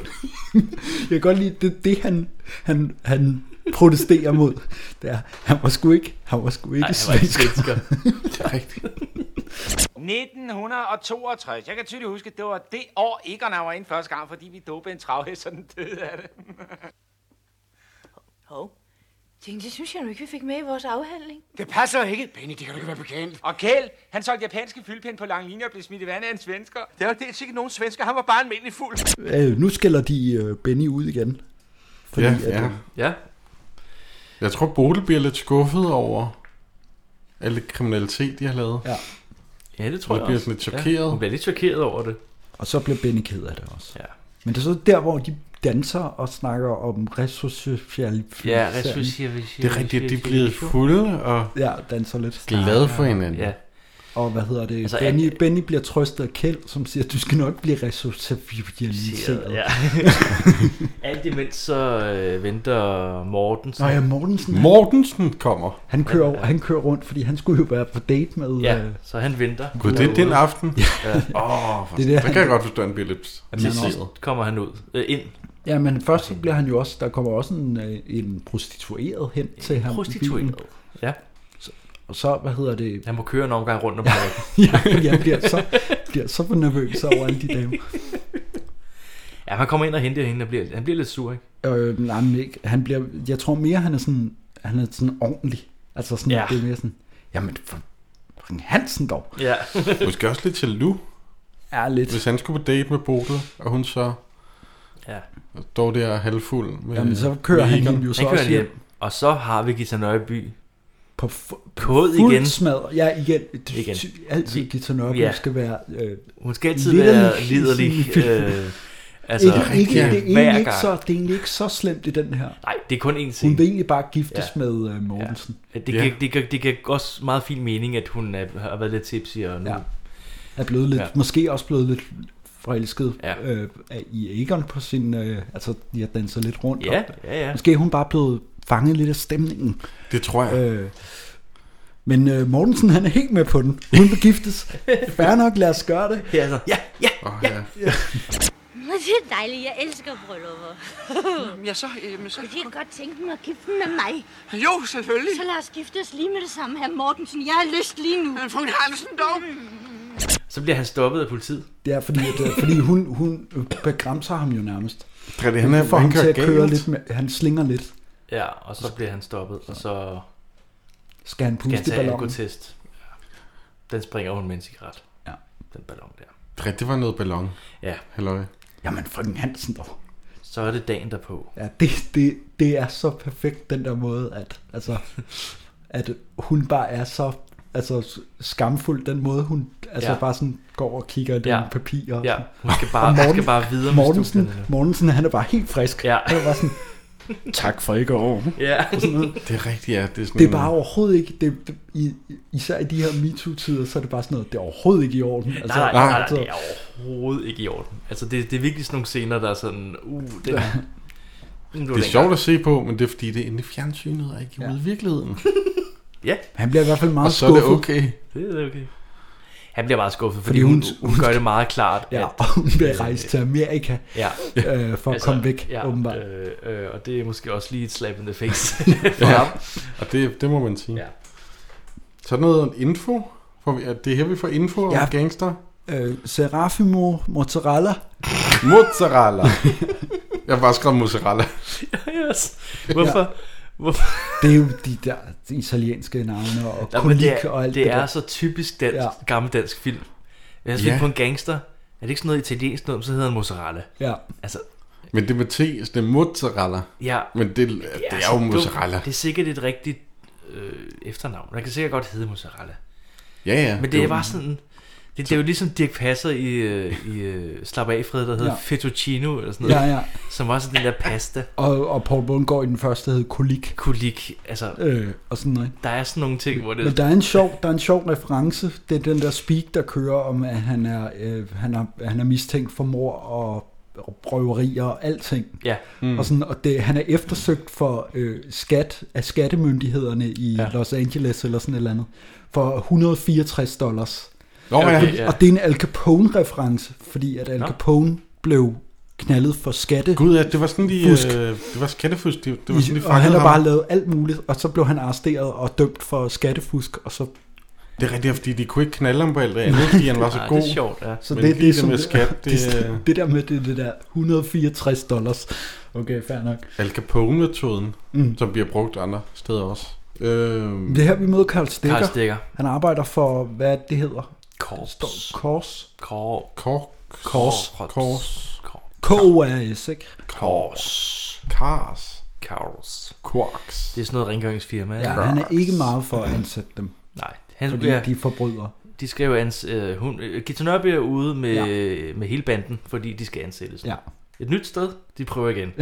Jeg kan godt lide, det er det, han, han, han protesterer mod. Det er, han var sgu ikke, han var sgu ikke
Nej, han var ikke
svensker.
svensker.
det er rigtigt.
1962. Jeg kan tydeligt huske, at det var det år, Egon var ind første gang, fordi vi dopede en travhest, så den døde af det.
Hov. Tænk, det synes jeg nu ikke, vi fik med i vores afhandling.
Det passer ikke, Benny. Det kan du ikke være bekendt. Og Kjell, han solgte japanske fyldpind på lang linje og blev smidt i vandet af en svensker. Det var dels ikke nogen svensker. Han var bare almindelig fuld.
Øh, nu skælder de øh, Benny ud igen.
ja,
at,
ja.
øh,
ja.
Jeg tror, Bodil bliver lidt skuffet over alle kriminalitet, de har lavet.
Ja.
Ja, det tror
Hun
jeg
bliver
også.
sådan lidt
Ja,
chokeret.
hun bliver lidt chokeret over det.
Og så bliver Benny ked af det også.
Ja.
Men det er så der, hvor de danser og snakker om resocialisering.
Ja, resocialisering.
Det er rigtigt, de er blevet fulde og
Ja, danser lidt.
glade for hinanden.
Ja.
Og hvad hedder det?
Altså,
Altså, Benny, Benny bliver trøstet af Kjeld, som siger, du skal nok blive resocialiseret.
Ja. Alt imens så øh, venter Mortensen.
Nå ja, Mortensen. han-
Mortensen kommer.
Han kører, over, han kører rundt, fordi han skulle jo være på date med...
Ja,
øh,
så han venter.
Gud, det er den aften?
Ja.
Åh, for- så kan jeg godt forstå, at han bliver lidt
Jamen, han
irriteret.
også- kommer han ud. Øh, ind.
Ja, men først så bliver han jo også... Der kommer også en, øh, en prostitueret hen en til ham. i
prostitueret.
bilen.
Ja.
Så, og så, hvad hedder det...
Han må køre en omgang rundt om
ja, ja, jeg bliver så, bliver så nervøs over alle de damer.
Ja, han kommer ind og henter hende, og bliver, han bliver lidt sur, ikke?
Øh, nej, men ikke. Han bliver, jeg tror mere, han er sådan, han er sådan ordentlig. Altså sådan,
Ja.
ja. det er mere sådan, jamen for, for Hansen dog.
Ja.
Måske også lidt jaloux.
Ja, lidt.
Hvis han skulle på date med Bodil, og hun så
Ja.
står der halvfuld med
Jamen, så kører
med
han
Egon.
hende jo så
han kører
også hjem.
hjem. Og så har vi Gita Nørby.
På, fu-
Kod
Fuld
igen.
Smadret. Ja, igen. Det,
Igen.
igen. Ty, altid Gita Nørby
ja.
ja. skal være... Øh,
Hun skal altid
liderlig
være
i
liderlig,
sine film.
øh, altså,
ikke, ikke, det, er
hver
egentlig ikke
gang.
så, det er egentlig ikke så slemt i den her.
Nej, det er kun én scene.
Hun vil egentlig bare giftes
Ja.
ja. med øh, Mortensen.
Ja. Det,
Ja.
giver, det, giver, det giver også meget fin mening, at hun er, har været lidt tipsy, og nu...
Ja. Er blevet lidt,
Ja.
ja. måske også blevet lidt forelsket
Ja.
ja. øh, af- i Egon på sin... Øh, altså, de har danset lidt rundt.
Ja,
og,
ja, ja.
Måske er hun bare blevet fanget lidt af stemningen.
Det tror jeg.
Øh, men øh, Mortensen, han er helt med på den. Hun vil giftes. Fair nok, lad os gøre det.
Ja, altså. ja, ja,
ja.
Øh, ja.
Nå, det er dejligt. Jeg elsker bryllupper.
Ja, så... øh, Jamen, så...
Kunne de ikke godt tænke mig at gifte med mig?
Jo, selvfølgelig.
Så lad os giftes lige med det samme, herr Mortensen. Jeg har lyst lige nu. Men
fru Hansen dog.
Så bliver han stoppet af politiet.
Det er fordi, at, øh, fordi hun, hun begræmser ham jo nærmest.
Det er det, han er-
får
han
ham til
kører
at køre
galt.
lidt med, han slinger lidt.
Ja, og så bliver han stoppet, og så
Skal han
skal han
puste
tage en
ballonen?
alkotest. Den springer hun med en cigaret.
Ja.
Den ballon der.
Det var noget ballon.
Ja.
Halløj.
Jamen, frøken Hansen dog.
Så er det dagen derpå.
Ja, det, det, det er så perfekt, den der måde, at, altså, at hun bare er så altså, skamfuld, den måde, hun altså,
Ja.
ja. bare sådan går og kigger i den
Ja.
ja. papir. Og
Ja,
sådan.
hun skal bare- hun skal bare videre med
Mortensen,
studierne.
Mortensen, han er bare helt frisk.
Ja.
Han er bare sådan,
Tak for i går.
øh,
Ja.
og sådan noget.
Det er rigtigt, ja. Det er, sådan
Det er bare overhovedet ikke, det, det, i, især i de her MeToo-tider, så er det bare sådan noget, det er overhovedet ikke i orden.
Altså, nej, nej, nej,
Ah.
nej, det er overhovedet ikke i orden. Altså, det, det er virkelig sådan nogle scener, der er sådan, uh, den, den blev
det er
lækker.
sjovt at se på, men det er fordi, det er inde i fjernsynet og ikke ja. ude i virkeligheden.
Ja.
Han bliver i hvert fald meget
Og så er det
skuffet.
okay.
Det er okay. Han bliver meget skuffet, fordi,
Fordi
fordi hun,
hun-
hun, hun, gør det meget klart.
Ja,
at-
og hun vil rejse til Amerika
Ja.
øh, for at komme væk,
Altså, ja,
åbenbart.
Øh, øh, og det er måske også lige et slap in the face for
ja.
ham.
Og det, det må man sige.
Ja.
Så er der noget info. Får vi, er det her, vi får info ja.
Ja.
om gangster?
Øh, Serafimo Mozzarella.
Mozzarella. Jeg har bare skrevet mozzarella.
yes. Hvorfor? Ja. Hvorfor?
Det er jo de der italienske navne og
Nå, men
kronik
det er,
og
det,
alt det,
det er
der.
så typisk dansk, ja.
Ja.
gammeldansk film. Jeg har
Ja.
ja. på en gangster. Er det ikke sådan noget italiensk noget, så hedder han mozzarella?
Ja.
Altså,
Men det med T, så det er mozzarella.
ja.
Men det, det, er,
så
jo
dumt.
mozzarella.
Det er sikkert et rigtigt øh, efternavn. Der kan sikkert godt hedde mozzarella.
Ja, ja.
Men det er bare sådan... Det, det er jo ligesom Dirk Passer i, øh, i øh, Slap af, Fred, der hedder ja.
Ja.
fettuccino eller sådan noget.
Ja, ja.
Som også er den der pasta.
Og, og Paul Bundgaard i den første hed Kolik.
Kolik, altså...
Øh, og sådan noget.
Der er sådan nogle ting, hvor det...
Men der er en sjov, der er en sjov reference. Det er den der speak, der kører om, at han er, øh, han er, han er mistænkt for mor og og røverier og alting.
Ja.
Mm. Og, sådan, og det, han er eftersøgt for øh, skat af skattemyndighederne i ja. Los Angeles eller sådan et eller andet, for 164 dollars.
Nå, ja.
Fordi-
ja.
Og det er en Al Capone-reference, fordi at Al
Nå.
Capone blev knaldet for skatte.
Gud, ja, det var sådan de... Øh,
Fusk.
det var skattefusk. Det, det var sådan de
og han
fangede
har
ham.
bare lavet alt muligt, og så blev han arresteret og dømt for skattefusk, og så
Det er rigtigt, fordi de kunne ikke knalde ham på alt det andet, fordi han var så
Nej,
god.
det er sjovt, ja.
Så
Men
det, det,
lige
det, som,
med skat, det, er øh,
det, det der med det, det der 164 dollars. Okay, fair nok.
Al Capone-metoden,
Mm.
som bliver brugt andre steder også. Øh,
Det er her, vi møder Karl Stikker.
Karl Stikker.
Han arbejder for, hvad det hedder?
Korps.
Står, kors.
Kor...
Kor...
Kors.
Kors.
K-O-R-S, ikke?
Kors.
Kars.
Kors.
Quarks.
Det er sådan noget rengøringsfirma.
Ja,
ikke?
han er ikke meget for at ansætte dem.
Nej, han
fordi
bliver-
de er forbrydere.
De skrev ans... Øh, hun, øh, Gita Nørby er ude med, ja. med hele banden, fordi de skal ansættes. nu.
Ja.
Et nyt sted, de prøver igen.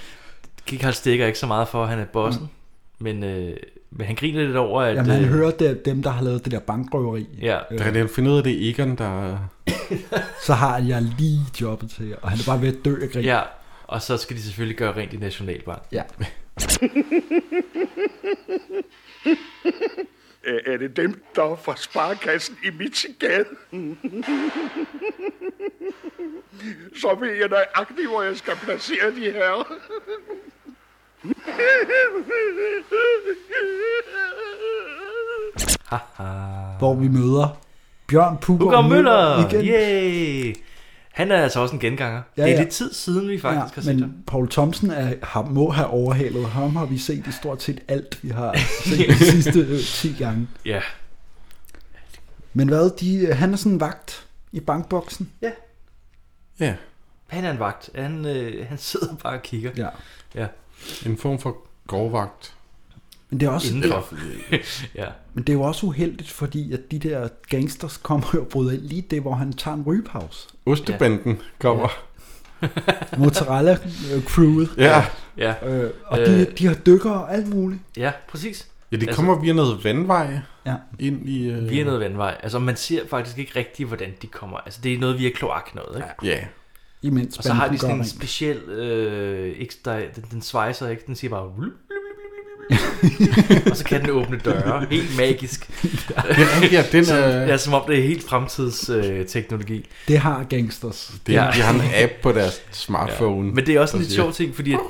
Kik Karl Stikker ikke så meget for, at han er bossen. Men, øh, men han griner lidt over, at...
Mm. Jamen, han
øh,
hører, det er dem, der har lavet det der bankrøveri.
Ja.
Der kan jeg finde ud af, det er Egon, der...
Så har jeg lige jobbet til, og han er bare ved at dø af grin.
ja, og så skal de selvfølgelig gøre rent i Nationalbank.
Ja.
Er er det dem, der er fra sparekassen i Michigan? Så ved jeg nøjagtigt, hvor jeg skal placere de her.
Hvor vi møder Bjørn Pugger
Hugo Møller!
igen.
Yay! Han er altså også en genganger. Ja,
Ja,
det er
ja.
lidt tid siden, vi faktisk ja, har set
men
ham.
Paul Thompson er, har, må have overhalet. Ham har vi set i stort set alt, vi har set de sidste øh, 10 gange.
Ja.
Men hvad, de, øh, han er sådan en vagt i bankboksen.
Ja.
Ja,
Han er en vagt. Han, øh, han sidder bare og kigger.
Ja.
ja.
en form for gårdvagt.
Men det er også...
Indenfor. ja.
Men det er jo også uheldigt, fordi at de der gangsters kommer jo og bryder ind lige det, hvor han tager en rygepause.
Ostebanden kommer.
Mozzarella-crewet.
Ja.
Ja.
Øh, og de, de har dykker og alt muligt.
Ja, præcis.
Ja, de kommer via noget vandvej
Ja.
ind i... Øh,
Via noget vandvej. Altså, man ser faktisk ikke rigtigt, hvordan de kommer. Altså, det er noget via kloak noget, ikke? Ja.
Ja.
Imens
Og så har de
banden
sådan
går
en
rent.
speciel... Øh, ikke, der, den, den svejser ikke, den siger bare... "Blup, blup, blup, blup, blup." og så kan den åbne døre. Helt magisk.
Ja, ja, den er-
ja, som om det er helt fremtids øh, teknologi.
Det har gangsters.
Det,
Ja.
ja. De har en app på deres smartphone. Ja.
Men det er også en lidt sjov ting, fordi... At,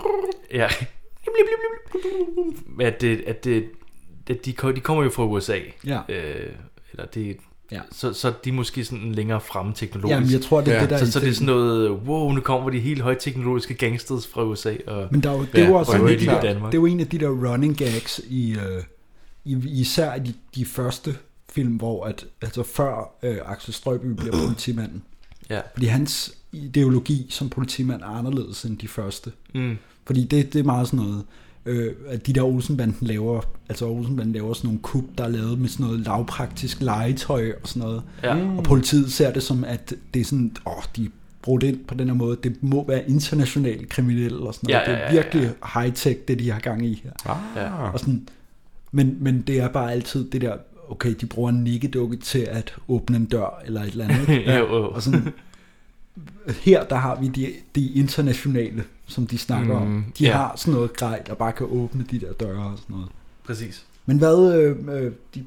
ja. At, det, at, det, at de, ko- de kommer jo fra USA.
Ja.
Øh, eller det,
Ja.
så, så er de måske sådan længere fremme teknologisk.
Jamen, jeg tror, det er det, der er
så, så det er sådan
indstillingen.
noget, wow, nu kommer de helt højteknologiske gangsters fra USA. Og,
Men der er jo, det, ja, var også
og
en,
i
af de der,
Danmark.
det var en af de der running gags i, øh, i især i de, de første film, hvor at, altså før øh, Axel Strøby bliver politimanden.
Ja.
Fordi hans ideologi som politimand er anderledes end de første.
Mm.
Fordi det, det er meget sådan noget, øh, at de der Olsenbanden laver, altså Olsenbanden laver sådan nogle kub, der er lavet med sådan noget lavpraktisk legetøj og sådan noget.
Ja.
Og politiet ser det som, at det er sådan, åh, de er brudt ind på den her måde, det må være internationale kriminelle og sådan noget.
Ja, ja, ja,
det er virkelig high-tech, det de har gang i her.
Ja.
Og sådan, men, men det er bare altid det der, okay, de bruger en nikkedukke til at åbne en dør eller et eller andet. ikke?
Ja, jo.
Og sådan, her der har vi de, de internationale, som de snakker mm, om.
Mm,
De
ja.
har sådan noget grej, der bare kan åbne de der døre og sådan noget.
Præcis.
Men hvad, øh, øh, de,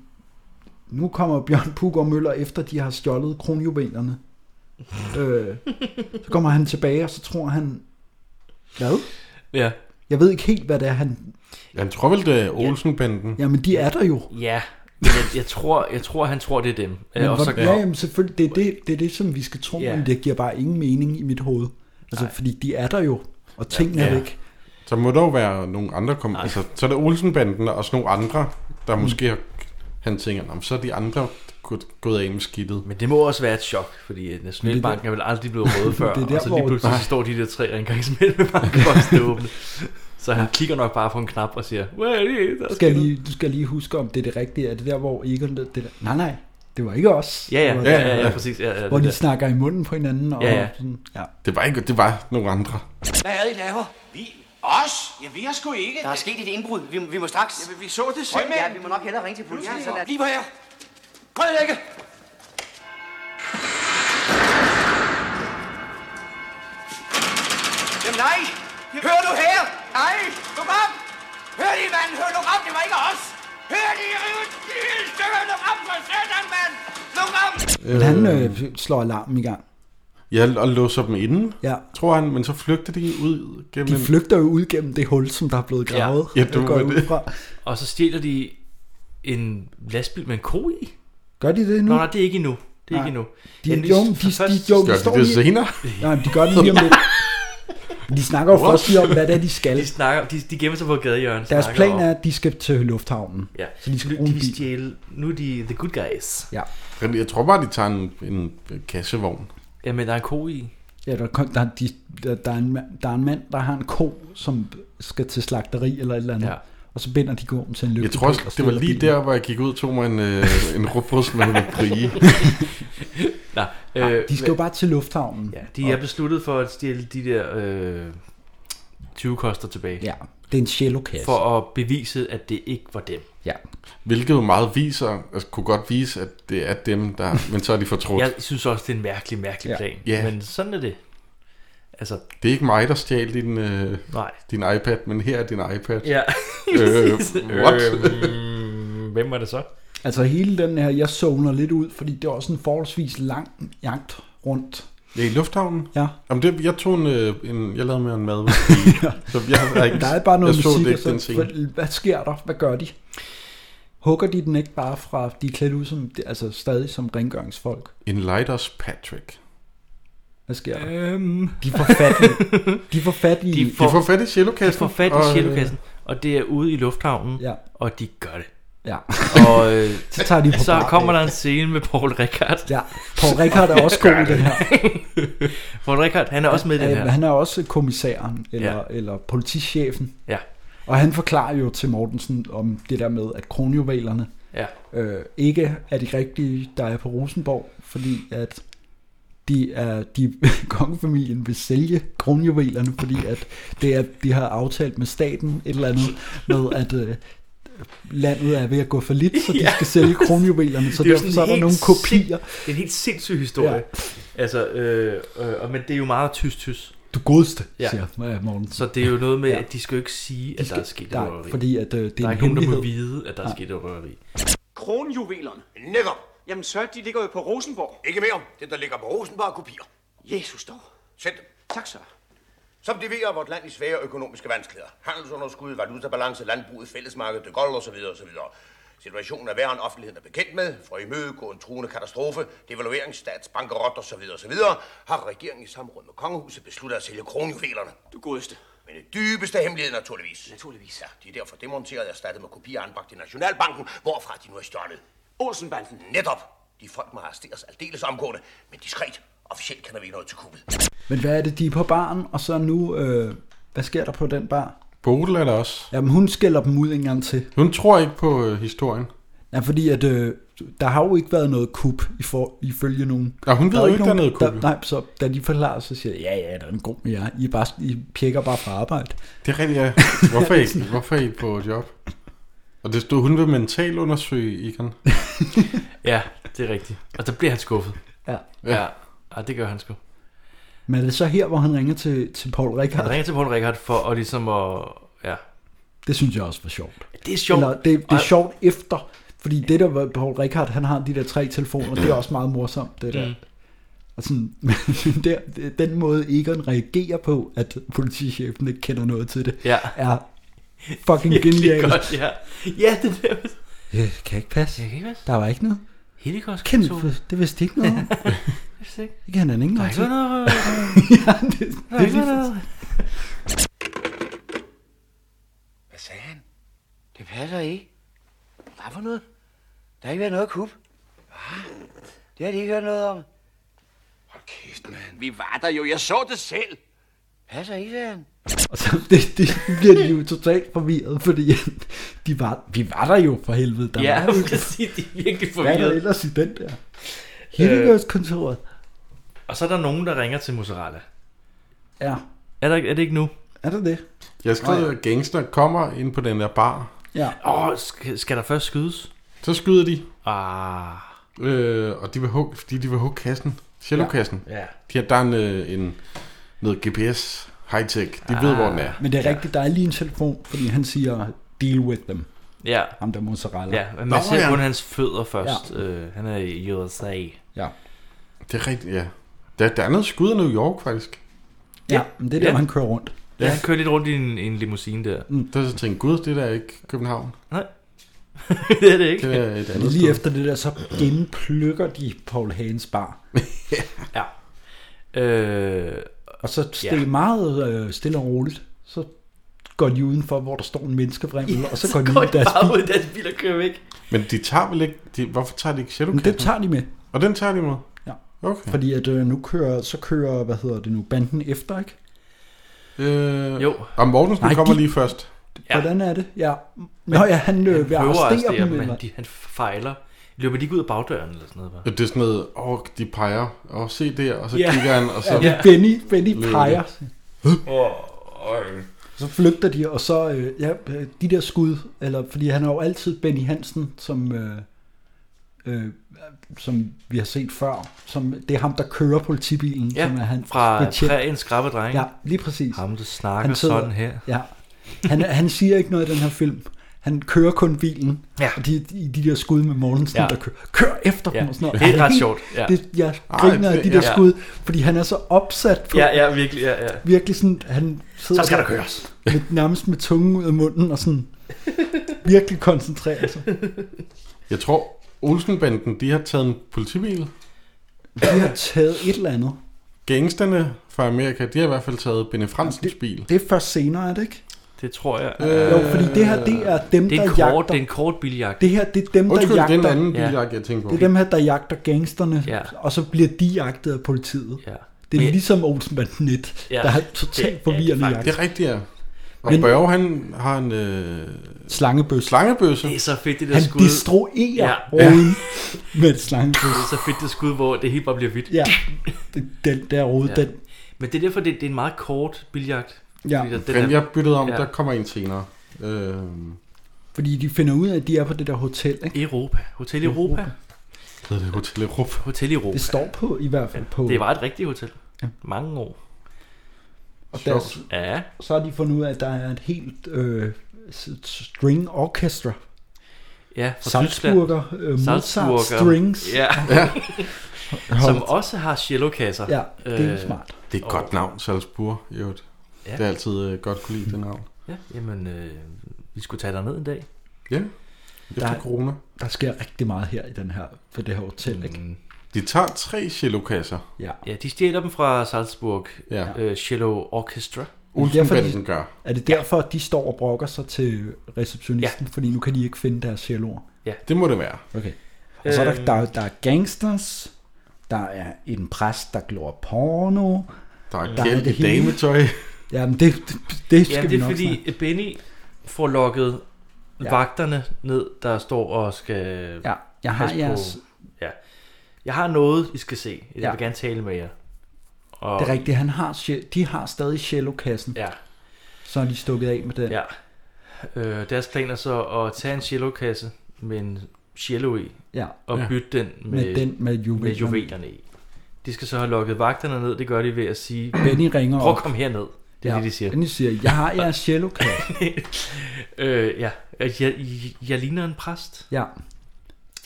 nu kommer Bjørn Pugger Møller, efter de har stjålet kronjuvelerne. øh, så kommer han tilbage, og så tror han, hvad?
Ja.
Jeg ved ikke helt, hvad det er, han...
Jeg tror vel, det er Olsenbanden.
Jamen, de er der jo.
Ja, men jeg, jeg, tror, jeg tror, han tror, det er dem. Øh,
Men
og så,
hvor, ja, jamen selvfølgelig, det er det, det er det, som vi skal tro,
Ja.
yeah. men det giver bare ingen mening i mit hoved. Altså, Ej. fordi de er der jo, og tingene er væk.
Så må der jo være nogle andre kom. Altså, så er det Olsenbanden og sådan nogle andre, der
Mm.
måske har, han tænker, "Nå, men så er de andre gået- gået af med skidtet.
Men det må også være et chok, fordi øh, Nationalbanken er vel aldrig blevet røde før,
Det er der,
og så lige
hvor-
pludselig så
Nej.
står de der tre rengøringsmænd med bankposten åbne. Så han kigger nok bare på en knap og siger, Hvad er det, der er
Du skal,
sket?"
lige, du skal lige huske, om det er det rigtige. Er det der, hvor Egon... Det der? Nej, nej, det var ikke os.
Ja, ja,
Det var
ja,
der,
ja, ja,
hvor-
præcis, ja, ja, det
hvor de
der.
snakker i munden på hinanden. Og
Ja, ja.
Sådan, ja.
Det var ikke, det var nogle andre.
Hvad er det, I laver? Vi? Os? Ja, vi har sgu ikke. Der er sket et indbrud. Vi, vi må straks... Ja, vi så det
selv.
Ja, vi må nok hellere ringe til politiet.
Pludselig.
så lad-
Bliv her. Prøv at lægge.
Jamen nej! Hører du her? Nej! Kom op! Hør de, mand! Hør nu op! Det var ikke os! Hør de, rive de hele stykker! Luk op for satan, mand! Luk op!
Men han øh, slår alarmen i gang.
Ja, og låser dem inden,
ja.
tror han, men så flygter de ud gennem...
De
en-
flygter jo ud gennem det hul, som der er blevet gravet.
Ja, det
går
var
jeg ud
det.
fra.
Og så stjæler de en lastbil med en ko i.
Gør de det endnu?
Nå, nej, det er ikke endnu. Det er
Nej.
ikke endnu.
De,
Ja,
jo,
men
de, jo, de,
for
de,
først-
jo, de står lige- Nej, men de gør det lige om lidt. De snakker jo
What?
først lige om, hvad det er, de skal.
De, snakker, de, de gemmer sig på gadehjørnet.
Deres
snakker
plan
om-
er, at de skal til lufthavnen.
Ja,
Så de skal
nu,
bruge
de
en
vil
bil.
stjæle, nu er de the good guys.
Ja.
Men Jeg tror bare, de tager en, en kassevogn.
Jamen, der er en ko i.
Ja, der, kom, der, er de, der, der, er en, mand- der er en mand, der har en ko, som skal til slagteri eller et eller andet. Ja. Og så binder de koen til en
Jeg
lygtepæl.
tror også, det
og
var
stjæler
lige
bilen.
der, hvor jeg gik ud og tog mig en, øh, en rugbrød med en brie.
Nej,
Nej, de skal jo bare til lufthavnen.
Ja, de er besluttet for at stjæle de der øh, 20 koster tilbage.
Ja, det er en cellokasse.
For at bevise, at det ikke var dem.
Ja.
Hvilket jo meget viser, altså kunne godt vise, at det er dem, der... Men så er de fortrudt.
Jeg synes også, det er en mærkelig, mærkelig
Ja.
plan.
Ja.
Men sådan er det. Altså,
Det er ikke mig, der stjal din, øh,
Nej.
din iPad, men her er din iPad.
ja.
øh,
præcis.
what?
Øhm, hvem var det så?
Altså hele den her, jeg zoner lidt ud, fordi det er også en forholdsvis lang jagt rundt.
Ja, i lufthavnen?
Ja.
Jamen det, jeg tog en, øh, en jeg lavede med en mad. så jeg, har ikke,
Der er bare noget
jeg så
musik,
det
og
ikke den
så,
scene.
hvad- hvad sker der? Hvad gør de? Hugger de den ikke bare fra, de er klædt ud som, altså stadig som rengøringsfolk?
Enlighters Patrick.
Hvad sker der?
Øhm.
De får fat i, de får fat i,
De får fat
øh,
i cellokassen, og det er ude i lufthavnen,
Ja.
og de gør det.
Ja.
Og øh,
Så tager de på
så
bar
kommer der en scene med Paul Rickard.
Ja, Paul Rickard er også god i den her.
Paul Rickard, han er også med i den
Øh,
her.
Han er også kommissæren, eller, ja. eller politichefen.
Ja.
Og han forklarer jo til Mortensen om det der med, at kronjuvelerne
Ja.
øh, ikke er de rigtige, der er på Rosenborg, fordi at de er, de, kongefamilien vil sælge kronjuvelerne, fordi at det er, de har aftalt med staten et eller andet, med at øh, landet er ved at gå for lidt, så de
Ja.
skal sælge kronjuvelerne, så
Det jo
derfor
sådan
så er der
helt
nogle kopier.
Sind, det er en helt sindssyg historie. Ja. Altså, øh, øh, og- men det er jo meget tyst-tyst.
Du godeste, siger øh, Mortensen.
Så det er jo noget med, ja. at de skal jo ikke sige, at der er
skal-
sket et
nej,
røveri.
fordi at, øh, det er
der er
en
ikke nogen, der må
hemmelighed.
vide, at der er
Nej.
sket et røveri.
Kronjuvelerne.
Netop.
Jamen så, de ligger jo på Rosenborg.
Ikke mere. Det, der ligger på Rosenborg er kopier.
Jesus dog.
Send dem.
Tak så.
Som de ved, er vort land i svære økonomiske vanskeligheder. Handelsunderskud, valutabalance, landbruget, fællesmarked, det gold osv. osv. Situationen er værre end offentligheden er bekendt med. For at imødegå en truende katastrofe, devaluering, statsbankerot osv. osv. har regeringen i samråd med kongehuset besluttet at sælge kronjuvelerne.
Du godeste.
Men det dybeste hemmelighed naturligvis. Naturligvis. Ja, de er derfor demonteret og erstattet med kopier anbragt i Nationalbanken, hvorfra de nu er stjålet.
Olsenbanden.
Netop. De folk må arresteres aldeles omgående, men diskret Officielt kender vi ikke noget til kuppet.
Men hvad er det, de er på baren, og så nu, øh, hvad sker der på den bar?
Bodil er der også.
Jamen hun skælder dem ud en gang til.
Hun tror ikke på øh, historien.
Ja, fordi at, øh, der har jo ikke været noget kup i for, ifølge nogen.
Ja, hun ved
er
jo ikke, der er noget kup,
Der,
jo.
nej, så da de forklarer, så siger jeg, ja, ja, der er en god med jer. I, er bare, I pjekker bare fra arbejde.
Det er rigtigt, ja. Hvorfor ikke? Hvorfor ikke på job? Og det stod, hun vil mental undersøge Egon.
Ja, det er rigtigt. Og der bliver han skuffet.
Ja.
Ja, ja det gør han sgu.
Men er det så her, hvor han ringer til, til Paul Rikard?
Han ringer til Paul Rikard for at ligesom at... Ja.
Det synes jeg også var sjovt.
Det er sjovt.
Eller det, det er
Og-
sjovt efter. Fordi det der, hvor Paul Rikard, han har de der tre telefoner, det er også meget morsomt, det der.
Mm.
Mm. Og sådan, men der, den måde Egon reagerer på, at politichefen ikke kender noget til det,
Ja.
er fucking
Virkelig
genialt.
godt, ja. Ja, det der...
Ja, det Øh, kan ikke passe.
Det kan ikke passe.
Der var ikke noget.
Heligosk
Kendt,
kontor.
det vidste ikke noget om. det kan han ikke
Der er
noget
ikke
til.
noget...
ja, det, det,
Der
er
er ikke
lige-
noget...
Hvad sagde han? Det passer ikke. Hvad for noget? Der har ikke været noget kub. Det har de ikke hørt noget om.
Vi var der jo, jeg så det selv.
Passer ikke, sagde han.
Og så det, det bliver de jo totalt forvirret, fordi de var, vi var der jo for helvede. Der
Ja,
var jo,
man kan sige, de er virkelig
Hvad er der
forvirret.
ellers i den der? Hildegårdskontoret.
Og så er der nogen, der ringer til Mozzarella.
Ja.
Er, der, ikke- er det ikke nu?
Er det det?
Jeg skrev,
Nå, ja.
at gangster kommer ind på den der bar.
Ja.
Åh, skal, skal der først skydes?
Så skyder de.
Ah.
Øh, og de vil hugge, fordi de vil hugge kassen. Cellokassen.
Ja. Ja.
De har, der er en, øh, en, noget GPS high-tech. De ah. ved, hvor den er.
Men det er rigtigt, der er lige en telefon, fordi han siger, deal with them.
Ja.
Ham der mozzarella.
Ja, men
Nå,
man ser
ja.
kun hans fødder først. Ja. han er i USA.
Ja.
Det er rigtigt, ja. Der, der er noget skud i New York, faktisk.
Ja, men det er der, hvor han kører rundt.
Ja, han kører lidt rundt i en, i en limousine der.
Mm. Der er så tænkt, gud, det der er ikke København.
Nej. det er det ikke.
Det er et andet
Lige
sted.
efter det der, så gennemplykker de Paul Hagens bar.
ja. Øh,
og så det er meget øh, stille og roligt. Så går de udenfor, hvor der står en menneskevrimmel, ja, og så, går de ud i deres
bare
bil.
ud i deres bil og kører væk.
Men de tager vel ikke... De, hvorfor tager de ikke
Men
cellokassen?
det tager de med.
Og den tager de med?
Ja.
Okay.
Fordi at øh, nu kører, så kører, hvad hedder det nu, banden efter, ikke?
Øh,
jo.
Og Mortensen
Nej,
Nej, kommer
de-
lige først.
Ja.
Hvordan er det? Ja. Nå ja, han øh, vil
prøver at
arrestere dem.
men
eller?
de, han fejler. Løber de ikke ud af bagdøren eller sådan noget? Bare?
Det er sådan noget, åh, de peger, og se der, og så
Ja.
yeah. kigger han, og så...
Ja,
Benny, Benny
Løber det.
peger.
Oh,
Så flygter de, og så øh, ja, øh, de der skud, eller, fordi han er jo altid Benny Hansen, som, øh, øh, som vi har set før. Som, det er ham, der kører politibilen,
Ja,
som er han,
fra
betjent.
træens skrappe dreng.
Ja, lige præcis.
Ham, der snakker sådan her.
Ja. Han, han siger ikke noget i den her film. Han kører kun bilen, ja. og de, i de der skud med Mortensen,
Ja.
ja. der kører, kører efter
Ja.
dem. Og sådan noget.
Det er ret
helt-
sjovt, ja.
Det, jeg
Ej,
griner af de
det-
der
ja.
skud, fordi han er så opsat på,
Ja, ja, virkelig, ja, ja.
virkelig sådan, han sidder
Så skal
der
der køres.
Med, nærmest med tungen ud af munden, og sådan virkelig koncentrerer sig.
Jeg tror, Olsenbanden, de har taget en politibil.
De har taget et eller andet.
Gangsterne fra Amerika, de har i hvert fald taget Benny Fransens bil.
Det er først senere, er det ikke?
Det tror jeg.
Øh,
Jo, fordi det her, det er dem,
det er en
der
kort,
jagter.
Det er en kort biljagt.
Det her, det er dem,
Undskyld,
der
det er
jagter.
en anden biljagt, jeg tænker på.
Det er dem her, der jagter gangsterne,
Ja.
ja. og så bliver de jagtet af politiet.
Ja.
Det er
Men-
ligesom Olsenbanden 1,
Ja,
ja. der har
det er
totalt forvirrende jagt.
Det er rigtigt, ja. Og
Men-
Men... Børge, han har en... Øh...
Slangebøsse.
Slangebøsse.
Det er så fedt, det der
Han
skud.
destruerer
Ja.
ruden med et slangebøsse.
Det er så fedt, det skud, hvor det hele bare bliver hvidt.
Ja, det- den der rode, den
Men det er derfor, det, det er en meget kort biljagt.
Ja.
Fordi der- den
Men
er-
jeg byttede om, der kommer en senere. Øh...
Fordi de finder ud af, at de er på det der hotel, ikke?
Europa. Hotel Europa. Europa.
Hedder det Hotel Europa?
Hotel Europa.
Det står på, i hvert fald på.
Det var et rigtigt hotel. Ja. Mange år.
Og deres,
Ja.
så har de fundet ud af, at der er et helt øh, s- string orchestra.
Ja, fra
Salzburger,
Tyskland.
øh, Mozart
Salzburger.
strings.
Ja.
Ja.
Som også har cellokasser.
Ja, det er
Øh,
smart.
Det er et godt navn, Salzburg, i øvrigt.
Ja.
Ja. Det er altid øh, godt kunne lide det navn.
Ja, jamen, øh, vi skulle tage dig ned en dag.
Ja, efter
Der-
corona.
Der sker rigtig meget her i den her, på det her hotel, ikke?
De tager tre cellokasser.
Ja.
Mm. Ja, de stjæler dem fra Salzburg.
Ja.
Øh, cello Orchestra.
Olsenbanden gør.
Er det derfor, at de står og brokker sig til receptionisten, ja. fordi nu kan de ikke finde deres sjælord?
Ja.
Det må det være.
Okay. Og så er der,
Øhm.
der, der er gangsters, Der er en præst, der glor porno.
Der er
det
Kjeld i
hele.
dametøj.
Jamen, det, det, det skal
ja,
vi
det er
nok
fordi
snakke.
Benny får lukket
Ja.
ja. vagterne ned, der står og skal
Ja, jeg har
passe på-
jeres-
Ja. Jeg har noget, I skal se. Jeg
Ja.
ja. vil gerne tale med jer. Og
Det er rigtigt, han har, shell- de har stadig cellokassen.
Ja.
Så er de stukket af med den.
Ja. Øh, deres plan er så at tage en cellokasse med en cello i,
Ja.
og
Ja.
bytte den med,
Med den med juvelerne.
med juvelerne i. De skal så have lukket vagterne ned, det gør de ved at sige,
Benny ringer
prøv at
op."
komme herned. Det er
Ja,
det, de siger.
Benny siger, "Jeg har jeres cellokasse."
øh, ja, jeg, jeg, jeg ligner en præst.
Ja.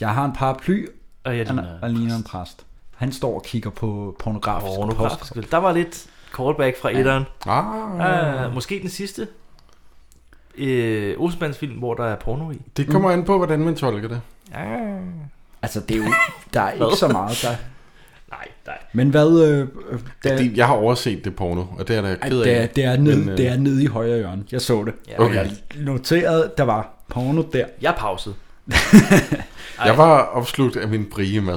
Jeg har en paraply,
og jeg
han,
ligner en
og ligner en præst. Han står og kigger på pornografisk
Pornografisk. spil. Der var lidt callback fra etteren.
Ah.
Ah, måske den sidste. Øh, Olsenbands film, hvor der er porno i.
Det kommer an på, hvordan man tolker det.
Ah.
Altså, det er jo, der er ikke
Hvad?
så meget, der...
Nej, nej.
Men hvad... Øh, øh, der,
Det, jeg har overset det porno, og det er da
Ej,
ked af.
det, er, det, er nede,
men, øh,
det er nede i højre hjørne. Jeg så det.
Ja, Okay.
Jeg noterede, der var porno der.
Jeg pausede.
Jeg var opslugt af min brie mad.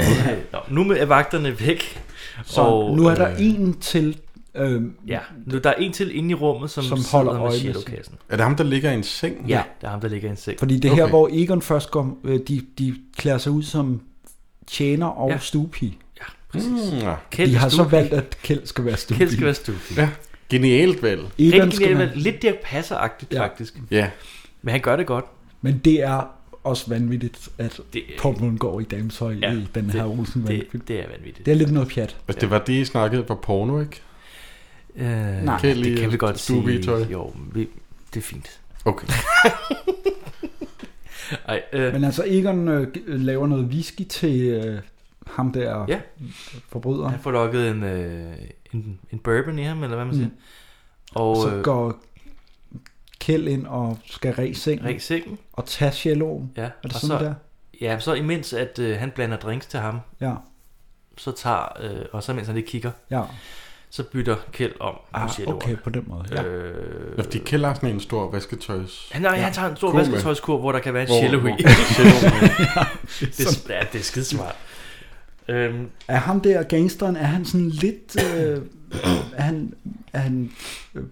Nå, nu er vagterne væk.
Så og, nu er der en til... Øh,
Ja, nu der er en til inde i rummet, som,
Som
sidder
holder
med
øje med
cellokassen.
Er det ham, der ligger i en seng?
Ja, det er ham, der ligger i en seng.
Fordi det er okay. her, hvor Egon først går... Øh, de, de klæder sig ud som tjener og ja.
Ja.
stuepige.
Ja, præcis.
Mm, ja.
de
Kjeld
har så
stuepige.
valgt, at Kjeld skal være stuepige.
Kjeld skal være stuepige.
Ja. Genialt valg.
Egon
Rigtig
skal
genialt.
være-
valg. Lidt Dirk Passer-agtigt,
Ja.
ja. faktisk.
Ja.
Men han gør det godt.
Men det er også vanvittigt, at
det,
Torben Lundgaard i dametøj ja, i den her
det, det,
Olsen
det er vanvittigt.
Det er lidt noget pjat.
Altså, det var det, I snakkede var porno, ikke?
Øh, Nej,
Kjeld i
det kan vi godt sige.
stuebigetøj.
Jo, vi, det er fint.
Okay.
Ej, øh,
Men altså, Egon øh, g- laver noget whisky til øh, ham der
Ja.
forbryderen.
Han får lukket en, øh, en, en bourbon i ham, eller hvad man siger.
Mm.
Og,
så
øh,
går Kjeld ind og skal ræse sengen.
Ræse sengen.
Og tage celloen.
Ja,
er det
og
sådan
så,
der?
Ja, så imens at øh, han blander drinks til ham,
Ja.
så tager, øh, og så mens han lige kigger,
Ja.
så bytter Kjeld om på
Ah,
celloerne.
okay, på den måde, ja.
Øh,
Ja, fordi Kjeld har Altså, sådan en stor vasketøjs...
Han, nej, han tager en stor
Kurv med.
vasketøjskur, hvor der kan være en
Hvor-
cello i.
hvor- cello med.
det, er, ja, det er skidesmart. Øhm,
Er ham der gangsteren, er han sådan lidt... Øh, er han, er han øh,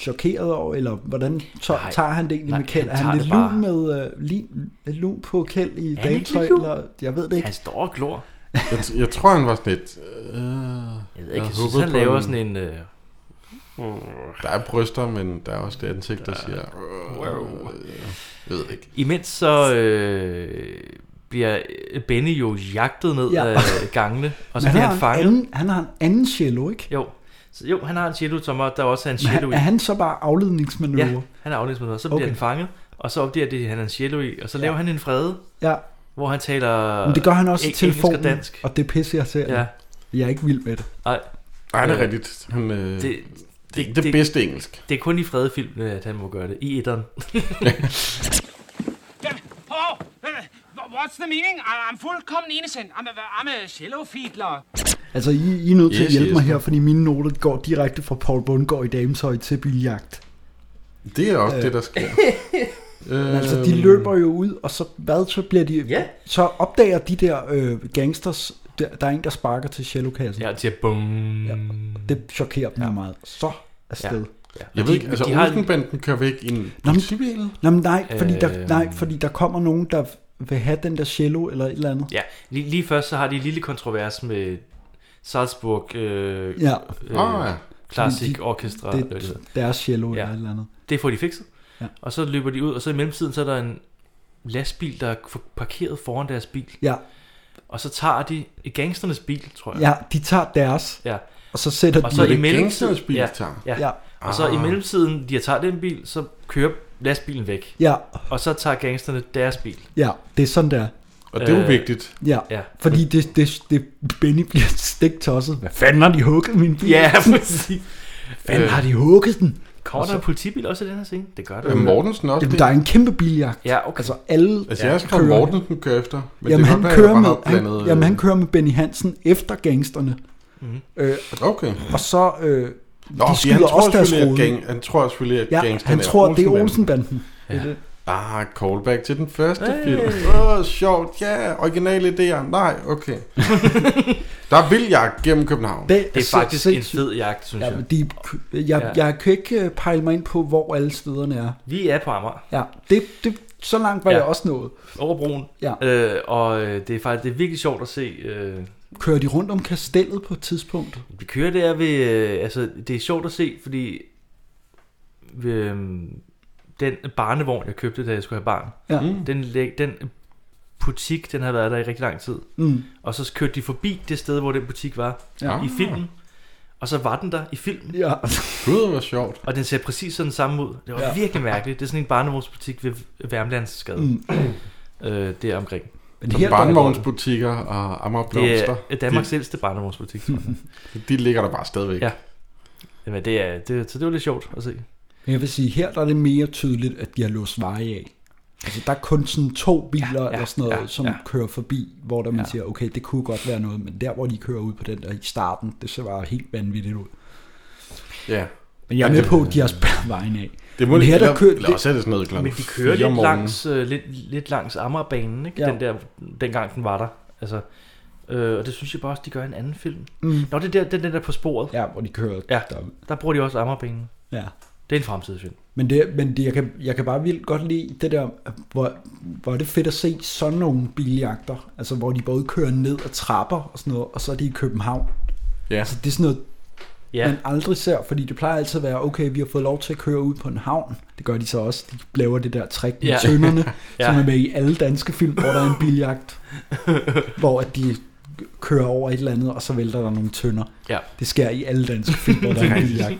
chokeret over, eller hvordan så,
Nej.
tager han det egentlig
Nej,
med Kjeld?
han
Er han
tager
lidt
det
lun, med, øh, lin, lun på Kjeld i
Er han ikke
dametøj?
lidt lun?
Eller, jeg ved det ikke.
Han står og glor.
Jeg, t- jeg tror, han var sådan lidt... Øh,
Jeg ved ikke, jeg synes,
håbede
han
på
laver sådan en... Øh,
Der er bryster, men der er også det ansigt, der siger...
wow.
Øh, jeg ved ikke.
Imens så øh, bliver øh, Benny jo jagtet ned
Ja.
ja. af gangene, og så
Men
bliver
har
han
en
fanget.
Anden, han har en anden cello, ikke?
Jo. Så, jo, han har en cello, som er- der også er en
Men
cello
han,
i.
er han så bare afledningsmanøvre?
Ja, han er afledningsmanøvre. Så bliver
Okay.
okay. han fanget, og så opdager det, at han er en cello i, og så laver
Ja.
ja. han en frede,
Ja.
hvor han taler
Men det gør han også i
eng- engelsk
telefonen,
og dansk.
og det pisser jeg til.
Ja.
Jeg er ikke vild med det.
Nej.
Ej, det er
Øh,
rigtigt. Han, øh, det, det, det, det, det bedste engelsk.
Det er kun i fredefilm, at han må gøre det. I etteren.
Oh, uh, what's the meaning? I- I'm fullkommen innocent. I'm a, I'm a shallow fiedler.
Altså, I, I er nødt til
Yes,
at hjælpe
yes,
mig
no.
her, fordi mine noter går direkte fra Paul Bundgaard i dametøj til biljagt.
Det er også
Øh.
det, der sker. Øh,
Men altså,
Øhm.
de løber jo ud, og så, hvad, så bliver de... Ja. Så opdager de der øh, gangsters... Der, der, er en, der sparker til cellokassen.
Ja, til bum. Ja.
Det chokerer dem ja. meget. Så afsted. Ja.
Jeg ved ikke, altså Olsenbanden kører væk i en
Nå, men,
politibil.
nå, men nej, fordi der,
Øhm.
nej, fordi der kommer nogen, der vil have den der cello eller et eller andet.
Ja, lige, lige først så har de en lille kontrovers med Salzburg øh,
Ja.
øh,
Ah,
oh,
ja.
ja.
Fordi
Classic
de-
Orchestra.
det-
eller hvad hedder.
deres cello eller et eller andet.
Det får de fikset.
Ja.
Og så løber de ud, og så i mellemtiden så er der en lastbil, der er f- parkeret foran deres bil.
Ja.
Og så tager de gangsternes bil, tror jeg.
Ja, de tager deres,
Ja.
og så sætter
og
de...
så i mellemtiden,
gangsternes bil, de tager?
Ja,
Ja.
ja. Og så i
Ah.
mellemtiden, de har taget den bil, så kører lastbilen væk.
Ja.
Og så tager gangsterne deres bil.
Ja, det er sådan der.
Og det er jo Øh, vigtigt.
Ja, ja.
ja.
fordi det, det, det, Benny bliver stiktosset. Hvad fanden har de hugget min bil?
Ja, præcis.
Fanden
Øh,
har de hugget den? Altså,
Kommer
Og
der
så-
en politibil også i den her scene? Det gør der.
Er Mortensen også
Jamen,
det?
der er en kæmpe biljagt.
Ja, okay.
Altså, alle
Altså, jeg er skrevet Mortensen kører efter. Men
jamen,
det er
han
godt, at jeg
kører
bare
med,
har blandet... øh,
han, jamen, han kører med Benny Hansen efter gangsterne.
Mhm.
Øh,
Okay.
Og så... Øh,
Nå,
de
fordi han
skyder
tror
også deres
selvfølgelig, at
rode.
gang, han tror selvfølgelig, at
ja,
gangsterne
han tror, det er
Olsenbanden.
Olsenbanden.
Ja.
Det er det.
Ah, callback til den første
Hey.
hey. film. Åh, oh, sjovt. Ja, yeah, originale idéer. Nej, okay. der er vild jagt gennem København.
Det er faktisk en fed jagt, synes
altså, Ja,
jeg.
men de, jeg,
Ja.
ja. jeg kan ikke øh, pejle mig ind på, hvor alle stederne er.
Vi er på Amager.
Ja, det, det, så langt var
Ja.
ja. jeg også nået.
Over broen.
Ja.
Øh, og øh, det er faktisk det er virkelig sjovt at se. Øh,
Kører de rundt om kastellet på et tidspunkt?
vi kører der ved... Øh, altså, det er sjovt at se, fordi... Øh, den barnevogn, jeg købte, da jeg skulle have barn,
Ja.
mm. den, læg- den butik, den har været der i rigtig lang tid.
Mm.
Og så kørte de forbi det sted, hvor den butik var
Ja.
ja. i filmen. Og så var den der i filmen.
Ja.
Gud, hvor sjovt.
Og den ser præcis sådan samme ud. Det var
Ja.
ja. virkelig mærkeligt. Det er sådan en barnevognsbutik ved Værmlandsgade.
Mm.
Mm. Øh, det er omkring.
Men her barnevognsbutikker og Amager Blomster.
Det er Danmarks
de,
ældste barnevognsbutik, tror jeg.
de ligger der bare stadigvæk.
Ja. Jamen, det er, det, så det var lidt sjovt at se.
Men jeg vil sige, her der er det mere tydeligt, at de har låst veje af. Altså, der er kun sådan to biler ja, ja, eller sådan noget, ja, som ja. kører forbi, hvor der man ja. siger, okay, det kunne godt være noget, men der, hvor de kører ud på den der i starten, det ser bare helt vanvittigt ud.
Ja.
Men jeg er
Ja,
med
det-
på, at de har spærret vejen af.
Det må
men
de-
her, der
eller-
kører,
eller også er det sådan noget klokken
Men de kører
fire om
lidt
morgenen.
langs, øh, lidt, lidt langs Amagerbanen, ikke?
Ja.
Ja. Den der, dengang den var der. Altså, øh, og det synes jeg bare også, de gør i en anden film.
Mm.
Nå, det er der, den, den der på sporet.
Ja, hvor de kører
ja, der bruger de også Amagerbanen.
Ja.
Det er en fremtidig film.
Men, det, men det, jeg, kan, jeg kan bare vildt godt lide det der, hvor, hvor er det fedt at se sådan nogle biljagter, altså hvor de både kører ned ad trapper og sådan noget, og så er de i København.
Ja.
Altså det er sådan noget,
Ja.
man aldrig ser, fordi det plejer altid at være, okay, vi har fået lov til at køre ud på en havn. Det gør de så også, de laver det der trick med
Ja.
ja. tønderne,
Ja.
ja. som er med i alle danske film, hvor der er en biljagt, hvor at de kører over et eller andet, og så vælter der nogle tønder.
Ja.
Det sker i alle danske film, hvor der er en biljagt.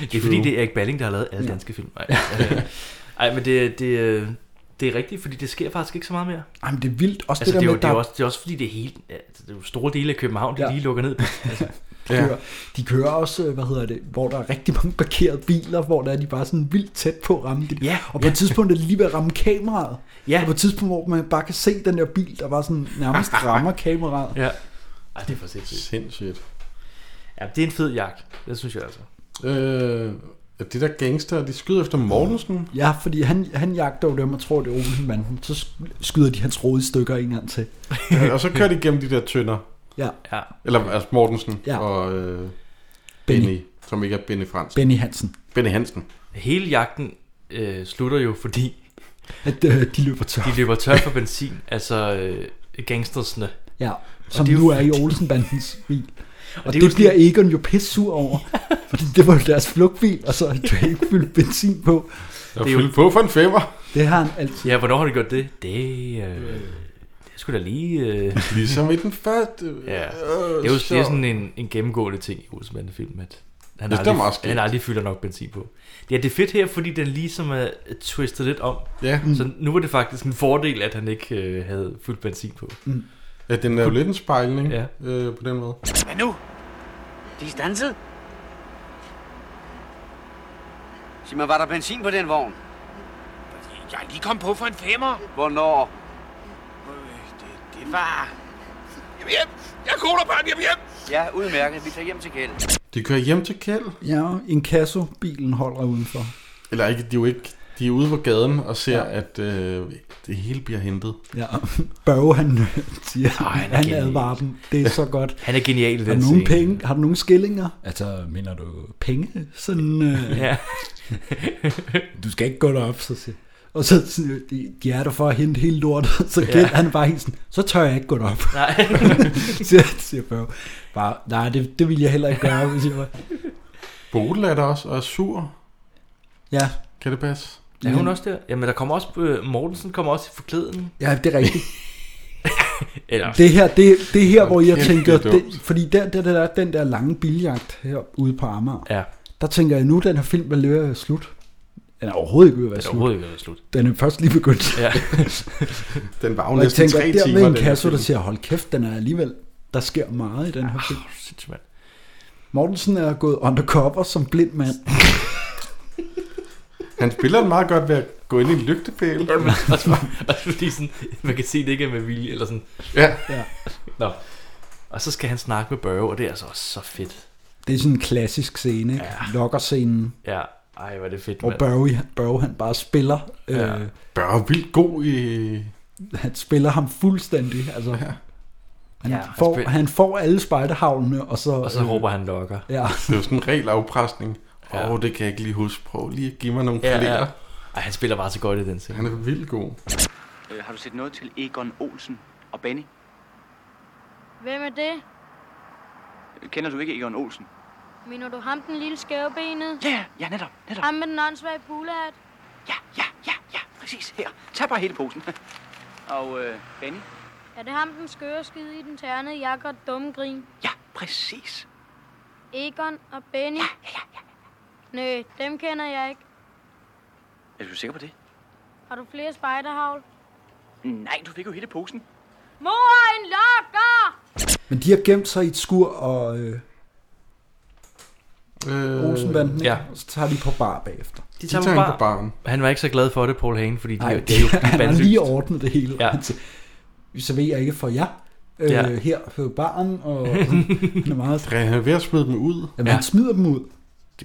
Det er fordi, det er Erik Balling, der har lavet alle
Ja.
danske film. Ej, øh, ej men det, det, øh, det er rigtigt, fordi det sker faktisk ikke så meget mere.
Ej, men det er vildt. Også
altså,
det der
det, er
med,
jo, det, er
der-
også, det er også fordi, det er, helt, altså, det er jo store dele af København, de
Ja.
lige lukker ned. Altså,
De, kører, de kører også, øh, hvad hedder det, hvor der er rigtig mange parkerede biler, hvor der er de bare sådan vildt tæt på at ramme det.
Ja,
og på
ja.
et tidspunkt er det lige ved at ramme kameraet.
Ja.
Og på et tidspunkt, hvor man bare kan se den der bil, der bare sådan nærmest rammer kameraet.
Ja. Ej, det er for sindssygt.
Sindssygt.
Ja, det er en fed jagt. Det synes jeg altså.
Øh, er det der gangster, de skyder efter Mortensen?
Ja, fordi han, han jagter jo dem og tror, det er Olsenbanden. Så sk- skyder de hans rode i stykker en gang til.
øh, og så kører de gennem de der tønder.
Ja.
ja.
Eller altså Mortensen
Ja.
og øh,
Benny.
Benny. som ikke er Benny Fransen.
Benny Hansen.
Benny Hansen.
Hele jagten øh, slutter jo, fordi
At øh, de løber tør.
de løber tør for benzin. Altså øh, gangstersne.
Ja,
Og
som
det jo
nu er i
fordi-
Olsenbandens bil. Og, og
det er
det,
jo
det
sådan-
bliver Egon jo pissur over, fordi det var jo deres flugtbil, og så har Drake fyldt benzin på.
Der er fyldt på for en femmer.
Det har han altid.
Ja, hvornår har de gjort det? Det, øh, det skulle da lige... Øh...
Ligesom i den første.
Ja. Det
Øh,
er jo det er
sjovt.
sådan en, en gennemgående ting i Olsenbanden film, at han
Det
aldrig,
stemmer også skægt.
han aldrig fylder nok benzin på. Ja, det er fedt her, fordi den ligesom er twistet lidt om.
Ja.
Så nu var det faktisk en fordel, at han ikke øh, havde fyldt benzin på.
Mm.
Ja, den er jo lidt en spejling ja. øh, på den måde.
Hvad nu? De er stanset. Sig mig, var der benzin på den vogn?
Jeg er lige kommet på for en femmer. Øh,
Hvornår?
Det var... Jamen hjem! Jeg koger bare hjem hjem!
Ja, udmærket. Vi tager hjem til Kjeld.
De kører hjem til Kjeld.
Ja, inkasso-bilen holder udenfor.
Eller ikke, de er jo ikke... De er ude på gaden og ser, ja. at øh, det hele bliver hentet.
Ja, Børge han siger, Ej,
han
han,
er
han
genial.
advarer dem. Det er så godt.
Han er genial i
Har
den
du nogle
scene.
penge? Har du nogle skillinger? Altså, mener du penge? Sådan, øh,
Ja.
du skal ikke gå derop, så siger og så siger de, de er der for at hente hele lortet, så gæld,
Ja.
ja. han er bare helt sådan, så tør jeg ikke gå derop.
Nej.
siger, siger Børge. Bare, nej, det, det vil jeg heller ikke gøre, hvis jeg var.
Bodil er der også og er sur.
Ja.
Kan det passe?
Er hun også der? Jamen, der kommer også... Øh, Mortensen kommer også i forklædning.
Ja, det er rigtigt.
Eller,
Det her, det, det er her, hvor jeg
Kæft,
tænker,
det er dumt.
det, fordi der, der, der, er den der lange biljagt herude på Amager,
Ja.
der tænker jeg nu, den her film er lige ved at være slut. Den er overhovedet ikke ved at
Den
være
er
slut.
overhovedet ikke ved at være slut.
Den er først lige begyndt.
Ja.
Den var jo
Og jeg
næsten
tænker,
tre
der
timer,
med
den
en
her
kasse, der
film.
siger, hold kæft, den er alligevel, der sker meget i den her film.
Oh,
Mortensen er gået undercover som blind mand.
Han spiller den meget godt ved at gå ind i en lygtepæl.
også, også fordi sådan, man kan se, det ikke er med vilje, eller sådan.
Ja.
Ja.
Nå. Og så skal han snakke med Børge, og det er altså også så fedt.
Det er sådan en klassisk scene, ikke? Ja. Lokker scenen.
Ja, Ej, hvor er det fedt,
Og
mand.
Børge, Børge han bare spiller. øh,
Ja.
Børge er vildt god i...
Han spiller ham fuldstændig. Altså, ja. Han, ja,
Ja, han
får,
spil-
han får alle spejderhavnene, og så... øh,
Og så råber han lokker.
Ja.
Det er jo sådan en regel afpresning. Åh, ja. oh, det kan jeg ikke lige huske. Prøv lige at give mig nogle
Ja,
ja,
ja.
flere. Ja.
Ej, han spiller bare så godt i den scene.
Han er vildt god.
Øh, har du set noget til Egon Olsen og Benny?
Hvem er det?
Kender du ikke Egon Olsen?
Mener du ham, den lille skævebenede?
Ja, yeah, ja, netop, netop.
Ham med den åndssvage bulehat?
Præcis her. Tag bare hele posen. Og øh, Benny?
Er det ham, den skøre skide i den ternede jakke og dumme grin?
Ja, præcis.
Egon og Benny? Ja, ja, ja. Nø, dem kender jeg ikke.
Er du sikker på det?
Har du flere spejderhavl?
Nej, du fik jo hele posen.
Mor, en lokker!
Men de har gemt sig i et skur, og... Øh,
øh,
Olsenbanden,
ja.
ja. og så tager de på bar bagefter.
De tager, tager på baren. Han var ikke så glad for det, Paul Hagen, fordi de,
Nej,
det er jo de er
han har
bandlyst.
lige ordnet det hele.
Ja.
Ja. Han siger, "Vi serverer ikke for jer øh,
Ja.
ja. her på baren, og han er meget...
Han er ved at smide dem ud.
Jamen, ja. han smider dem ud.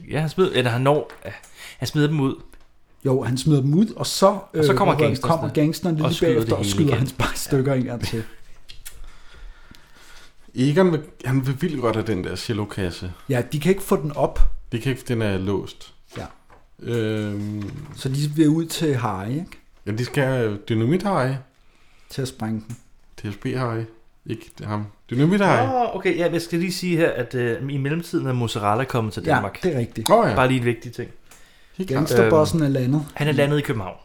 Ja, han smider, eller han når, ja, han smider dem ud.
Jo, han smider dem ud, og så,
Og så
øh,
kommer
hvad hedder det,
gangsterne.
kommer gangsterne lige
Og
og
skyder
bagefter
det
og
hele
skyder
igen.
hans bare stykker en gang til.
Egon vil, han vil vildt godt have den der cellokasse.
Ja, de kan ikke få den op,
Det kan ikke, den er låst.
Ja.
Øhm,
så de vil ud til Harry, ikke?
ja, de skal have dynamit-hej.
Til at sprænge den.
TSB-hej. Ikke ham. Dynamit-hej.
Åh, okay, ja, jeg skal lige sige her, at øh, i mellemtiden er Mozzarella kommet til
Ja,
Danmark. Øhm.
det er rigtigt.
Åh, ja.
Bare lige en vigtig ting.
Helt
klart. Gangsterbossen er landet.
Han er landet i København.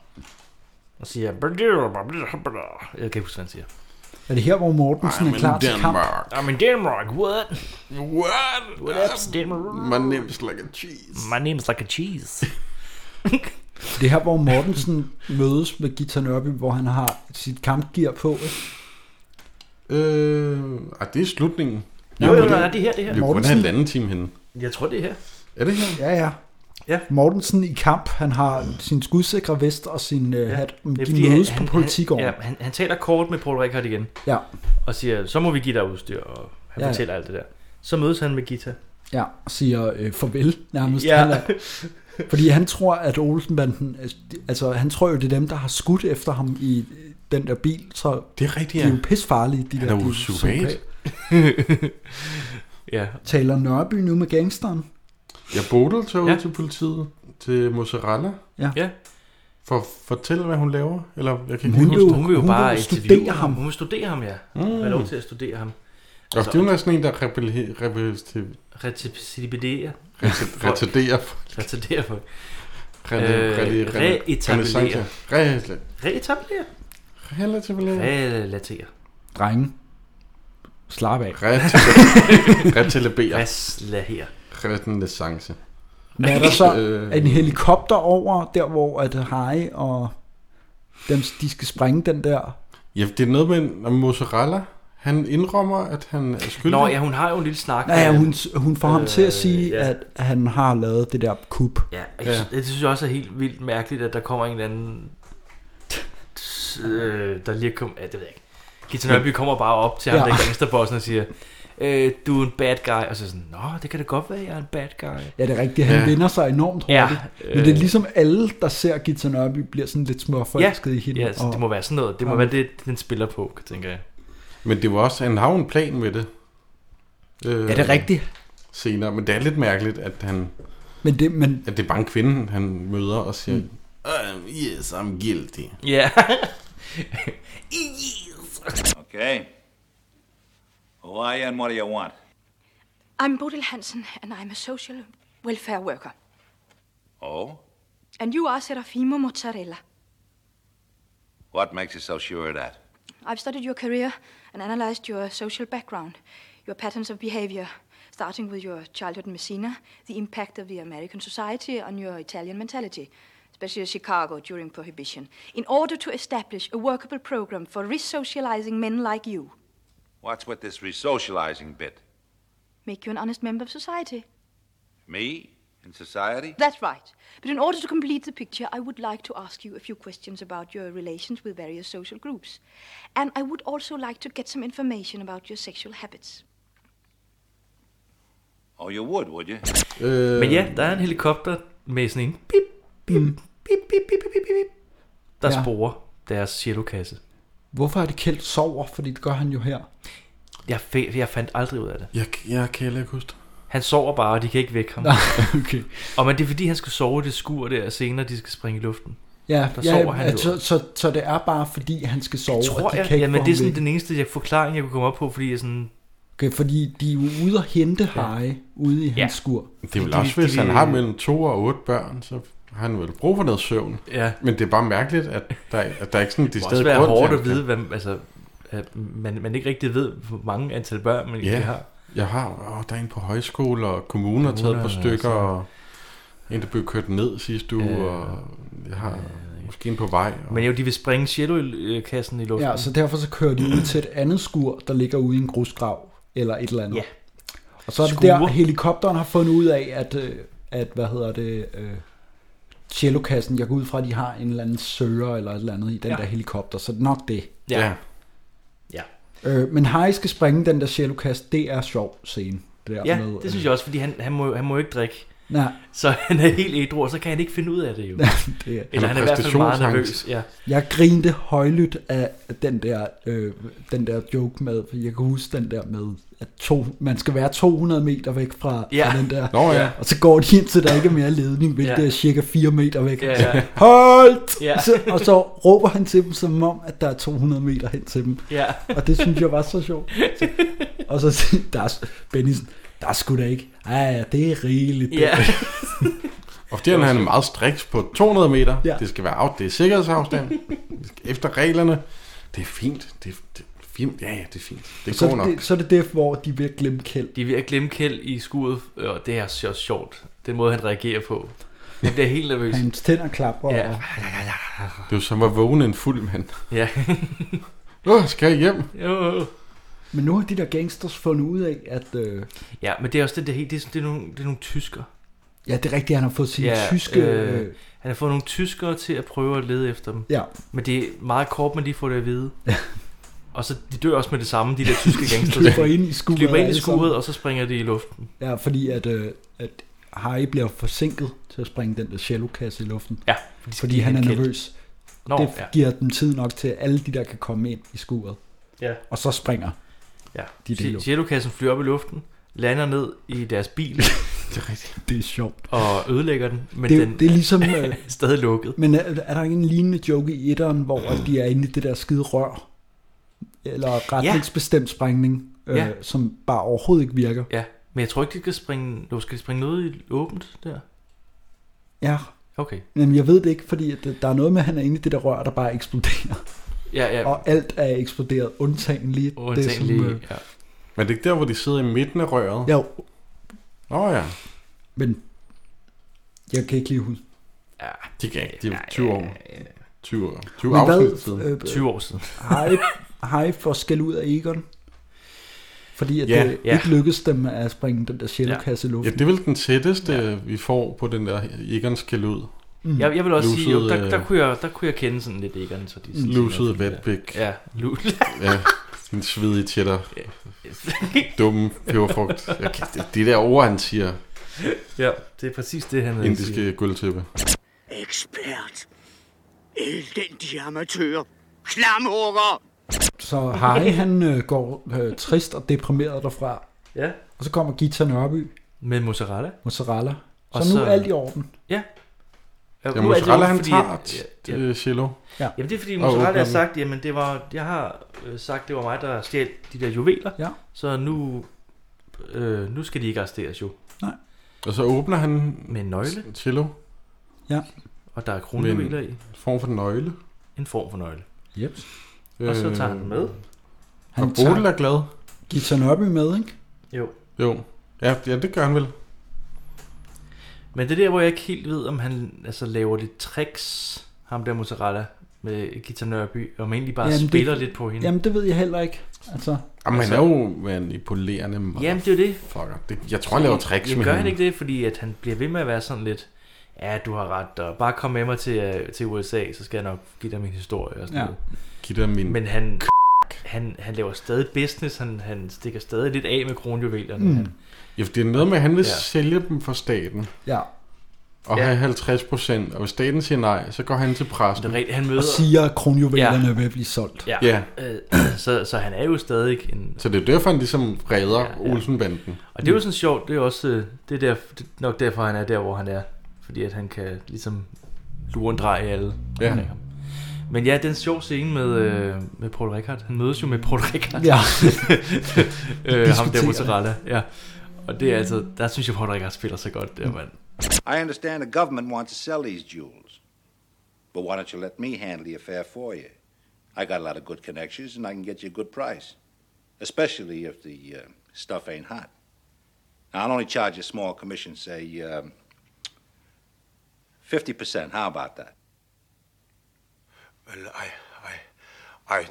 Og siger... Jeg kan ikke huske, hvad han siger.
Er det her, hvor Mortensen er klar til kamp?
I'm in Denmark, what?
What?
What up, Denmark?
My name's like a cheese.
My name's like a cheese.
Det er her, hvor Mortensen mødes med Gita Nørby, hvor han har sit kampgear på. Ikke?
Øh, ej, det er slutningen.
Jo, jo, nej, det er her, det er her.
Vi er kun
Mortensen.
halvanden time henne.
Jeg tror, det er her.
Er det her?
Ja, ja.
Ja.
Mortensen i kamp, han har sin skudsikre vest og sin øh, hat. De
Det er fordi,
mødes på
Han,
politikården.
ja, han, han taler kort med Paul Rickard igen.
Ja.
Og siger, så må vi give dig udstyr, og han
Ja,
ja,
ja.
fortæller alt det der. Så mødes han med Gita.
Ja, siger øh, farvel nærmest.
Ja.
Ja. Han er, fordi han tror, at Olsenbanden, altså han tror jo, det er dem, der har skudt efter ham i øh, den der bil, så
det er rigtigt,
de er jo
ja.
pisfarlige, de
Han
der.
er
de
jo
så
psykopat.
psykopat.
Ja.
Taler Nørby nu med gangsteren?
Jeg Bodil tager ud
Ja.
ja. til politiet, til Mozzarella.
Ja.
ja.
For at fortælle, hvad hun laver. Eller, jeg kan ikke
Hun,
huske
vil,
det.
hun vil jo bare interviewe
ham.
Hun vil studere ham, ja.
Mm.
Hun vil have lov til at studere ham.
Og det er jo næsten en, der rebelle- rebelle-
Retibidere.
Reti- retardere
folk. Retardere folk.
Rene-
Øh,
rene- rene-
Reetablere.
renaissance. Re-
Reetablere. Relatere.
Drenge. Slap af.
Retelebere.
Reslahir.
Renaissance.
Men er der så
Øh,
en helikopter over, der hvor at Harry og dem, de skal sprænge den der?
Ja, det er noget med en om mozzarella. Han indrømmer, at han er skyldig.
Nå ja, hun har jo en lille snak.
Nej, ja, hun, hun får ham
Øh,
til at sige, at han har lavet det der kup.
Ja, jeg, ja. Det synes jeg også er helt vildt mærkeligt, at der kommer en eller anden... Øh, der lige kommer... Ja, det ved jeg ikke. Gita Nørby kommer bare op til ham,
Ja.
ja. der gangsterbossen, og siger, øh, du er en bad guy. Og så er jeg sådan, nå, det kan da godt være, jeg er en bad guy.
Ja, det er rigtigt. Han ja. vinder sig enormt
Ja,
hurtigt. Ja, Men det er
øh.
ligesom alle, der ser Gita Nørby, bliver sådan lidt småforelsket i hende.
Øh, Ja, altså, så det må være sådan noget. Det må
og-
være det, den spiller på, tænker jeg.
Men det var også, han har jo en plan med det. Øh,
Ja, det er rigtigt.
Senere, men det er lidt mærkeligt, at han...
Men det, men...
At det er bare en kvinde, han møder og siger, mm. uh, yes, I'm guilty.
Ja.
Okay. Who are you and what do you want?
I'm Bodil Hansen, and I'm a social welfare worker.
Oh?
And you are Serafimo Mozzarella.
What makes you so sure of that?
I've studied your career and analyzed your social background, your patterns of behavior, starting with your childhood in Messina, the impact of the American society on your Italian mentality, especially Chicago during Prohibition, in order to establish a workable program for resocializing men like you.
What's with this resocializing bit?
Make you an honest member of society.
Me? In society?
That's right. But in order to complete the picture, I would like to ask you a few questions about your relations with various social groups. And I would also like to get some information about your sexual habits.
Oh, you would, would you?
Men ja, der er en helikopter, med sådan en,
Mm.
der
Ja.
ja. sporer deres cellokasse.
Hvorfor er det Kjeld sover? Fordi det gør han jo her.
Jeg, fa- jeg fandt aldrig ud af det.
Jeg, jeg kan heller ikke huske det.
Han sover bare, og de kan ikke vække ham.
Nej, okay.
Og men det er fordi, han skal sove i det skur der, og senere de skal springe i luften.
Ja,
der
ja
sover han jo.
at, så, så, så det er bare fordi, han skal sove. og
tror
de
jeg,
kan ikke
ja,
få
men det
ham
er sådan
væk.
den eneste jeg, forklaring, jeg kunne komme op på, fordi jeg sådan...
Okay, fordi de er jo ude at hente Harry ude i hans skur.
Det er vel også, hvis han har mellem to og otte børn, så har han vel brug for noget søvn.
Ja.
Men det er bare mærkeligt, at der, at der ikke sådan
Det
de
må
steder
også være hårdt at vide, hvad, altså, at man, man ikke rigtig ved, hvor mange antal børn man
Ja,
egentlig har.
jeg har. Åh, der er en på højskole, og kommunen har taget
Kommuner,
et par stykker,
altså.
og en, der blev kørt ned sidste uge,
Ja.
og jeg har måske en på vej. Og...
Men jo, de vil springe cello-kassen i luften.
Ja, så derfor så kører de ud til et andet skur, der ligger ude i en grusgrav, eller et eller andet.
Ja.
Og så er det
Skure.
der, helikopteren har fundet ud af, at, øh, at hvad hedder det, øh, cellokassen, jeg går ud fra, at de har en eller anden søger eller et eller andet i den
Ja.
der helikopter, så nok det.
Ja. Ja.
Øh, men Harry skal springe den der cellokasse, det er sjov scene. Det, der
Ja,
med, øh,
det synes jeg også, fordi han, han, må, han må ikke drikke.
Nej.
Så han er helt ædru, og så kan han ikke finde ud af det jo.
det er-
Eller han er i hvert fald meget nervøs. Ja.
Jeg grinte højlydt af den der, øh, den der joke med, for jeg kan huske den der med, at to, man skal være 200 meter væk fra,
Ja.
fra den der.
Nå ja.
Og så går de ind til, der ikke er mere ledning, hvilket
Ja.
er cirka 4 meter væk.
Ja, ja.
Holdt!
Ja.
Så, og så råber han til dem, som om, at der er 200 meter hen til dem.
Ja.
Og det synes jeg var så sjovt. Så, og så siger- der er, Bennison, der er sgu da ikke. Ej, ja, det er rigeligt.
Ja.
Og fordi han er meget striks på 200 meter,
Ja.
ja. det skal være af, det er sikkerhedsafstand, Vi skal efter reglerne. Det er fint, det, er- det er fint, ja, ja, det er fint, det
så,
går
er
nok.
det, så er det det, hvor de vil glemme Kjeld.
De er ved at glemme Kjeld i skuret, og det er så sjovt. Den måde, han reagerer på. Han bliver helt nervøs.
Hans tænder klapper.
Ja.
Og,
Det er jo som at vågne en fuld mand.
Ja.
Åh, skal jeg hjem?
Jo.
Men nu har de der gangsters fundet ud af, at... Øh,
Ja, men det er også det, det, er helt- det, er, det, er nogle, det er nogle tysker.
ja, det er rigtigt, han har fået sine ja, tyske... Øh,
Øh, han har fået nogle tyskere til at prøve at lede efter dem.
Ja.
Men det er meget kort, man lige får det at vide. og så de dør også med det samme, de der tyske gangster.
De løber ind i skuret
De løber ind i
alle sammen.
skuret, og så springer de i luften.
ja, fordi at, øh, at Harry bliver forsinket til at springe den der cellokasse i luften.
Ja,
fordi,
fordi-
fordi han er
han er kendt.
nervøs. Nå,
Nå,
det
ja.
giver dem tid nok til, at alle de der kan komme ind i skuret.
Ja.
Og så springer
Ja.
de det i luften.
Jellokassen flyver op i luften, lander ned i deres bil. det
er rigtigt.
Det er sjovt.
Og ødelægger den, men
det, er-
den
det er ligesom... Øh,
stadig lukket.
men er, er der ikke en lignende joke i etteren, hvor at de er inde i det der skide rør? Eller retningsbestemt sprængning, øh,
Ja.
som bare overhovedet ikke virker.
Ja, men jeg tror ikke, de skal springe... Jo, skal de springe noget i åbent der?
Ja.
Okay.
Men jeg ved det ikke, fordi at øh, der er noget med, at han er inde i det der rør, der bare eksploderer.
Ja, ja.
Og alt er eksploderet, undtagen lige
Undtagen
det, som...
lige,
øh,
ja.
Men er det ikke der, hvor de sidder i midten af røret?
Jo.
Åh oh, ja.
Men jeg kan ikke lige huske.
Ja,
de kan ikke. De er 20 år. 20 år. 20
Men
afsnit siden.
øh, Harry,
Hej.
Harry får skæld ud af Egon. Fordi at
Ja,
det
ja.
ikke lykkedes dem at springe den der cellokasse i
Ja,
luften.
det er vel den tætteste, ja. vi får på den der Egon skal ud.
Mm.
Jeg, jeg vil også sige, jo,
Lusede-
der, der, kunne jeg, der kunne jeg kende sådan lidt æggerne. Så de
Mm. Lusede vatpik.
Ja, lu-
ja, en svedig cheddar. Dumme peberfrugt. Jeg kan- det- Det der ord, han siger.
ja, det er præcis det, han
Indiske guldtæppe.
Ekspert. Elendige amatører. Klamrukker.
Så Harry han øh, går øh, trist og deprimeret derfra.
Ja.
Og så kommer Gita Nørby.
Med mozzarella.
Mozzarella. Så,
Og
nu
så-
er alt i orden.
Ja.
Ja,
nu er det
mozzarella,
jo,
han
fordi-
tager
ja,
ja,
ja.
cello.
Ja.
Jamen det er fordi
Og
Mozzarella
åbner
har
den.
sagt, jamen det var, jeg har øh, sagt, det var mig, der stjal de der juveler.
Ja.
Så nu, øh, nu skal de ikke arresteres jo.
Nej.
Og så åbner han
med en nøgle.
Cello.
Ja.
Og der er
Med
kronjuveler
en
i.
Form for nøgle.
En form for nøgle.
Yep.
Og så tager han den med.
Han Øh, og Bodil er glad.
Gita Nørby med, ikke?
Jo.
Jo. Ja, ja, det gør han vel.
Men det er der, hvor jeg ikke helt ved, om han altså, laver lidt tricks, ham der mozzarella med Gita Nørby, om han egentlig bare jamen, spiller
det,
det, lidt på hende.
Jamen det ved jeg heller ikke. Altså,
Jamen,
Altså-
han er jo manipulerende.
Jamen, det er jo det.
Fucker. Det, jeg tror, han laver tricks
jeg,
med
Gør
hende.
han ikke det, fordi at han bliver ved med at være sådan lidt, ja, du har ret, og bare kom med mig til, øh, til USA, så skal jeg nok give dig min historie og sådan
Ja.
noget.
Giv dig min...
Men han, han, han laver stadig business, han, han stikker stadig lidt af med kronjuvelerne.
Mm.
Han,
Ja, for det er noget med, at han vil
Ja.
ja. sælge dem for staten.
Ja.
og ja. have 50 procent. Og hvis staten siger nej, så går han til præsten. Det
er rigtigt, han møder...
Og siger, at kronjuvelerne ja. vil blive solgt.
Ja.
Ja.
Øh, så, så han er jo stadig en...
Så det er derfor, han ligesom redder ja, ja. Olsenbanden.
Og det
Mm.
er jo sådan sjovt, det er også øh, det er der, det er nok derfor, han er der, hvor han er. Fordi at han kan ligesom lure en drej i alle.
Ja.
omkring ham. Men ja, den sjov scene med, øh, med Paul Rickard. Han mødes jo med Paul Rickard.
Ja.
øh, ham der
Diskuterer. Mm.
mozzarella. Ja. Og det er altså, der synes jeg, Paul Rickard spiller så godt der, mand.
I understand the government wants to sell these jewels. But why don't you let me handle the affair for you? I got a lot of good connections and I can get you a good price, especially if the uh, stuff ain't hot. Now, I'll only charge you a small commission, say um, 50%. How about that? Well, I, I, I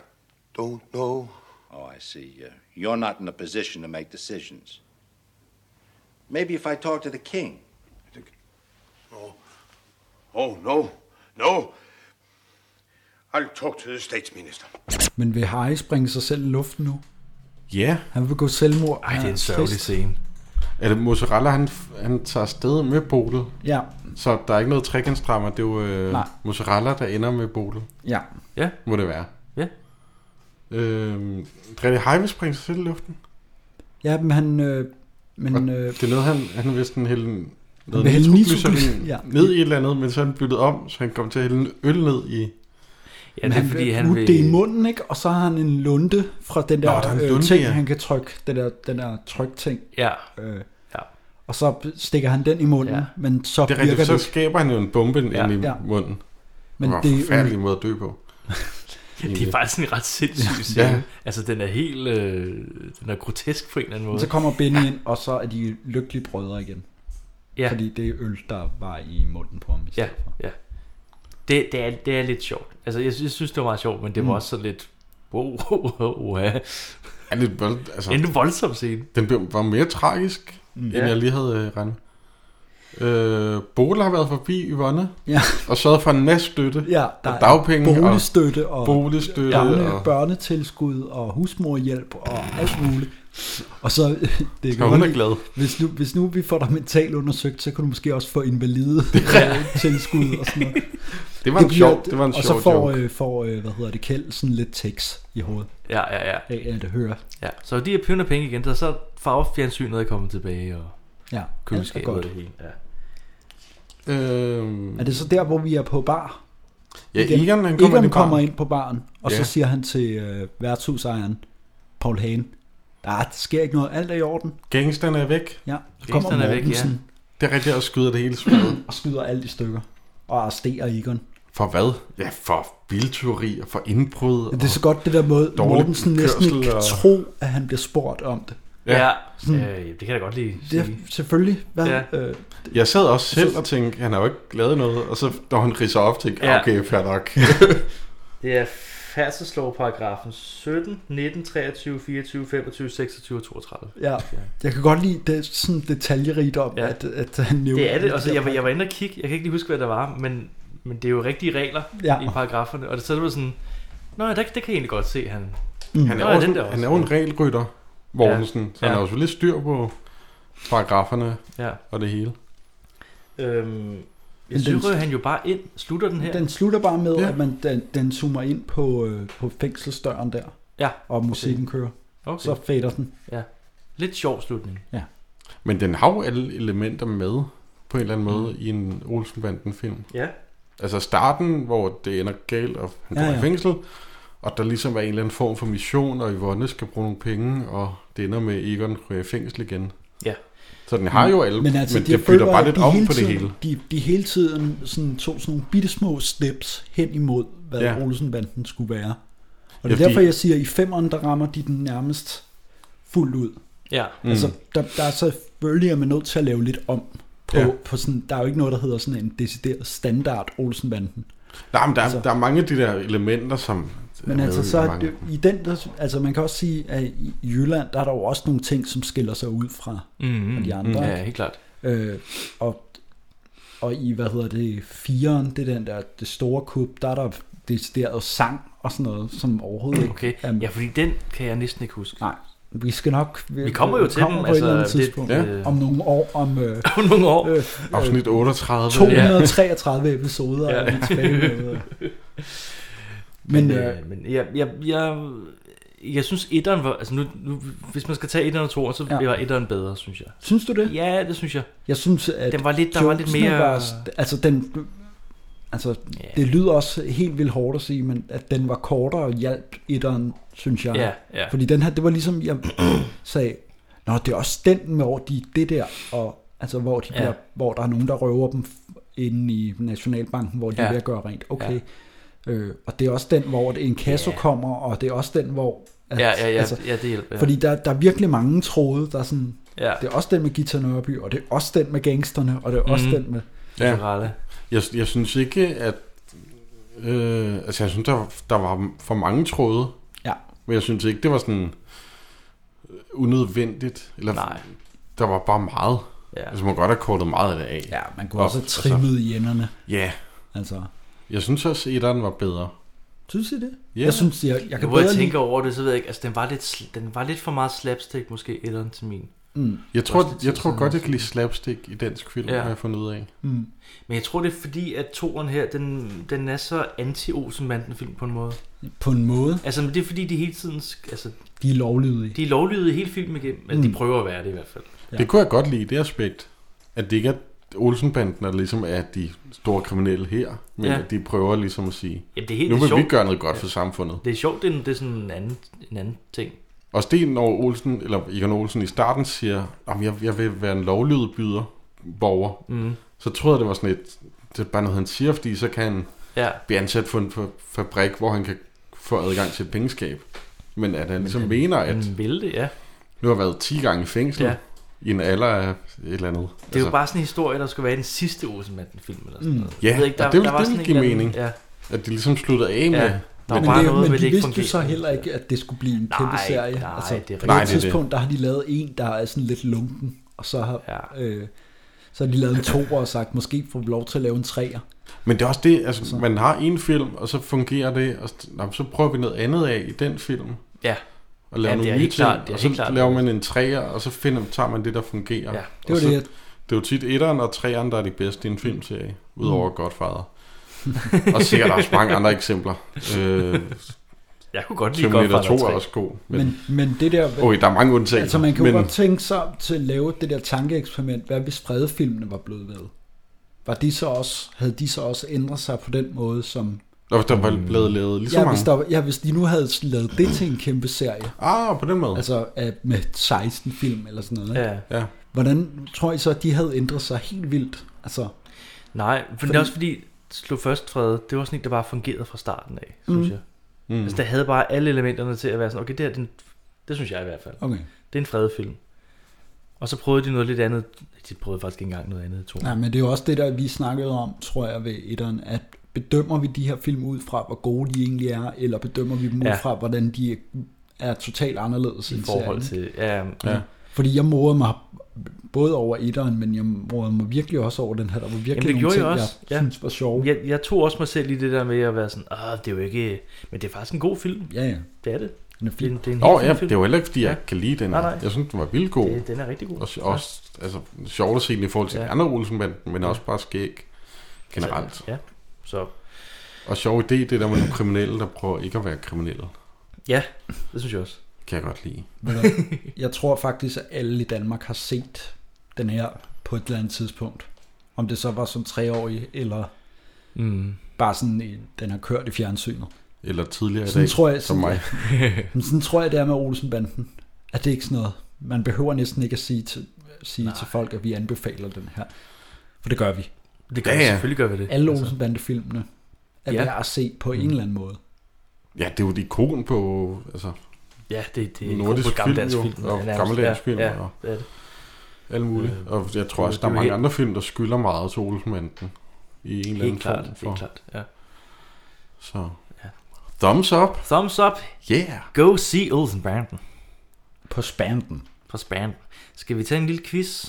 don't know. Oh, I see. Uh, you're not in a position to make decisions. Maybe if I talk to the king.
Oh, oh no, no. I'll talk to the states minister.
Men vil Harry springe sig selv i luften nu?
Ja.
Han vil gå selvmord.
Ej, det er en
Ja,
sørgelig
trist.
scene. Er det mozzarella, han, han tager afsted med bolet?
Ja.
Så der er ikke noget trekantsdrama, det er jo øh,
Nej.
mozzarella, der ender med bolet.
Ja.
Ja.
Må det være.
Ja.
Øhm, Drille Heime springer sig selv i luften.
Ja, men han... Øh, men, øh,
Det er noget, han, han vil sådan hælde noget
vil hælde
nitroglycerin
nitroglycerin, ja.
ned i et eller andet, men så er han byttet om, så han kom til at hælde en øl ned i...
Ja, det er fordi, han
vil... det i munden, ikke? Og så har han en lunde fra den
Nå, der
der,
er en
Nå, øh,
lunde,
ting,
ja.
han kan trykke. Den der, den der tryk-ting.
Ja.
Øh,
ja.
Og så stikker han den i munden, ja. men så
det er
virker
rigtigt, så
det.
skaber han jo en bombe ja. ind i
Ja.
ja. munden. Men
Men
det var
det er
en
jo-
forfærdelig måde at dø på.
Det er faktisk en ret sindssyg scene.
Ja.
Ja. Altså, den er helt... Øh, den er grotesk på en eller anden
Men
måde.
så kommer Benny ind, og så er de lykkelige brødre igen.
Ja.
Fordi det er øl, der var i munden på ham. i
Ja,
stedet.
ja. Det, det, er, det er lidt sjovt. Altså, jeg, sy- jeg synes, det var meget sjovt, men det var
Mm.
også sådan lidt... Wow, wow, wow, wow.
Er lidt vold, altså,
En voldsom scene.
Den blev, var mere tragisk,
Mm.
mm. end
Ja.
jeg lige havde øh, regnet. Øh, Bola har været forbi Yvonne
Ja.
og sørget for en masse støtte
Ja, der
og
er
dagpenge
boligstøtte og,
og boligstøtte
børne,
og,
børnetilskud og husmorhjælp og alt muligt. Og så, det
Så hun
godt
er
lide,
glad.
Hvis nu, hvis nu vi får dig mentalt undersøgt, så kan du måske også få invalide øh, tilskud og sådan noget.
Det var en sjov- det var en
Og
sjov
så får,
joke.
øh, får øh, hvad hedder det, Kjeld sådan lidt tekst i hovedet.
Ja, ja, ja.
Ja, det hører.
Ja, så de er pivende penge igen, så, så farvefjernsynet er kommet tilbage, og
Ja, alt
køleskabet
er
og
godt.
det hele. Ja.
øh,
Er det så der, hvor vi er på bar?
Ja, Egon, han kommer ind
Egon
i baren.
kommer ind på baren, og ja. så
Ja.
siger han til øh, værtshusejeren, Paul Hagen, der der sker ikke noget, alt er i orden.
Gangsterne er væk.
Ja, så kommer
Gangsterne er væk,
Mortensen
Det er rigtigt, at skyder det hele spillet.
og skyder alt i stykker, og arresterer Egon.
For hvad? Ja, for bilteori og for indbrud.
Men det er så godt det der måde,
dårlig
Mortensen næsten
kørsel
ikke kan
og-
tro, at han bliver spurgt om det.
Ja,
Sådan,
ja. Øh, det kan jeg da godt lige
det
sige.
er selvfølgelig, hvad?
Ja.
Øh,
Jeg sad også selv og tænkte, han har jo ikke lavet noget. Og så når han ridser op, tænkte jeg,
Ja.
okay, fair nok.
Det er færdselslovparagrafen 17, 19, 23, 24, 25, 26 og 32.
ja. Jeg kan godt lide det sådan detaljerigt om, ja. at, at han nævner
Det er det,
alle
og så
de
jeg,
der
var- jeg var inde og kigge, jeg kan ikke lige huske, hvad der var, men, men det er jo rigtige regler
Ja.
ja. i paragraferne, og det, så er det jo sådan, nå ja, der, det kan jeg egentlig godt se, han...
Mm. Han, er
Nå,
også,
den
en-
der også.
han er jo en regelrytter, Mortensen.
Ja.
Så han
Ja.
har også lidt styr på paragraferne
Ja.
og det hele.
Øhm,
Men
jeg
den-
synes, han jo bare ind, slutter den her.
Mm. Den slutter bare med, ja.
Ja.
at man, den, den zoomer ind på, øh, på fængselsdøren der,
Ja.
og musikken kører.
Okay.
Så fader den.
Ja. Lidt sjov slutning.
Ja.
Men den har jo alle elementer med på en eller anden måde i en Olsenbanden-film.
Ja.
Altså starten, hvor det ender galt, og han
Ja,
går ja, ja.
ja.
i fængsel, og der ligesom er en eller anden form for mission, og Yvonne skal bruge nogle penge, og det ender med, at Egon ryger i fængsel igen.
Ja.
Så den har jo alle, men, altså, men
jeg
det bytter
føler,
bare
at
lidt
de
om
hele
på det
tiden,
hele.
De, de hele tiden sådan, tog sådan nogle bittesmå steps hen imod, hvad ja.
Ja.
Olsenbanden skulle være. Og det er
Ja,
ja,
fordi-
derfor, jeg siger, at i femmeren, der rammer de den nærmest fuldt ud.
Ja.
Mm. Altså, der, der er selvfølgelig, at man er nødt til at lave lidt om på, ja.
Ja.
på sådan, der er jo ikke noget, der hedder sådan en decideret standard Olsenbanden.
Nej, men der, altså, der er mange af de der elementer, som...
Men
er
altså,
med i
så er
mange.
det, i den, der, altså man kan også sige, at i Jylland, der er der jo også nogle ting, som skiller sig ud fra,
Mhm.
fra de andre.
Mm, ja,
ikke?
helt klart.
Øh, og, og i, hvad hedder det, firen, det er den der, det store kub, der er der decideret sang og sådan noget, som overhovedet ikke
Okay, ja, fordi den kan jeg næsten ikke huske.
Nej. Vi skal nok...
Vi kommer jo til dem,
på et eller andet
altså, det-
tidspunkt.
Ja.
Om nogle år. Om, øh,
om nogle år.
Øh,
Afsnit 38.
233 episoder ja. er vi tilbage med.
Men, men,
Men,
øh, men jeg, jeg, jeg, jeg synes etteren var, altså nu, nu, hvis man skal tage etteren og toeren, så
Ja.
ja. var etteren bedre, synes jeg.
Synes du det?
Ja, det synes jeg.
Jeg synes, at
Den var lidt- der var lidt
jokesene
mere-
Var, st- altså, den, altså det lyder også helt vildt hårdt at sige, men at den var kortere og hjalp etteren, synes jeg.
Ja, ja.
Fordi den her, det var ligesom, jeg sagde, Nå, det er også den, hvor de det der, og altså, hvor, de
Ja.
bliver, hvor der er nogen, der røver dem f- inde i Nationalbanken, hvor de ja.
Ja.
er ved at gøre rent. Okay. Ja. Øh, og det er også den, hvor en kasse yeah. kommer, og det er også den, hvor...
Ja, ja, ja, ja, det hjælper, ja.
altså, Fordi der, der er virkelig mange tråde, der er sådan...
Ja.
Det er også den med Gita Nørby, og det er også den med gangsterne, og det er også
Mhm.
den med...
Mozzarella.
Jeg, jeg synes ikke, at... Øh, altså, jeg synes, der, der var for mange tråde.
Ja.
Men jeg synes ikke, det var sådan øh, unødvendigt. Eller, Nej. Der var bare meget.
Ja.
Altså, man kunne godt have kortet meget af det af.
Ja, man kunne også altså have trimmet i enderne.
Ja.
Altså.
Jeg synes også, at etteren var bedre.
Synes I det?
Ja.
Jeg synes, jeg, jeg kan
Hvor jeg
bedre
tænker over det, så ved jeg ikke, altså den var lidt, sl- den var lidt for meget slapstick måske, etteren til min.
Mm.
Jeg tror,
Også
jeg tror
sådan
godt,
også.
jeg kan lide slapstick i dansk film, ja.
Ja.
har jeg fundet ud af.
Mm.
Men jeg tror, det er fordi, at toren her, den, den er så anti-Olsenbanden film på en måde.
På en måde.
Altså, men det er fordi, de hele tiden, sk- altså,
De er lovlydige.
de er lovlydige hele filmen igennem. Altså,
Mm.
de prøver at være det i hvert fald.
Ja. Det kunne jeg godt lide, det aspekt. At det ikke er Olsenbanden, der ligesom er de store kriminelle her, men
Ja.
ja. at de prøver ligesom at sige,
Jamen, det er helt
nu
det er
vil vi
sjovt.
gøre noget godt
Ja.
for samfundet.
Det er sjovt, det er, det er sådan en anden, en anden ting.
Og Sten over Olsen, eller Egon Olsen i starten siger, om jeg, jeg vil være en lovlydig byder, borger.
Mhm.
Så troede jeg, det var sådan et, det er bare noget, han siger, fordi så kan han
Ja.
blive ansat på en fa- fabrik, hvor han kan få adgang til et pengeskab. Men at han ligesom
han-
mener, at
han vil Mm, det, ja.
nu har jeg været 10 gange i fængsel,
Ja.
i en alder af et eller andet. Altså,
Det er jo bare sådan en historie, der skulle være i den sidste Olsenbanden-film eller sådan
Mm.
noget.
Ja,
Jeg ved ikke, der,
og det ville,
der var
det
sådan
ville
en
give
eller
mening.
anden-
Ja. At de ligesom sluttede af med...
Ja,
Ja.
der var
men,
bare
det,
noget
men
ved
de
det ikke
vidste jo
fungerede.
så heller ikke, at det skulle blive en kæmpe
Nej,
serie.
nej, det
altså,
er
på
rigtigt.
et
Nej, det er
tidspunkt,
det.
der har de lavet en, der er sådan lidt lunken, og så har, ja. øh, så har de lavet en toer og sagt, måske får vi lov til at lave en treer.
Men det er også det, altså, så. man har en film, og så fungerer det, og så, nå, men så prøver vi noget andet af i den film.
Ja.
Og laver
Ja, det
nogle
er
nye
helt
ting,
klart, det er
og
helt
så
klart.
laver man en træer, og så finder, tager man det, der fungerer.
Ja,
Og
det var
så,
det, jeg-
Det er jo tit etteren og treeren, der er de bedste i en filmserie, udover mm. Godfather. og sikkert også mange andre eksempler. Øh,
Jeg kunne godt lide Godfather
2 er
3.
også god.
Men, men det der...
Oj, der er mange undtagelser.
Altså man kan
men,
jo godt tænke sig om til at lave det der tankeeksperiment, hvad hvis fredefilmene var blevet ved? Var de så også, havde de så også ændret sig på den måde, som...
Nå, hvis der var blevet lavet lige så
ja,
mange.
Hvis der, var- ja, hvis de nu havde lavet det til en kæmpe serie.
Ah, på den måde.
Altså øh, med 16 film eller sådan noget. ikke?
Ja. Ja.
Hvordan tror I så, at de havde ændret sig helt vildt? Altså,
Nej, for det
Fordi-
er også fordi, Slå Først Fred, det var sådan en, der bare fungerede fra starten af, synes
Mm.
jeg.
Mm.
Altså, der havde bare alle elementerne til at være sådan, okay, det her, det, er en- det synes jeg i hvert fald.
Okay.
Det er en fredefilm. Og så prøvede de noget lidt andet. De prøvede faktisk ikke engang noget andet, tror jeg.
nej, men det er jo også det, der vi snakkede om, tror jeg, ved etteren, at bedømmer vi de her film ud fra, hvor gode de egentlig er, eller bedømmer vi dem ja.
Ja.
ud fra, hvordan de er- er totalt anderledes
I
end
forhold
serien,
til-
ikke?
ja, ja.
Fordi jeg morede mig både over etteren, men jeg morede mig virkelig også over den her. Der var virkelig
Jamen, det
nogle
gjorde
ting,
jeg også.
jeg synes var sjove.
Jeg, jeg tog også mig selv i det der med at være sådan, ah, det er jo ikke... Men det er faktisk en god film.
Ja, ja.
Det er det.
Den er fin.
Det, det er en
Nå
helt fin
ja,
film.
det var heller ikke, fordi jeg
Ja.
kan lide den.
Nej,
her.
nej.
Jeg synes, den var vildt god.
Det- den er rigtig god.
Og s- også altså, sjovt at se den i forhold til ja. de andre Olsenbanden, men også bare skæg generelt.
Ja, så...
Og sjov idé, det der med nogle kriminelle, der prøver ikke at være kriminelle.
Ja, det synes jeg også.
Kan jeg godt lide.
Ved du hvad? jeg tror faktisk, at alle i Danmark har set den her på et eller andet tidspunkt. Om det så var som treårig, eller
Mm.
bare sådan, i- den har kørt i fjernsynet.
Eller tidligere i
sådan
dag,
tror jeg,
som mig.
Men sådan tror jeg, det er med Olsenbanden. At det er ikke sådan noget. Man behøver næsten ikke at sige til, sige til folk, at vi anbefaler den her. For det gør vi.
Det gør vi. Ja, ja. Selvfølgelig gør vi det.
Alle
Altså.
Olsenbande-filmene er
Ja.
værd at se på en eller anden måde.
Ja, det er jo et ikon på altså,
Ja, det- det er et
nordisk
ikon på gammeldags
film,
film,
jo, og
nærmest.
gammeldags
Ja,
film,
ja,
og
det er det.
alt muligt.
Øh,
Og jeg tror også,
det
der
er
er
jo
mange
helt-
andre film, der skylder meget til Olsenbanden. I en eller anden
Helt klart,
form
helt
for.
klart, ja.
Så. Thumbs up.
Thumbs up.
Yeah.
Go see Olsenbanden.
På spanden.
På spanden. Skal vi tage en lille quiz?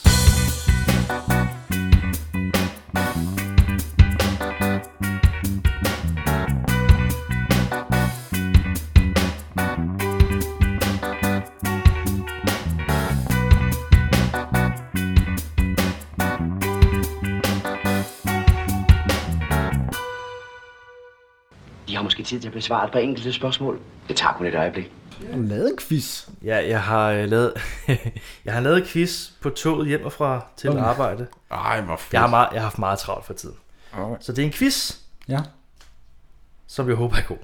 skal til at besvare et par enkelte spørgsmål. Det tager kun et øjeblik.
Har du lavet en quiz?
Ja, jeg har øh, lavet jeg har lavet en quiz på toget hjem og fra til
Okay.
arbejde.
Ej, hvor fedt.
Jeg har, meget, jeg har haft meget travlt for tiden. Så det er en quiz.
Ja.
Som jeg håber er god.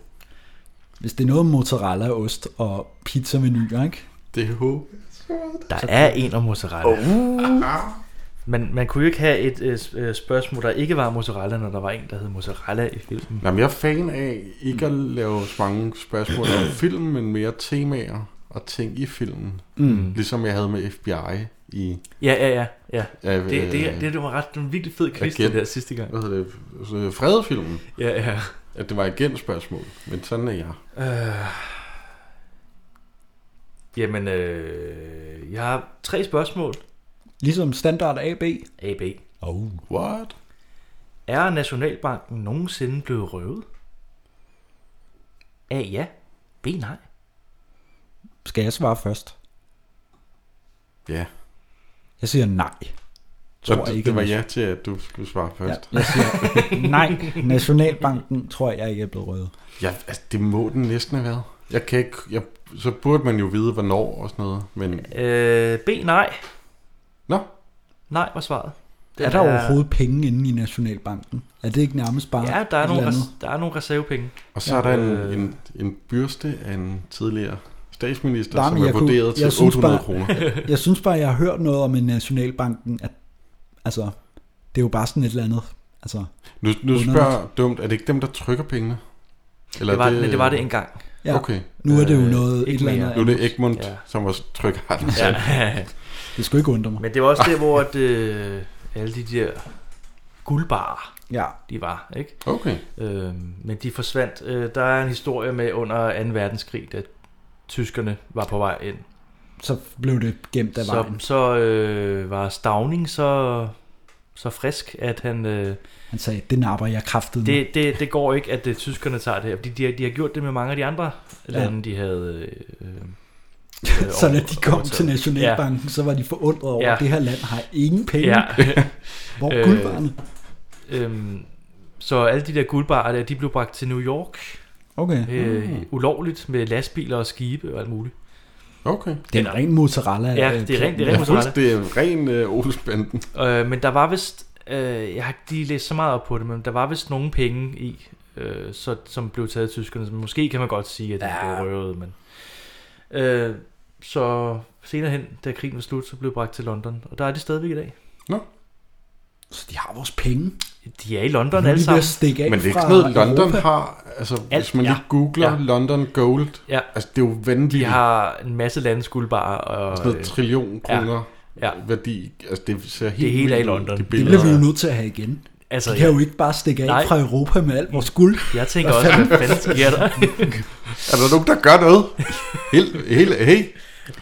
Hvis det er noget om mozzarella, ost og pizzamenuer, ikke?
Det er håb.
Der er en om mozzarella. Uh. Men man kunne jo ikke have et øh, s- øh, spørgsmål, der ikke var mozzarella, når der var en, der hed mozzarella i filmen.
Jamen, jeg er fan af ikke at lave så mange spørgsmål om film, men mere temaer og ting i filmen.
Mm.
Ligesom jeg havde med FBI i...
Ja, ja, ja. ja.
Af,
det, det,
øh,
det, det, det var ret det var en virkelig fed quiz, det
Agent-
der sidste gang.
Hvad hedder det? Så Fredefilmen.
Ja, ja.
At det var et spørgsmål, men sådan er jeg.
Øh. Jamen, øh, jeg har tre spørgsmål.
Ligesom standard AB.
AB.
Oh.
What?
Er Nationalbanken nogensinde blevet røvet? A. Ja. B. Nej.
Skal jeg svare først?
Ja.
Jeg siger nej.
Så
Tror
det,
ikke,
det var
at-
ja til, at du skulle svare først.
Jeg siger nej. Nationalbanken tror jeg ikke er blevet røget.
Ja, altså, det må den næsten have været. Jeg kan ikke, jeg, så burde man jo vide, hvornår og sådan noget. Men
Øh, B. Nej.
Nå.
Nej var svaret. Den
er der overhovedet penge inde i Nationalbanken? Er det ikke nærmest bare
Ja, der er,
et
nogle,
eller andet?
res- der er nogle reservepenge.
Og så er der
øh,
en, en, en byrste af en tidligere statsminister,
Nej, men
som er
kunne-
vurderet til 800 kroner.
jeg synes bare, jeg har hørt noget om en Nationalbanken, at altså, det er jo bare sådan et eller andet. Altså,
Nu, nu
underligt.
spørger dumt, er det ikke dem, der trykker pengene?
Det var- men det var det engang.
Ja.
Okay.
Nu er det jo Øh, noget- ikke et eller andet mere.
Nu er det
andet.
Egmont,
Ja.
ja. som var trykker den selv.
Ja.
Det skulle ikke undre mig.
Men det var også der, hvor at, øh, alle de der guldbarer,
Ja.
de var, ikke?
Okay.
Øhm, men de forsvandt. Øh, der er en historie med under 2. verdenskrig, da tyskerne var på vej ind.
Så blev det gemt af
så,
vejen.
Så øh, var Stavning så, så frisk, at han... Øh,
Han sagde, det napper jeg kraftet med.
det, det, det går ikke, at øh, tyskerne tager det her, fordi de, har- de har gjort det med mange af de andre
Ja.
lande, de havde... Øh, øh,
Så når de
over-
kom
overtaget.
til Nationalbanken, ja. så var de forundret over, ja.
Ja.
at det her land har ingen penge. Hvor er guldvarerne?
Øh, øhm, så alle de der guldbarer der, de blev bragt til New York.
Okay.
Øh,
Mm.
Ulovligt med lastbiler og skibe og alt muligt.
Okay.
Det er en ren mozzarella. øh,
Ja, det er rent, det er rent mozzarella.
Det er ren øh, Olsbanden.
Øh, men der var vist, øh, jeg har ikke lige læst så meget op på det, men der var vist nogle penge i, øh, så, som blev taget af tyskerne. Så måske kan man godt sige, at det ja. blev røvet, men... Øh, så senere hen, da krigen var slut, så blev det bragt til London, og der er de stadigvæk i dag.
Så de har vores penge.
De er i London
Nu er de
alle
ved
sammen.
at stikke af
Men det er
fra
ikke noget, London
Europa.
har. Altså, Alt,
Alt,
hvis man lige
ja.
googler
Ja.
London Gold,
Ja.
altså, det er jo vanvittigt.
De har en masse landes guldbarer. Og,
sådan noget
øh,
trillion kroner
Ja,
værdi. Altså, det ser helt
Det hele er i
vildt ud,
London.
De
Det
Det
billeder.
bliver vi jo nødt til at have igen.
Altså,
Altså, de kan
ja.
jo ikke bare stikke af Nej.
Nej.
fra Europa med alt vores guld.
Jeg tænker også, hvad fanden sker der?
er der nogen, der gør noget? Helt, helt, hey.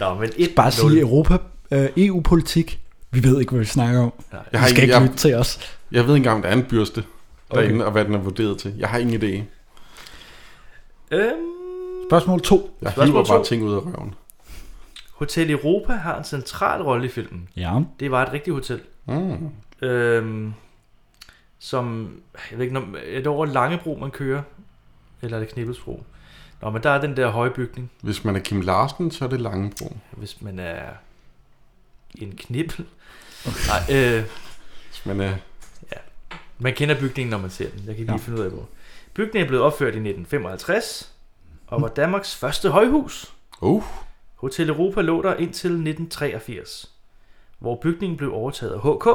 Nå, men
Bare sige Europa, øh, EU-politik. Vi ved ikke, hvad vi snakker om. Jeg har,
har
vi
ingen-
skal ikke
jeg-
lytte til os.
Jeg ved ikke engang, om der er en byrste
Okay.
derinde, og hvad den er vurderet til. Jeg har ingen idé.
Øhm,
Spørgsmål 2.
Jeg
Spørgsmål
hiver bare
to.
ting ud af røven.
Hotel Europa har en central rolle i filmen.
Ja.
Det var et rigtigt hotel.
Mm.
Øhm, som, jeg ved ikke, om- er det over Langebro, man kører? Eller er det Knibbelsbro? Nå, men der er den der høje bygning.
Hvis man er Kim Larsen, så er det Langebro.
Hvis man er en knibbel. Nej, øh,
Hvis man er...
Ja. Man kender bygningen, når man ser den. Jeg kan ikke lige finde ud af, hvor. Bygningen er blevet opført i 1955, og var Danmarks første højhus.
Uh.
Hotel Europa lå der indtil 1983, hvor bygningen blev overtaget af HK.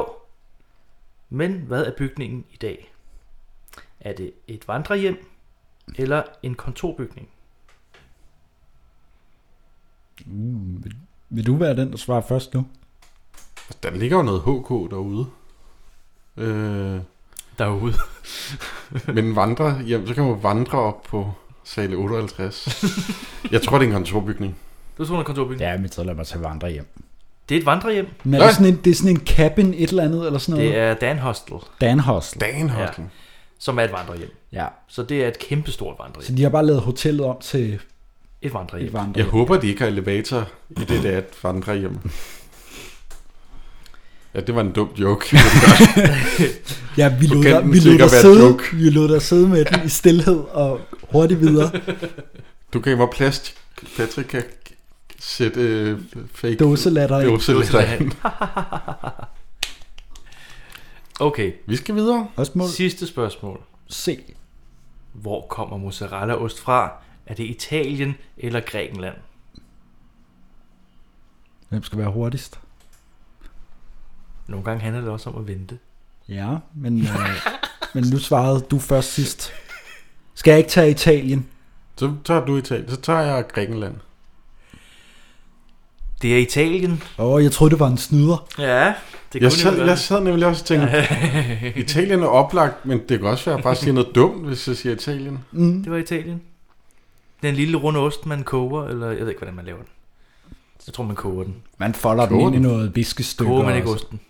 Men hvad er bygningen i dag? Er det et vandrehjem eller en kontorbygning?
Mm, vil, vil du være den, der svarer først nu?
altså, Der ligger jo noget HK derude. Øh,
derude.
men vandre hjem, så kan man vandre op på sale 58. jeg tror, det er en kontorbygning.
Du tror, en kontorbygning?
Ja, men så lad mig tage vandre hjem.
Det er et vandrehjem.
Men er det, sådan en, det er sådan en cabin et eller andet, eller sådan noget?
Det er Dan Hostel.
Dan Hostel.
Hostel.
Ja, som er et vandrehjem.
Ja.
Så det er et kæmpestort vandrehjem.
Så de har bare lavet hotellet om til...
Et vandrehjem.
Et vandrehjem.
Jeg håber, de ikke har elevator i det der vandre hjem. Ja, det var en dum joke.
Ja, vi
Så
lod,
kan
dig,
den
vi, lod
sikkert
dig
være
sidde,
joke.
vi lod dig sidde med den i stillhed og hurtigt videre.
Du gav mig plads, Patrick kan sætte øh, fake
Dåselatter ind.
dåselatter ind.
Okay.
Vi skal videre.
Spørgsmål.
Sidste spørgsmål.
Se.
Hvor kommer mozzarellaost fra? Er det Italien eller Grækenland?
Hvem skal være hurtigst?
Nogle gange handler det også om at vente.
Ja, men, øh, men nu svarede du først sidst. Skal jeg ikke tage Italien?
Så tager du Italien, så tager jeg Grækenland.
Det er Italien.
Åh, oh, jeg troede, det var en snyder.
Ja,
jeg, sad, jeg sad nemlig også og tænkte, Italien er oplagt, men det kan også være, at jeg bare siger noget dumt, hvis jeg siger Italien.
Mm. Det var Italien. Den lille runde ost, man koger, eller jeg ved ikke, hvordan man laver den. Jeg tror, man koger den.
Man folder den
Koger
ind i
den.
noget viskestykker.
Koger man ikke
og-
osten?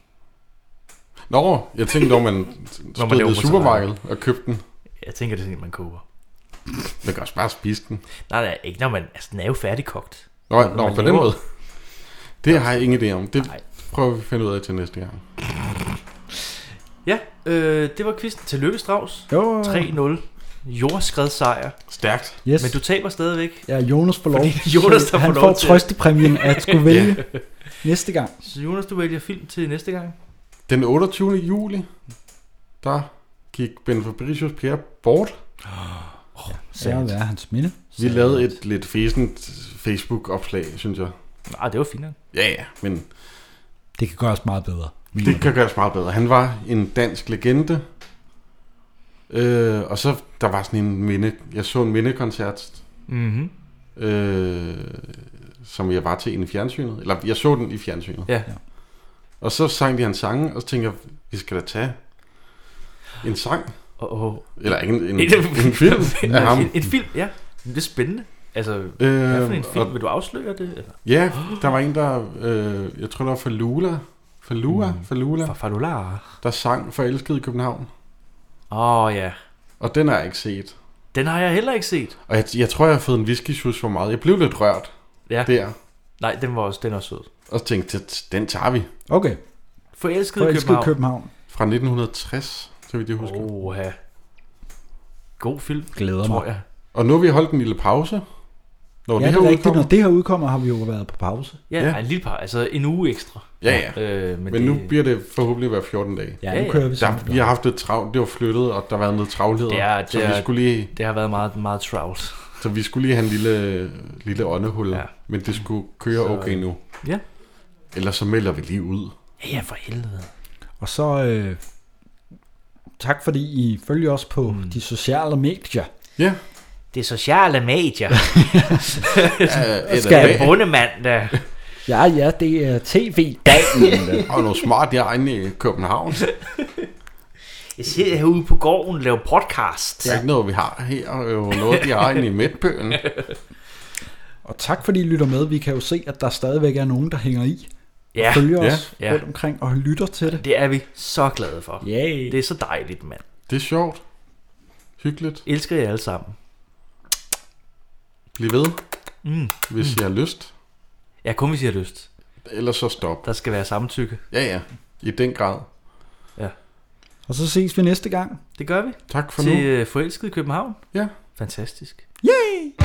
Nå, jeg tænkte, om man
Når man
stod
laver
i
mozzarella.
supermarkedet og købte den.
Jeg tænker, det er sådan, man koger.
Man kan også bare spise den.
Nej, nej, ikke når man... Altså, den er jo færdigkogt.
Nå,
Når
nå
man
på den
laver-
måde. Det har jeg ingen idé om. Det prøver vi at finde ud af til næste gang.
Ja, øh, det var quizzen. Tillykke, Strauss.
Jo.
3-0. Jordskred sejr.
Stærkt.
Yes.
Men du taber stadigvæk.
Ja, Jonas får lov.
Fordi Jonas, der
han
får lov
får
til-
trøstepræmien at skulle vælge
Ja.
næste gang.
Så Jonas, du vælger film til næste gang.
Den 28. juli, der gik Ben Fabricius Pierre bort.
Ja, hvad er hans minde?
Vi lavede et lidt fæsent Facebook-opslag, synes jeg.
Nej, Ah, det var fint. nok.
Ja, ja, men
Det kan gøres meget bedre.
det kan gøres meget bedre. Han var en dansk legende. Øh, og så der var sådan en minde... Jeg så en mindekoncert.
Mhm.
Øh, som jeg var til inde i fjernsynet. Eller jeg så den i fjernsynet.
Ja.
Og så sang de hans sange, og så tænkte jeg, vi skal da tage en sang.
Oh, oh.
Eller en, en, en film af ham.
En, en film, ja. Det er spændende. Altså, øh, hvad for en
Øhm,
film? Og... Vil du afsløre det? Eller?
Ja, der var en, der... Øh, jeg tror, der var Falula. Falua? Mm. Falula.
Falula.
Der sang Forelsket i København.
Åh, oh, ja.
Og den har jeg ikke set.
Den har jeg heller ikke set.
Og jeg, jeg tror, jeg har fået en whisky for meget. Jeg blev lidt rørt
Ja.
der.
Nej, den var også, den er også sød.
Og tænkte, "Det- den tager vi.
Okay.
Forelsket, i
Forelsket
København.
København.
Fra 1960, så vidt jeg husker.
Oha. God film,
Glæder
tror
mig.
jeg.
Og nu har vi holdt en lille pause. Når
ja,
det her
det er rigtigt.
udkommer.
Når det her udkommer, har vi jo været på pause.
Ja, ja. en lille par, altså en uge ekstra.
Ja, ja.
Øh, men,
men men
det,
nu bliver det forhåbentlig hver 14 dage.
Ja, nu ja. kører vi sådan.
der, Vi har haft lidt travlt, det var flyttet, og der var noget travlhed.
det, er,
så
det,
vi
er,
skulle lige
det har været meget, meget travlt.
Så vi skulle lige have en lille, lille åndehul, ja.
Ja.
men det skulle køre
Så-
okay nu.
Ja.
Ellers så melder vi lige ud.
Ja, ja, for helvede.
Og så øh, tak fordi I følger os på mm. de sociale medier.
Ja.
Det er sociale medier.
Ja,
Skal
eller-
bondemand, der.
Ja, ja, det er tv-dagen.
Og noget smart, jeg er inde i København.
Jeg sidder herude på gården og laver podcast.
Det er ikke noget, vi har her, og jo noget, de har inde i Midtbøen.
og tak fordi I lytter med. Vi kan jo se, at der stadigvæk er nogen, der hænger i.
Ja.
Og følger
Ja.
os
Ja.
rundt omkring og lytter til det.
Det er vi så glade for.
Yay.
Det er så dejligt, mand.
Det er sjovt. Hyggeligt.
Elsker jer alle sammen.
Bliv ved,
Mm.
hvis I har lyst.
Ja, kun hvis I har lyst.
Ellers så stop.
Der skal være samtykke.
Ja, ja. I den grad.
Og så ses vi næste gang.
Det gør vi.
Tak for
Til
nu.
øh, forelsket i København.
Ja.
Fantastisk.
Yay!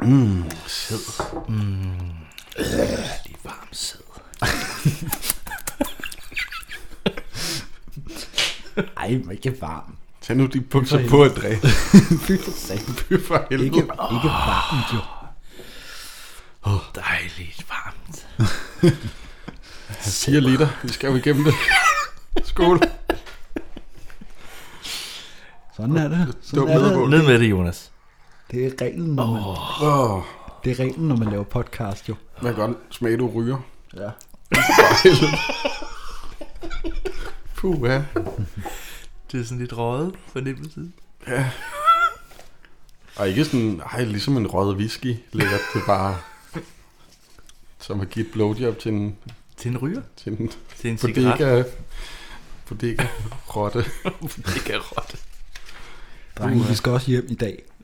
Mm, sæd.
Mm. Lige varm sæd.
Ej, hvor ikke varm.
Tag nu de bukser
For
på,
helvede.
André.
Fy for satan.
Fy for helvede.
Ikke, ikke varmt, jo.
Oh. Dejligt varmt.
4 liter. Vi skal jo igennem det. Skål.
Sådan er det. Sådan
Dum
er det.
nedvågning.
Ned med det, Jonas.
Det er reglen, når man,
Åh.
det er reglen, når man laver podcast, jo.
Man kan godt smage, du ryger.
Ja.
Puh, ja.
Det er sådan lidt røget fornemmelse.
Ja. Og ikke sådan, ej, ligesom en røget whisky. Lækkert, det er bare... Som at give et blowjob til en...
Til en ryger?
Til en,
Til en
bodega,
cigaret.
bodega rotte.
det kan rotte.
Drenge, vi skal også hjem i dag.